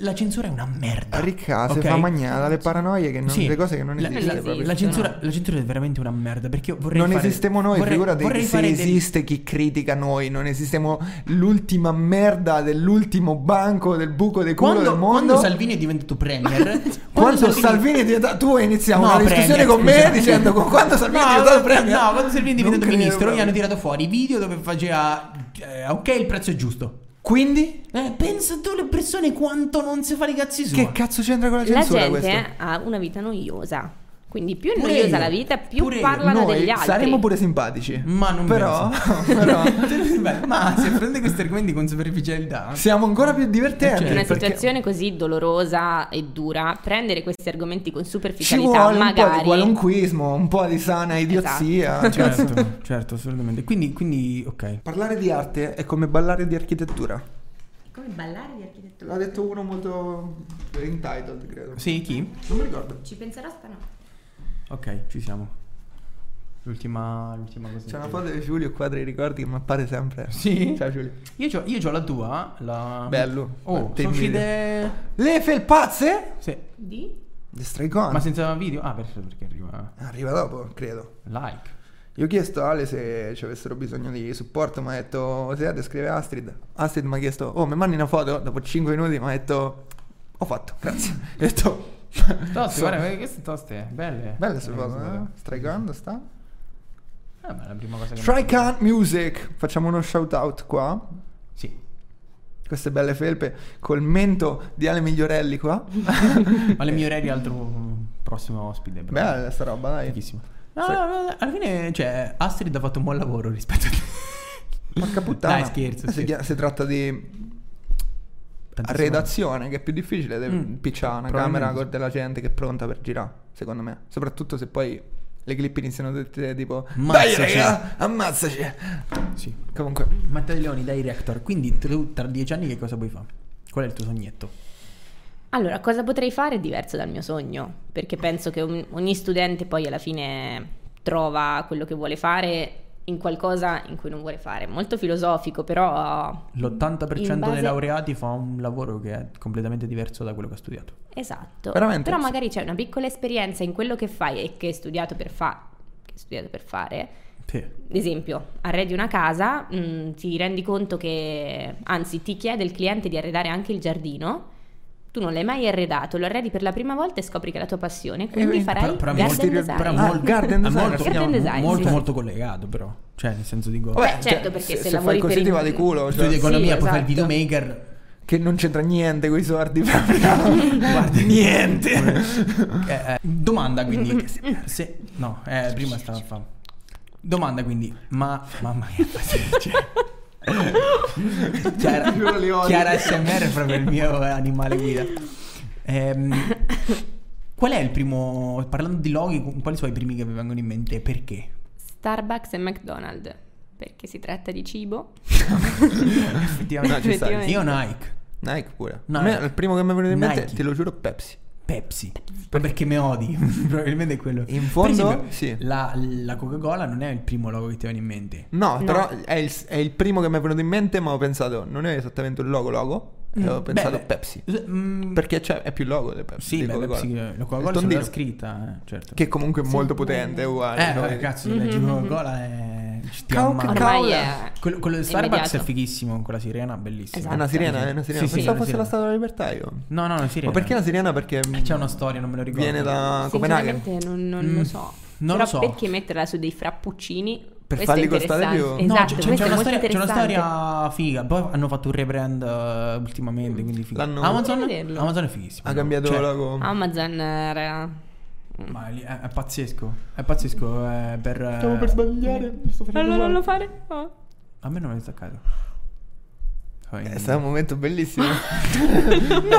Speaker 5: la censura è una merda.
Speaker 1: Ricca, se
Speaker 5: ok?
Speaker 1: fa magnata le paranoie che non,
Speaker 5: Sì.
Speaker 1: le cose che non
Speaker 5: La-
Speaker 1: esistono.
Speaker 3: la-
Speaker 1: proprio.
Speaker 5: La censura, la censura è veramente una merda perché io vorrei
Speaker 1: non
Speaker 5: fare-
Speaker 1: esistiamo noi,
Speaker 5: vorrei,
Speaker 1: figurati
Speaker 5: vorrei
Speaker 1: se
Speaker 5: fare del-
Speaker 1: esiste chi critica noi, non esistiamo l'ultima merda dell'ultimo banco del buco del culo
Speaker 5: quando,
Speaker 1: del
Speaker 5: quando
Speaker 1: mondo.
Speaker 5: Salvini è diventato premier, quando
Speaker 1: [LAUGHS] quando Salvini è diventato tu iniziamo
Speaker 5: No,
Speaker 1: una discussione
Speaker 5: premier,
Speaker 1: con me
Speaker 5: scusa.
Speaker 1: dicendo con quando
Speaker 5: No,
Speaker 1: Salvini è diventato
Speaker 5: quando,
Speaker 1: premier.
Speaker 5: no, quando Salvini è
Speaker 1: Non
Speaker 5: diventato
Speaker 1: credo
Speaker 5: ministro, gli
Speaker 1: proprio.
Speaker 5: hanno tirato fuori i video dove faceva eh, ok, il prezzo è giusto.
Speaker 1: Quindi
Speaker 5: Eh, pensa tu le persone quanto non si fa i cazzi sua.
Speaker 1: che cazzo c'entra con la
Speaker 3: La
Speaker 1: censura
Speaker 3: gente
Speaker 1: questo?
Speaker 3: ha una vita noiosa, quindi più è
Speaker 5: Pure
Speaker 3: noiosa
Speaker 5: io,
Speaker 3: la vita, più
Speaker 5: pure io.
Speaker 3: parlano
Speaker 1: Noi
Speaker 3: degli altri.
Speaker 1: saremmo pure simpatici.
Speaker 5: Ma non
Speaker 1: però,
Speaker 5: penso.
Speaker 1: [LAUGHS] però
Speaker 5: [LAUGHS] Beh, ma se prende questi argomenti con superficialità,
Speaker 1: siamo ancora più divertenti.
Speaker 5: Cioè,
Speaker 3: In una
Speaker 1: perché
Speaker 3: situazione così dolorosa e dura, prendere questi argomenti con
Speaker 1: ci
Speaker 3: superficialità
Speaker 1: vuole un po' di
Speaker 3: magari... Esatto.
Speaker 1: qualunquismo, un po' di sana idiozia.
Speaker 3: [LAUGHS]
Speaker 1: cioè,
Speaker 5: certo, certo, assolutamente. Quindi, quindi ok.
Speaker 1: parlare di arte è come ballare di architettura.
Speaker 3: Come ballare di architettura?
Speaker 1: L'ha detto uno molto entitled, credo.
Speaker 5: Sì, chi?
Speaker 1: Non mi ricordo.
Speaker 3: Ci penserò stanotte.
Speaker 5: Ok, ci siamo. L'ultima, l'ultima cosa.
Speaker 1: C'è una foto di Giulio qua tra i ricordi che mi appare sempre.
Speaker 5: Sì.
Speaker 1: Ciao Giulio.
Speaker 5: Io c'ho, io c'ho la tua, la...
Speaker 1: Bello.
Speaker 5: Oh,
Speaker 1: Te
Speaker 5: sono
Speaker 1: invidio.
Speaker 5: uscite...
Speaker 1: Le felpazze?
Speaker 5: Sì.
Speaker 3: Di?
Speaker 1: The Straycon.
Speaker 5: Ma senza video? Ah, perfetto, perché arriva...
Speaker 1: Arriva dopo, credo.
Speaker 5: Like.
Speaker 1: Io ho chiesto a Ale se ci avessero bisogno di supporto, mi ha detto Siate, scrive Astrid. Astrid mi ha chiesto, oh mi mandi una foto? Dopo 5 minuti mi ha detto, ho fatto, grazie. [LAUGHS] Ho detto,
Speaker 5: Toste,
Speaker 1: So-
Speaker 5: guarda, queste toste, belle.
Speaker 1: belle queste foto,
Speaker 5: queste
Speaker 1: eh?
Speaker 5: belle.
Speaker 1: Straycon sta?
Speaker 5: Ah, ma è la prima cosa che...
Speaker 1: Straycon Music, facciamo uno shout out qua.
Speaker 5: Sì.
Speaker 1: Queste belle felpe col mento di Ale Migliorelli qua. [LAUGHS]
Speaker 5: Ma le mie orari altro um, prossimo ospite. però.
Speaker 1: Bella sta roba, dai.
Speaker 5: Fighissimo. No,
Speaker 1: Sì.
Speaker 5: no, no, alla fine, cioè, Astrid ha fatto un buon lavoro rispetto a te. [LAUGHS]
Speaker 1: Porca puttana.
Speaker 5: Dai, scherzo,
Speaker 1: Si,
Speaker 5: sì.
Speaker 1: chia- si tratta di
Speaker 5: Tantissimo.
Speaker 1: redazione, che è più difficile. Devi
Speaker 5: Mm,
Speaker 1: picciare una
Speaker 5: probabilmente
Speaker 1: camera con della gente che è pronta per girare, secondo me. Soprattutto se poi le clip iniziano tutte tipo... Dai
Speaker 5: Ammazzaci."
Speaker 1: raga, ammazzaci.
Speaker 5: Sì.
Speaker 1: Comunque,
Speaker 5: Matteo Leoni, dai reactor. Quindi tu tra dieci anni che cosa puoi fare? Qual è il tuo sognetto?
Speaker 3: Allora, cosa potrei fare è diverso dal mio sogno, perché penso che un- ogni studente poi alla fine trova quello che vuole fare in qualcosa in cui non vuole fare. Molto filosofico, però...
Speaker 5: L'80%
Speaker 3: in base-
Speaker 5: dei laureati fa un lavoro che è completamente diverso da quello che ha studiato.
Speaker 3: Esatto.
Speaker 1: Veramente?
Speaker 3: Però magari c'è una piccola esperienza in quello che fai e che hai studiato per, fa- che hai studiato per fare.
Speaker 5: Sì.
Speaker 3: Ad esempio, arredi una casa, mh, ti rendi conto che, anzi, ti chiede il cliente di arredare anche il giardino. Tu non l'hai mai arredato, lo arredi per la prima volta e scopri che è la tua passione, quindi
Speaker 1: eh,
Speaker 3: farai
Speaker 5: però è molto-
Speaker 3: garden
Speaker 1: però
Speaker 3: design.
Speaker 1: è molto- Ah, garden
Speaker 5: è
Speaker 1: design,
Speaker 5: molto,
Speaker 3: [LAUGHS] garden
Speaker 5: no,
Speaker 3: design,
Speaker 5: molto,
Speaker 3: sì.
Speaker 5: molto collegato però. Cioè, nel senso dico...
Speaker 1: vabbè, cioè,
Speaker 3: certo, perché se
Speaker 1: se, fai
Speaker 3: lavori
Speaker 1: così
Speaker 3: per
Speaker 1: ti
Speaker 3: il-
Speaker 1: va di culo. cioè,
Speaker 5: Studi economia,
Speaker 3: sì,
Speaker 5: poi fai il
Speaker 3: esatto. [LAUGHS]
Speaker 5: videomaker.
Speaker 1: che non c'entra niente con i sordi. [LAUGHS] proprio. Guarda,
Speaker 5: [LAUGHS]
Speaker 1: niente.
Speaker 5: Eh, eh, domanda quindi... se, se- no, eh, prima stava a fare... Domanda quindi, ma... Mamma mia,
Speaker 1: [LAUGHS]
Speaker 5: cioè, Chiara,
Speaker 1: Giuro li odio.
Speaker 3: [LAUGHS]
Speaker 5: Chiara SMR è proprio il mio eh, animale guida. Ehm, Qual è il primo, parlando di loghi, cu- quali sono i primi che vi vengono in mente e perché?
Speaker 3: Starbucks e McDonald's, perché si tratta di cibo.
Speaker 5: Effettivamente.
Speaker 1: No, ci sta.
Speaker 3: Effettivamente.
Speaker 5: Io Nike,
Speaker 1: Nike pure.
Speaker 5: No,
Speaker 1: A me
Speaker 5: eh.
Speaker 1: il primo che mi è venuto in mente,
Speaker 5: Nike.
Speaker 1: te lo giuro, Pepsi.
Speaker 5: Pepsi, ma perché me odi, [LAUGHS] probabilmente è quello.
Speaker 1: In
Speaker 5: Per
Speaker 1: fondo,
Speaker 5: esempio,
Speaker 1: sì.
Speaker 5: la, la Coca-Cola non è il primo logo che ti viene in mente.
Speaker 1: No,
Speaker 3: No.
Speaker 1: però è il, è il primo che mi è venuto in mente, ma ho pensato, non è esattamente un logo logo, e ho pensato
Speaker 5: Mm. Beh,
Speaker 1: Pepsi.
Speaker 5: eh, mm,
Speaker 1: Perché c'è, è più logo del Pepsi.
Speaker 5: Sì,
Speaker 1: di
Speaker 5: beh,
Speaker 1: Coca-Cola.
Speaker 5: Pepsi, eh, la
Speaker 1: Il
Speaker 5: Coca-Cola
Speaker 1: tondino,
Speaker 5: c'è scritta, eh, certo.
Speaker 1: Che comunque è molto potente, è uguale.
Speaker 5: eh,
Speaker 1: no?
Speaker 5: eh, cazzo, leggi Coca-Cola e ci ti
Speaker 1: Ah,
Speaker 5: ammazza.
Speaker 3: Ormai è
Speaker 5: Quello, quello di
Speaker 3: è
Speaker 5: Starbucks è
Speaker 3: immediato.
Speaker 5: fighissimo con la sirena, bellissimo.
Speaker 1: È una sirena, è una sirena.
Speaker 5: Esatto. Sì, sì,
Speaker 1: Pensavo
Speaker 5: è una
Speaker 1: fosse
Speaker 5: sirena.
Speaker 1: la statua della libertà io.
Speaker 5: No, no, una sirena.
Speaker 1: Ma perché la sirena? Perché
Speaker 5: Eh, C'è una storia, non me lo ricordo.
Speaker 1: viene da Copenaghen.
Speaker 3: Sinceramente non, non
Speaker 5: Mm,
Speaker 3: lo so.
Speaker 5: non
Speaker 3: Però
Speaker 5: lo so.
Speaker 3: perché metterla su dei frappuccini?
Speaker 1: Per
Speaker 3: Questo è
Speaker 1: farli costare
Speaker 3: interessante.
Speaker 1: più-
Speaker 5: No,
Speaker 3: Esatto,
Speaker 5: c'è- c'è,
Speaker 3: questo è
Speaker 5: una
Speaker 3: molto
Speaker 5: storia, c'è una
Speaker 3: interessante.
Speaker 5: storia figa. Poi hanno fatto un rebrand eh, ultimamente, quindi figa.
Speaker 1: L'hanno-
Speaker 5: Amazon,
Speaker 3: Voglio vederlo.
Speaker 5: Amazon è fighissimo.
Speaker 1: Ha cambiato
Speaker 5: Cioè,
Speaker 1: logo.
Speaker 3: Amazon eh, era...
Speaker 5: Ma lì è, è pazzesco. È pazzesco. È per, eh,
Speaker 1: sbagliare. Sto
Speaker 3: No, no, non lo fare. no.
Speaker 5: A me non mi è toccato. Poi-
Speaker 1: Eh, È stato un momento bellissimo.
Speaker 5: Ah.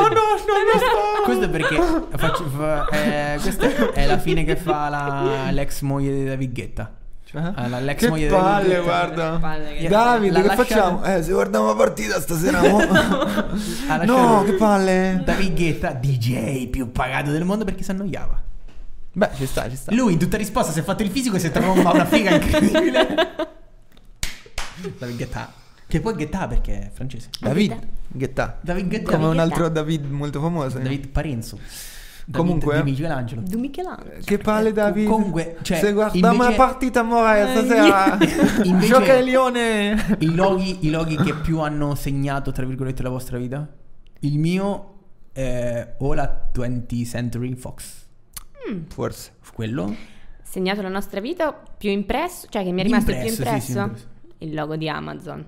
Speaker 5: Questo perché faccio- fa- eh, questa è la fine che fa la- l'ex moglie di David Guetta.
Speaker 1: [LAUGHS] Cioè,
Speaker 5: Alla- Ah, l'ex
Speaker 1: che
Speaker 5: moglie
Speaker 1: palle,
Speaker 5: della-
Speaker 1: guarda.
Speaker 3: Palle che-
Speaker 1: Davide,
Speaker 5: L'ha
Speaker 1: che
Speaker 5: lasciata-
Speaker 1: facciamo? Eh, se guardiamo la partita stasera. mo-
Speaker 5: [LAUGHS] Ha lasciato
Speaker 1: no, che palle.
Speaker 5: David Guetta, DJ più pagato del mondo perché si annoiava.
Speaker 1: Beh, ci sta, ci sta.
Speaker 5: Lui in tutta risposta si è fatto il fisico e si è trovato un- una figa incredibile. [LAUGHS] David Guetta. Che poi Guetta perché è francese.
Speaker 1: David Guetta.
Speaker 5: David Guetta.
Speaker 1: Come un
Speaker 3: Guetta.
Speaker 1: altro David molto famoso.
Speaker 5: David Parenzo. David
Speaker 1: Comunque-
Speaker 5: di Michelangelo.
Speaker 3: Du Michelangelo.
Speaker 1: Che palle David.
Speaker 5: Comunque, cioè,
Speaker 1: se guardiamo
Speaker 5: invece-
Speaker 1: la partita Morai stasera.
Speaker 5: [LAUGHS] Invece-
Speaker 1: [LAUGHS] Gioca il Lione.
Speaker 5: [LAUGHS] I loghi, I loghi che più hanno segnato, tra virgolette, la vostra vita? Il mio è o la 20th Century Fox.
Speaker 1: Forse.
Speaker 5: Quello?
Speaker 3: Segnato la nostra vita più impresso, cioè che mi è rimasto
Speaker 5: Impresso,
Speaker 3: più
Speaker 5: sì, sì,
Speaker 3: impresso.
Speaker 5: impresso.
Speaker 3: il logo di Amazon.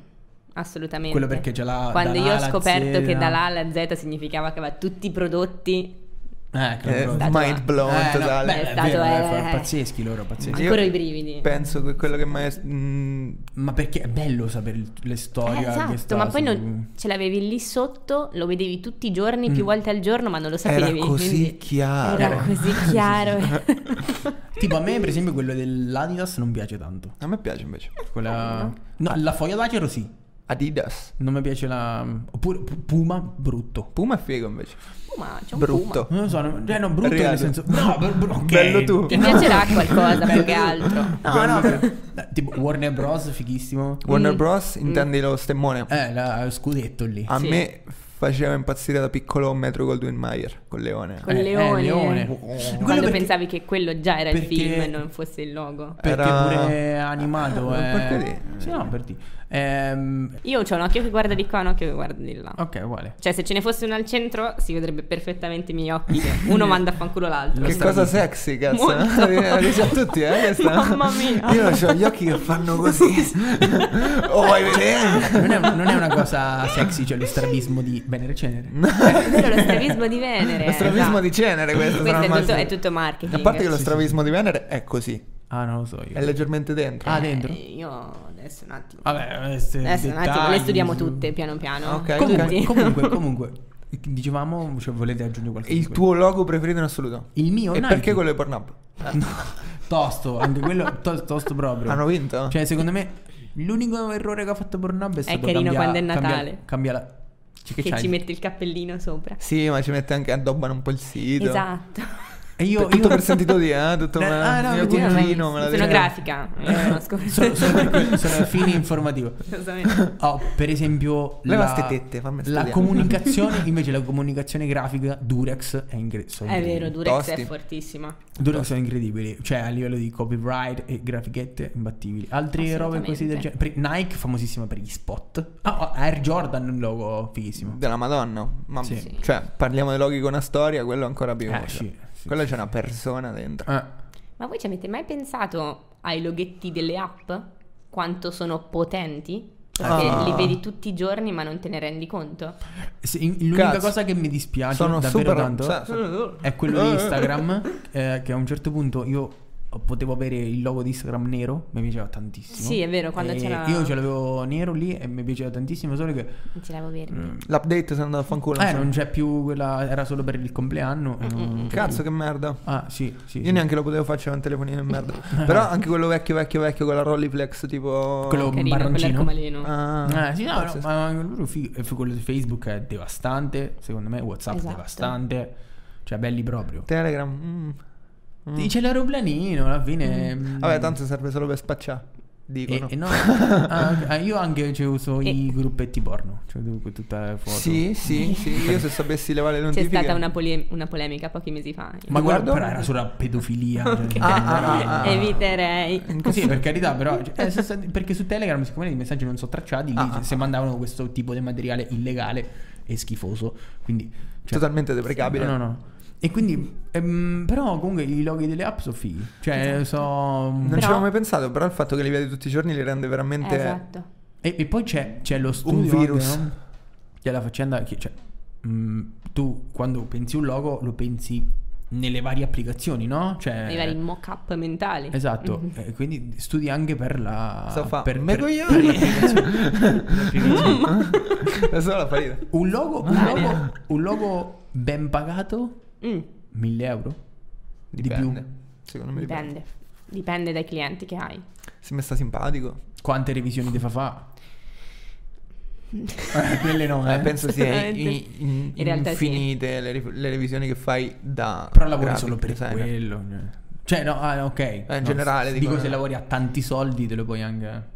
Speaker 3: Assolutamente.
Speaker 5: Quello perché ce l'ha
Speaker 3: Quando
Speaker 5: dalla
Speaker 3: io ho
Speaker 5: A alla
Speaker 3: scoperto
Speaker 5: Z.
Speaker 3: che dalla A alla Z significava che aveva tutti i prodotti,
Speaker 5: Eh,
Speaker 1: Eh,
Speaker 5: clamoroso.
Speaker 3: Stato-
Speaker 1: mind blown
Speaker 5: Eh, no,
Speaker 1: totale.
Speaker 5: beh,
Speaker 3: È
Speaker 5: è
Speaker 3: stato,
Speaker 5: vero, eh,
Speaker 3: eh,
Speaker 5: fa-
Speaker 3: eh.
Speaker 5: pazzeschi loro, pazzeschi.
Speaker 3: ancora i brividi.
Speaker 1: Penso che quello che mai. mm,
Speaker 5: Ma perché è bello sapere il- le
Speaker 3: Eh,
Speaker 5: storie che
Speaker 3: esatto,
Speaker 5: sta
Speaker 3: ma poi
Speaker 5: su-
Speaker 3: non- ce l'avevi lì sotto, lo vedevi tutti i giorni, più volte al giorno, ma non lo
Speaker 1: Mm. era
Speaker 3: sapevi.
Speaker 1: così
Speaker 3: quindi-
Speaker 1: chiaro.
Speaker 3: Era così
Speaker 1: [LAUGHS]
Speaker 3: chiaro. [LAUGHS]
Speaker 5: Tipo a me, per esempio, quello dell'Adidas non piace tanto.
Speaker 1: A me piace invece.
Speaker 5: Quella... No, la foglia d'acero sì.
Speaker 1: Adidas.
Speaker 5: Non mi piace la... Oppure P- Puma, brutto.
Speaker 1: Puma è figo invece.
Speaker 3: Puma, c'è un
Speaker 1: Brutto.
Speaker 5: Non lo so, no, cioè no, brutto
Speaker 1: Regalo.
Speaker 5: nel senso... No, br- br- ok.
Speaker 1: Bello tu.
Speaker 3: Puma. Ti piacerà qualcosa più che altro.
Speaker 5: No, no, però- tipo Warner Bros, fighissimo.
Speaker 1: Warner
Speaker 3: Mm.
Speaker 1: Bros. intendi lo stemmone.
Speaker 5: Eh, la- lo scudetto lì.
Speaker 1: A
Speaker 3: sì.
Speaker 1: me faceva impazzire da piccolo Metro Goldwyn Mayer con Leone.
Speaker 3: Con
Speaker 5: Eh, eh,
Speaker 3: Leone.
Speaker 5: Leone.
Speaker 3: Quando
Speaker 5: Quello perché-
Speaker 3: pensavi che quello già era
Speaker 5: perché-
Speaker 3: il film e non fosse il logo.
Speaker 5: Perché
Speaker 1: Era-
Speaker 5: pure animato.
Speaker 1: Ah,
Speaker 5: eh.
Speaker 1: porca di-
Speaker 5: Sì, no, per dire. Ehm,
Speaker 3: Io ho un occhio che guarda di qua, un occhio che guarda di là.
Speaker 5: ok, uguale.
Speaker 3: Cioè, se ce ne fosse uno al centro, si vedrebbe perfettamente i miei occhi.
Speaker 1: [LAUGHS]
Speaker 3: che Uno manda a fanculo l'altro.
Speaker 1: Che cosa sexy, cazzo.
Speaker 3: Molto.
Speaker 1: [LAUGHS] La dice a tutti, eh? Questa.
Speaker 3: Mamma mia.
Speaker 1: Io ho gli occhi che
Speaker 3: [LAUGHS]
Speaker 1: fanno così. [LAUGHS] oh, vuoi vedere?
Speaker 5: Non è, non è una cosa sexy, cioè lo strabismo di Venere Cenere.
Speaker 3: È vero, lo stravismo di Venere.
Speaker 1: [LAUGHS] Lo stravismo
Speaker 3: esatto.
Speaker 1: di Cenere questo.
Speaker 3: Questo
Speaker 1: sarà
Speaker 3: è tutto,
Speaker 1: massimo.
Speaker 3: è tutto marketing.
Speaker 1: A parte che lo stravismo di Venere è così.
Speaker 5: Ah, non lo so io.
Speaker 1: È leggermente dentro.
Speaker 5: Ah, dentro.
Speaker 3: Eh, io adesso un attimo.
Speaker 5: Vabbè, questi
Speaker 3: adesso un attimo,
Speaker 5: Eh, dettagli
Speaker 3: le studiamo
Speaker 5: su-
Speaker 3: tutte piano piano.
Speaker 1: Ah, ok.
Speaker 5: Comunque,
Speaker 3: Tutti. [LAUGHS]
Speaker 5: comunque, comunque, dicevamo, cioè, volete aggiungere qualcosa?
Speaker 1: Il tuo logo preferito in assoluto?
Speaker 5: Il mio
Speaker 1: E
Speaker 5: Nike.
Speaker 1: perché quello di Pornhub?
Speaker 5: Tosto, anche quello to- tosto proprio.
Speaker 1: Hanno vinto?
Speaker 5: Cioè, secondo me l'unico errore che ha fatto Pornhub è stato
Speaker 3: carino
Speaker 5: cambiare-
Speaker 3: quando è
Speaker 5: cambiare-
Speaker 3: Natale.
Speaker 5: cambiare la Cioè, che
Speaker 3: che
Speaker 5: c'hai?
Speaker 3: ci mette il cappellino sopra.
Speaker 1: Sì, ma ci mette anche addobbano un po' il sito.
Speaker 3: Esatto.
Speaker 5: E io,
Speaker 1: tutto
Speaker 5: io-
Speaker 1: per sentito di, eh? Tutto
Speaker 5: Eh, ah, no,
Speaker 1: mio
Speaker 5: mi dico-
Speaker 1: cugino me la
Speaker 3: Sono
Speaker 1: dice.
Speaker 3: grafica.
Speaker 5: [LAUGHS] eh, [LAUGHS]
Speaker 3: Io conosco.
Speaker 5: solo, solo
Speaker 3: [LAUGHS]
Speaker 5: per quello, solo a fine informativo.
Speaker 3: Esattamente.
Speaker 5: Oh, per esempio,
Speaker 1: Leva
Speaker 5: la,
Speaker 1: ste tette, fammi
Speaker 5: la
Speaker 1: studiare.
Speaker 5: comunicazione, invece la comunicazione grafica Durex è ingresso.
Speaker 3: È vero, Durex
Speaker 1: Tosti.
Speaker 3: è fortissima.
Speaker 5: Durex sono incredibili, cioè a livello di copyright e grafichette imbattibili. Altre robe così del genere. Per- Nike famosissima per gli spot. Ah, ah, Air Jordan un logo fighissimo.
Speaker 1: Della Madonna. Ma
Speaker 5: Sì.
Speaker 1: Sì. cioè, parliamo di loghi con una storia, quello ancora più.
Speaker 5: Eh,
Speaker 1: cioè,
Speaker 5: sì, sì,
Speaker 1: quello c'è una persona dentro.
Speaker 5: Ah,
Speaker 3: Ma voi ci avete mai pensato ai loghetti delle app? Quanto sono potenti? Perché
Speaker 1: Ah.
Speaker 3: li vedi tutti i giorni ma non te ne rendi conto?
Speaker 5: se- in- l'unica
Speaker 1: Cazzo.
Speaker 5: cosa che mi dispiace
Speaker 1: Sono
Speaker 5: davvero
Speaker 1: super
Speaker 5: tanto
Speaker 1: sa- Ah. sa-
Speaker 5: è quello di Instagram eh, che a un certo punto io potevo avere il logo di Instagram nero, mi piaceva tantissimo.
Speaker 3: Sì, è vero, quando
Speaker 5: E
Speaker 3: c'era-
Speaker 5: Io ce l'avevo nero lì e mi piaceva tantissimo, solo che
Speaker 3: Non ce l'avevo verde.
Speaker 5: Mm.
Speaker 1: L'update sono andato a fanculo.
Speaker 5: eh, non c'è più quella era solo per il compleanno. e non- non c'è
Speaker 1: mm. Cazzo,
Speaker 5: più.
Speaker 1: che merda.
Speaker 5: Ah, sì, sì.
Speaker 1: Io
Speaker 5: sì.
Speaker 1: neanche lo potevo fare, c'era un telefonino in merda.
Speaker 5: [LAUGHS]
Speaker 1: Però anche quello vecchio, vecchio, vecchio, con la Rolliplex, tipo...
Speaker 5: Quello- Un
Speaker 3: Carino,
Speaker 5: barroncino?
Speaker 3: quell'arcobaleno.
Speaker 1: Ah,
Speaker 5: Ah, sì, no, no,
Speaker 1: pazzesco.
Speaker 5: ma loro fi- eh, quello di Facebook è devastante, secondo me, WhatsApp
Speaker 3: Esatto.
Speaker 5: devastante. Cioè, belli proprio.
Speaker 1: Telegram. mm. Mm.
Speaker 5: Dice l'aeroplanino, alla fine. mm,
Speaker 1: Vabbè, tanto serve solo per spacciare.
Speaker 5: E,
Speaker 1: Dicono.
Speaker 5: e no, ah, ok, ah, io anche cioè, uso
Speaker 3: E-
Speaker 5: i gruppetti porno, cioè dove tutta le foto.
Speaker 1: Sì, sì, sì. Io se sapessi levare le
Speaker 3: C'è
Speaker 1: notifiche...
Speaker 3: stata una, pole- una polemica pochi mesi fa.
Speaker 5: Ma quello
Speaker 1: Guardo-
Speaker 5: però era sulla pedofilia. cioè,
Speaker 3: Ok.
Speaker 5: non era-
Speaker 1: ah, ah.
Speaker 3: Eviterei.
Speaker 5: Sì, per carità, però. cioè, eh, sostanzi- perché su Telegram, siccome i messaggi non sono tracciati, lì
Speaker 1: Ah, ah,
Speaker 5: se mandavano questo tipo di materiale illegale e schifoso. Quindi. cioè,
Speaker 1: Totalmente deprecabile.
Speaker 5: No, no, no. E quindi. ehm, però comunque i loghi delle app sono fighi. Cioè, so.
Speaker 1: Esatto. Non
Speaker 3: Però-
Speaker 1: ci avevo mai pensato, però il fatto che li vedi tutti i giorni li rende veramente...
Speaker 3: Esatto.
Speaker 5: E, e poi c'è, c'è lo studio.
Speaker 1: Un virus.
Speaker 5: anche, no? C'è la faccenda che. Cioè, mm, tu quando pensi un logo lo pensi nelle varie applicazioni, no? Cioè,
Speaker 3: I vari Mm-hmm. mock-up mentali.
Speaker 5: Esatto, eh, quindi studi anche per la...
Speaker 1: So fa,
Speaker 5: per,
Speaker 1: me [LAUGHS]
Speaker 5: per-
Speaker 1: coglioni!
Speaker 5: per l'applicazione.
Speaker 1: [LAUGHS]
Speaker 5: Per l'applicazione.
Speaker 1: [LAUGHS] Da solo la farina.
Speaker 5: un, logo, un, logo, un logo ben pagato,
Speaker 3: Mm,
Speaker 5: 1000 euro? Di
Speaker 1: Dipende.
Speaker 5: più.
Speaker 1: Secondo me dipende.
Speaker 3: dipende. Dipende dai clienti che hai.
Speaker 1: Se mi sta simpatico.
Speaker 5: Quante revisioni ti fa fa? Eh, quelle no,
Speaker 1: Eh,
Speaker 5: eh.
Speaker 1: penso sia
Speaker 3: Veramente.
Speaker 1: in- in-
Speaker 3: In realtà sì.
Speaker 1: infinite le, ri- le revisioni che fai da...
Speaker 5: Però lavori
Speaker 1: graphic
Speaker 5: solo per
Speaker 1: designer.
Speaker 5: quello. cioè. Cioè, no, ah, ok.
Speaker 1: Eh, in
Speaker 5: No,
Speaker 1: generale,
Speaker 5: Dico,
Speaker 1: dico,
Speaker 5: se
Speaker 1: no.
Speaker 5: lavori a tanti soldi te lo puoi anche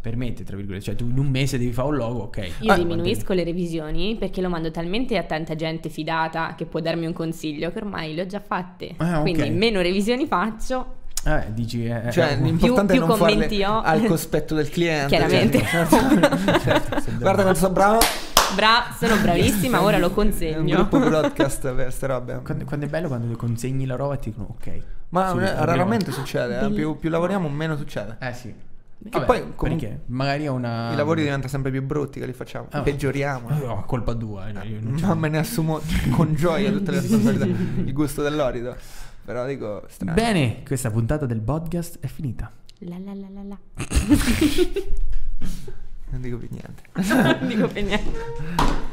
Speaker 5: permettere, tra virgolette. Cioè, tu in un mese devi fare un logo, ok.
Speaker 3: Io
Speaker 5: Ah,
Speaker 3: diminuisco le revisioni perché lo mando talmente a tanta gente fidata che può darmi un consiglio che ormai le ho già fatte.
Speaker 5: Ah, ok.
Speaker 3: Quindi meno revisioni faccio,
Speaker 5: Eh, dici... eh,
Speaker 1: Cioè,
Speaker 5: eh,
Speaker 1: l'importante
Speaker 3: più
Speaker 1: è non farle
Speaker 3: commenti ho.
Speaker 1: al cospetto del cliente.
Speaker 3: chiaramente.
Speaker 1: cioè,
Speaker 5: certo,
Speaker 3: [LAUGHS]
Speaker 1: Guarda quanto sono bravo.
Speaker 3: Bra- sono
Speaker 5: [LAUGHS]
Speaker 3: bravissima, ora lo
Speaker 1: È un
Speaker 3: consegno.
Speaker 1: gruppo broadcast per queste robe.
Speaker 5: Quando, quando è bello quando consegni la roba e ti dicono ok.
Speaker 1: Ma
Speaker 5: Sì,
Speaker 1: eh,
Speaker 5: abbiamo-
Speaker 1: raramente succede. eh. Più, più lavoriamo, meno succede.
Speaker 5: Eh sì.
Speaker 1: Che
Speaker 5: Vabbè,
Speaker 1: poi, comunque,
Speaker 5: perché? Magari è una...
Speaker 1: I lavori diventano sempre più brutti che li facciamo.
Speaker 5: Ah.
Speaker 1: Peggioriamo.
Speaker 5: Ah, no, colpa tua. cioè, io non c'ho-
Speaker 1: Ma me ne assumo con gioia tutte
Speaker 5: [LAUGHS]
Speaker 1: le responsabilità. Il gusto dell'orido. Però dico, strano.
Speaker 5: Bene, questa puntata del podcast è finita.
Speaker 3: La la la la la. [LAUGHS]
Speaker 1: Non dico più niente.
Speaker 3: Non dico più niente.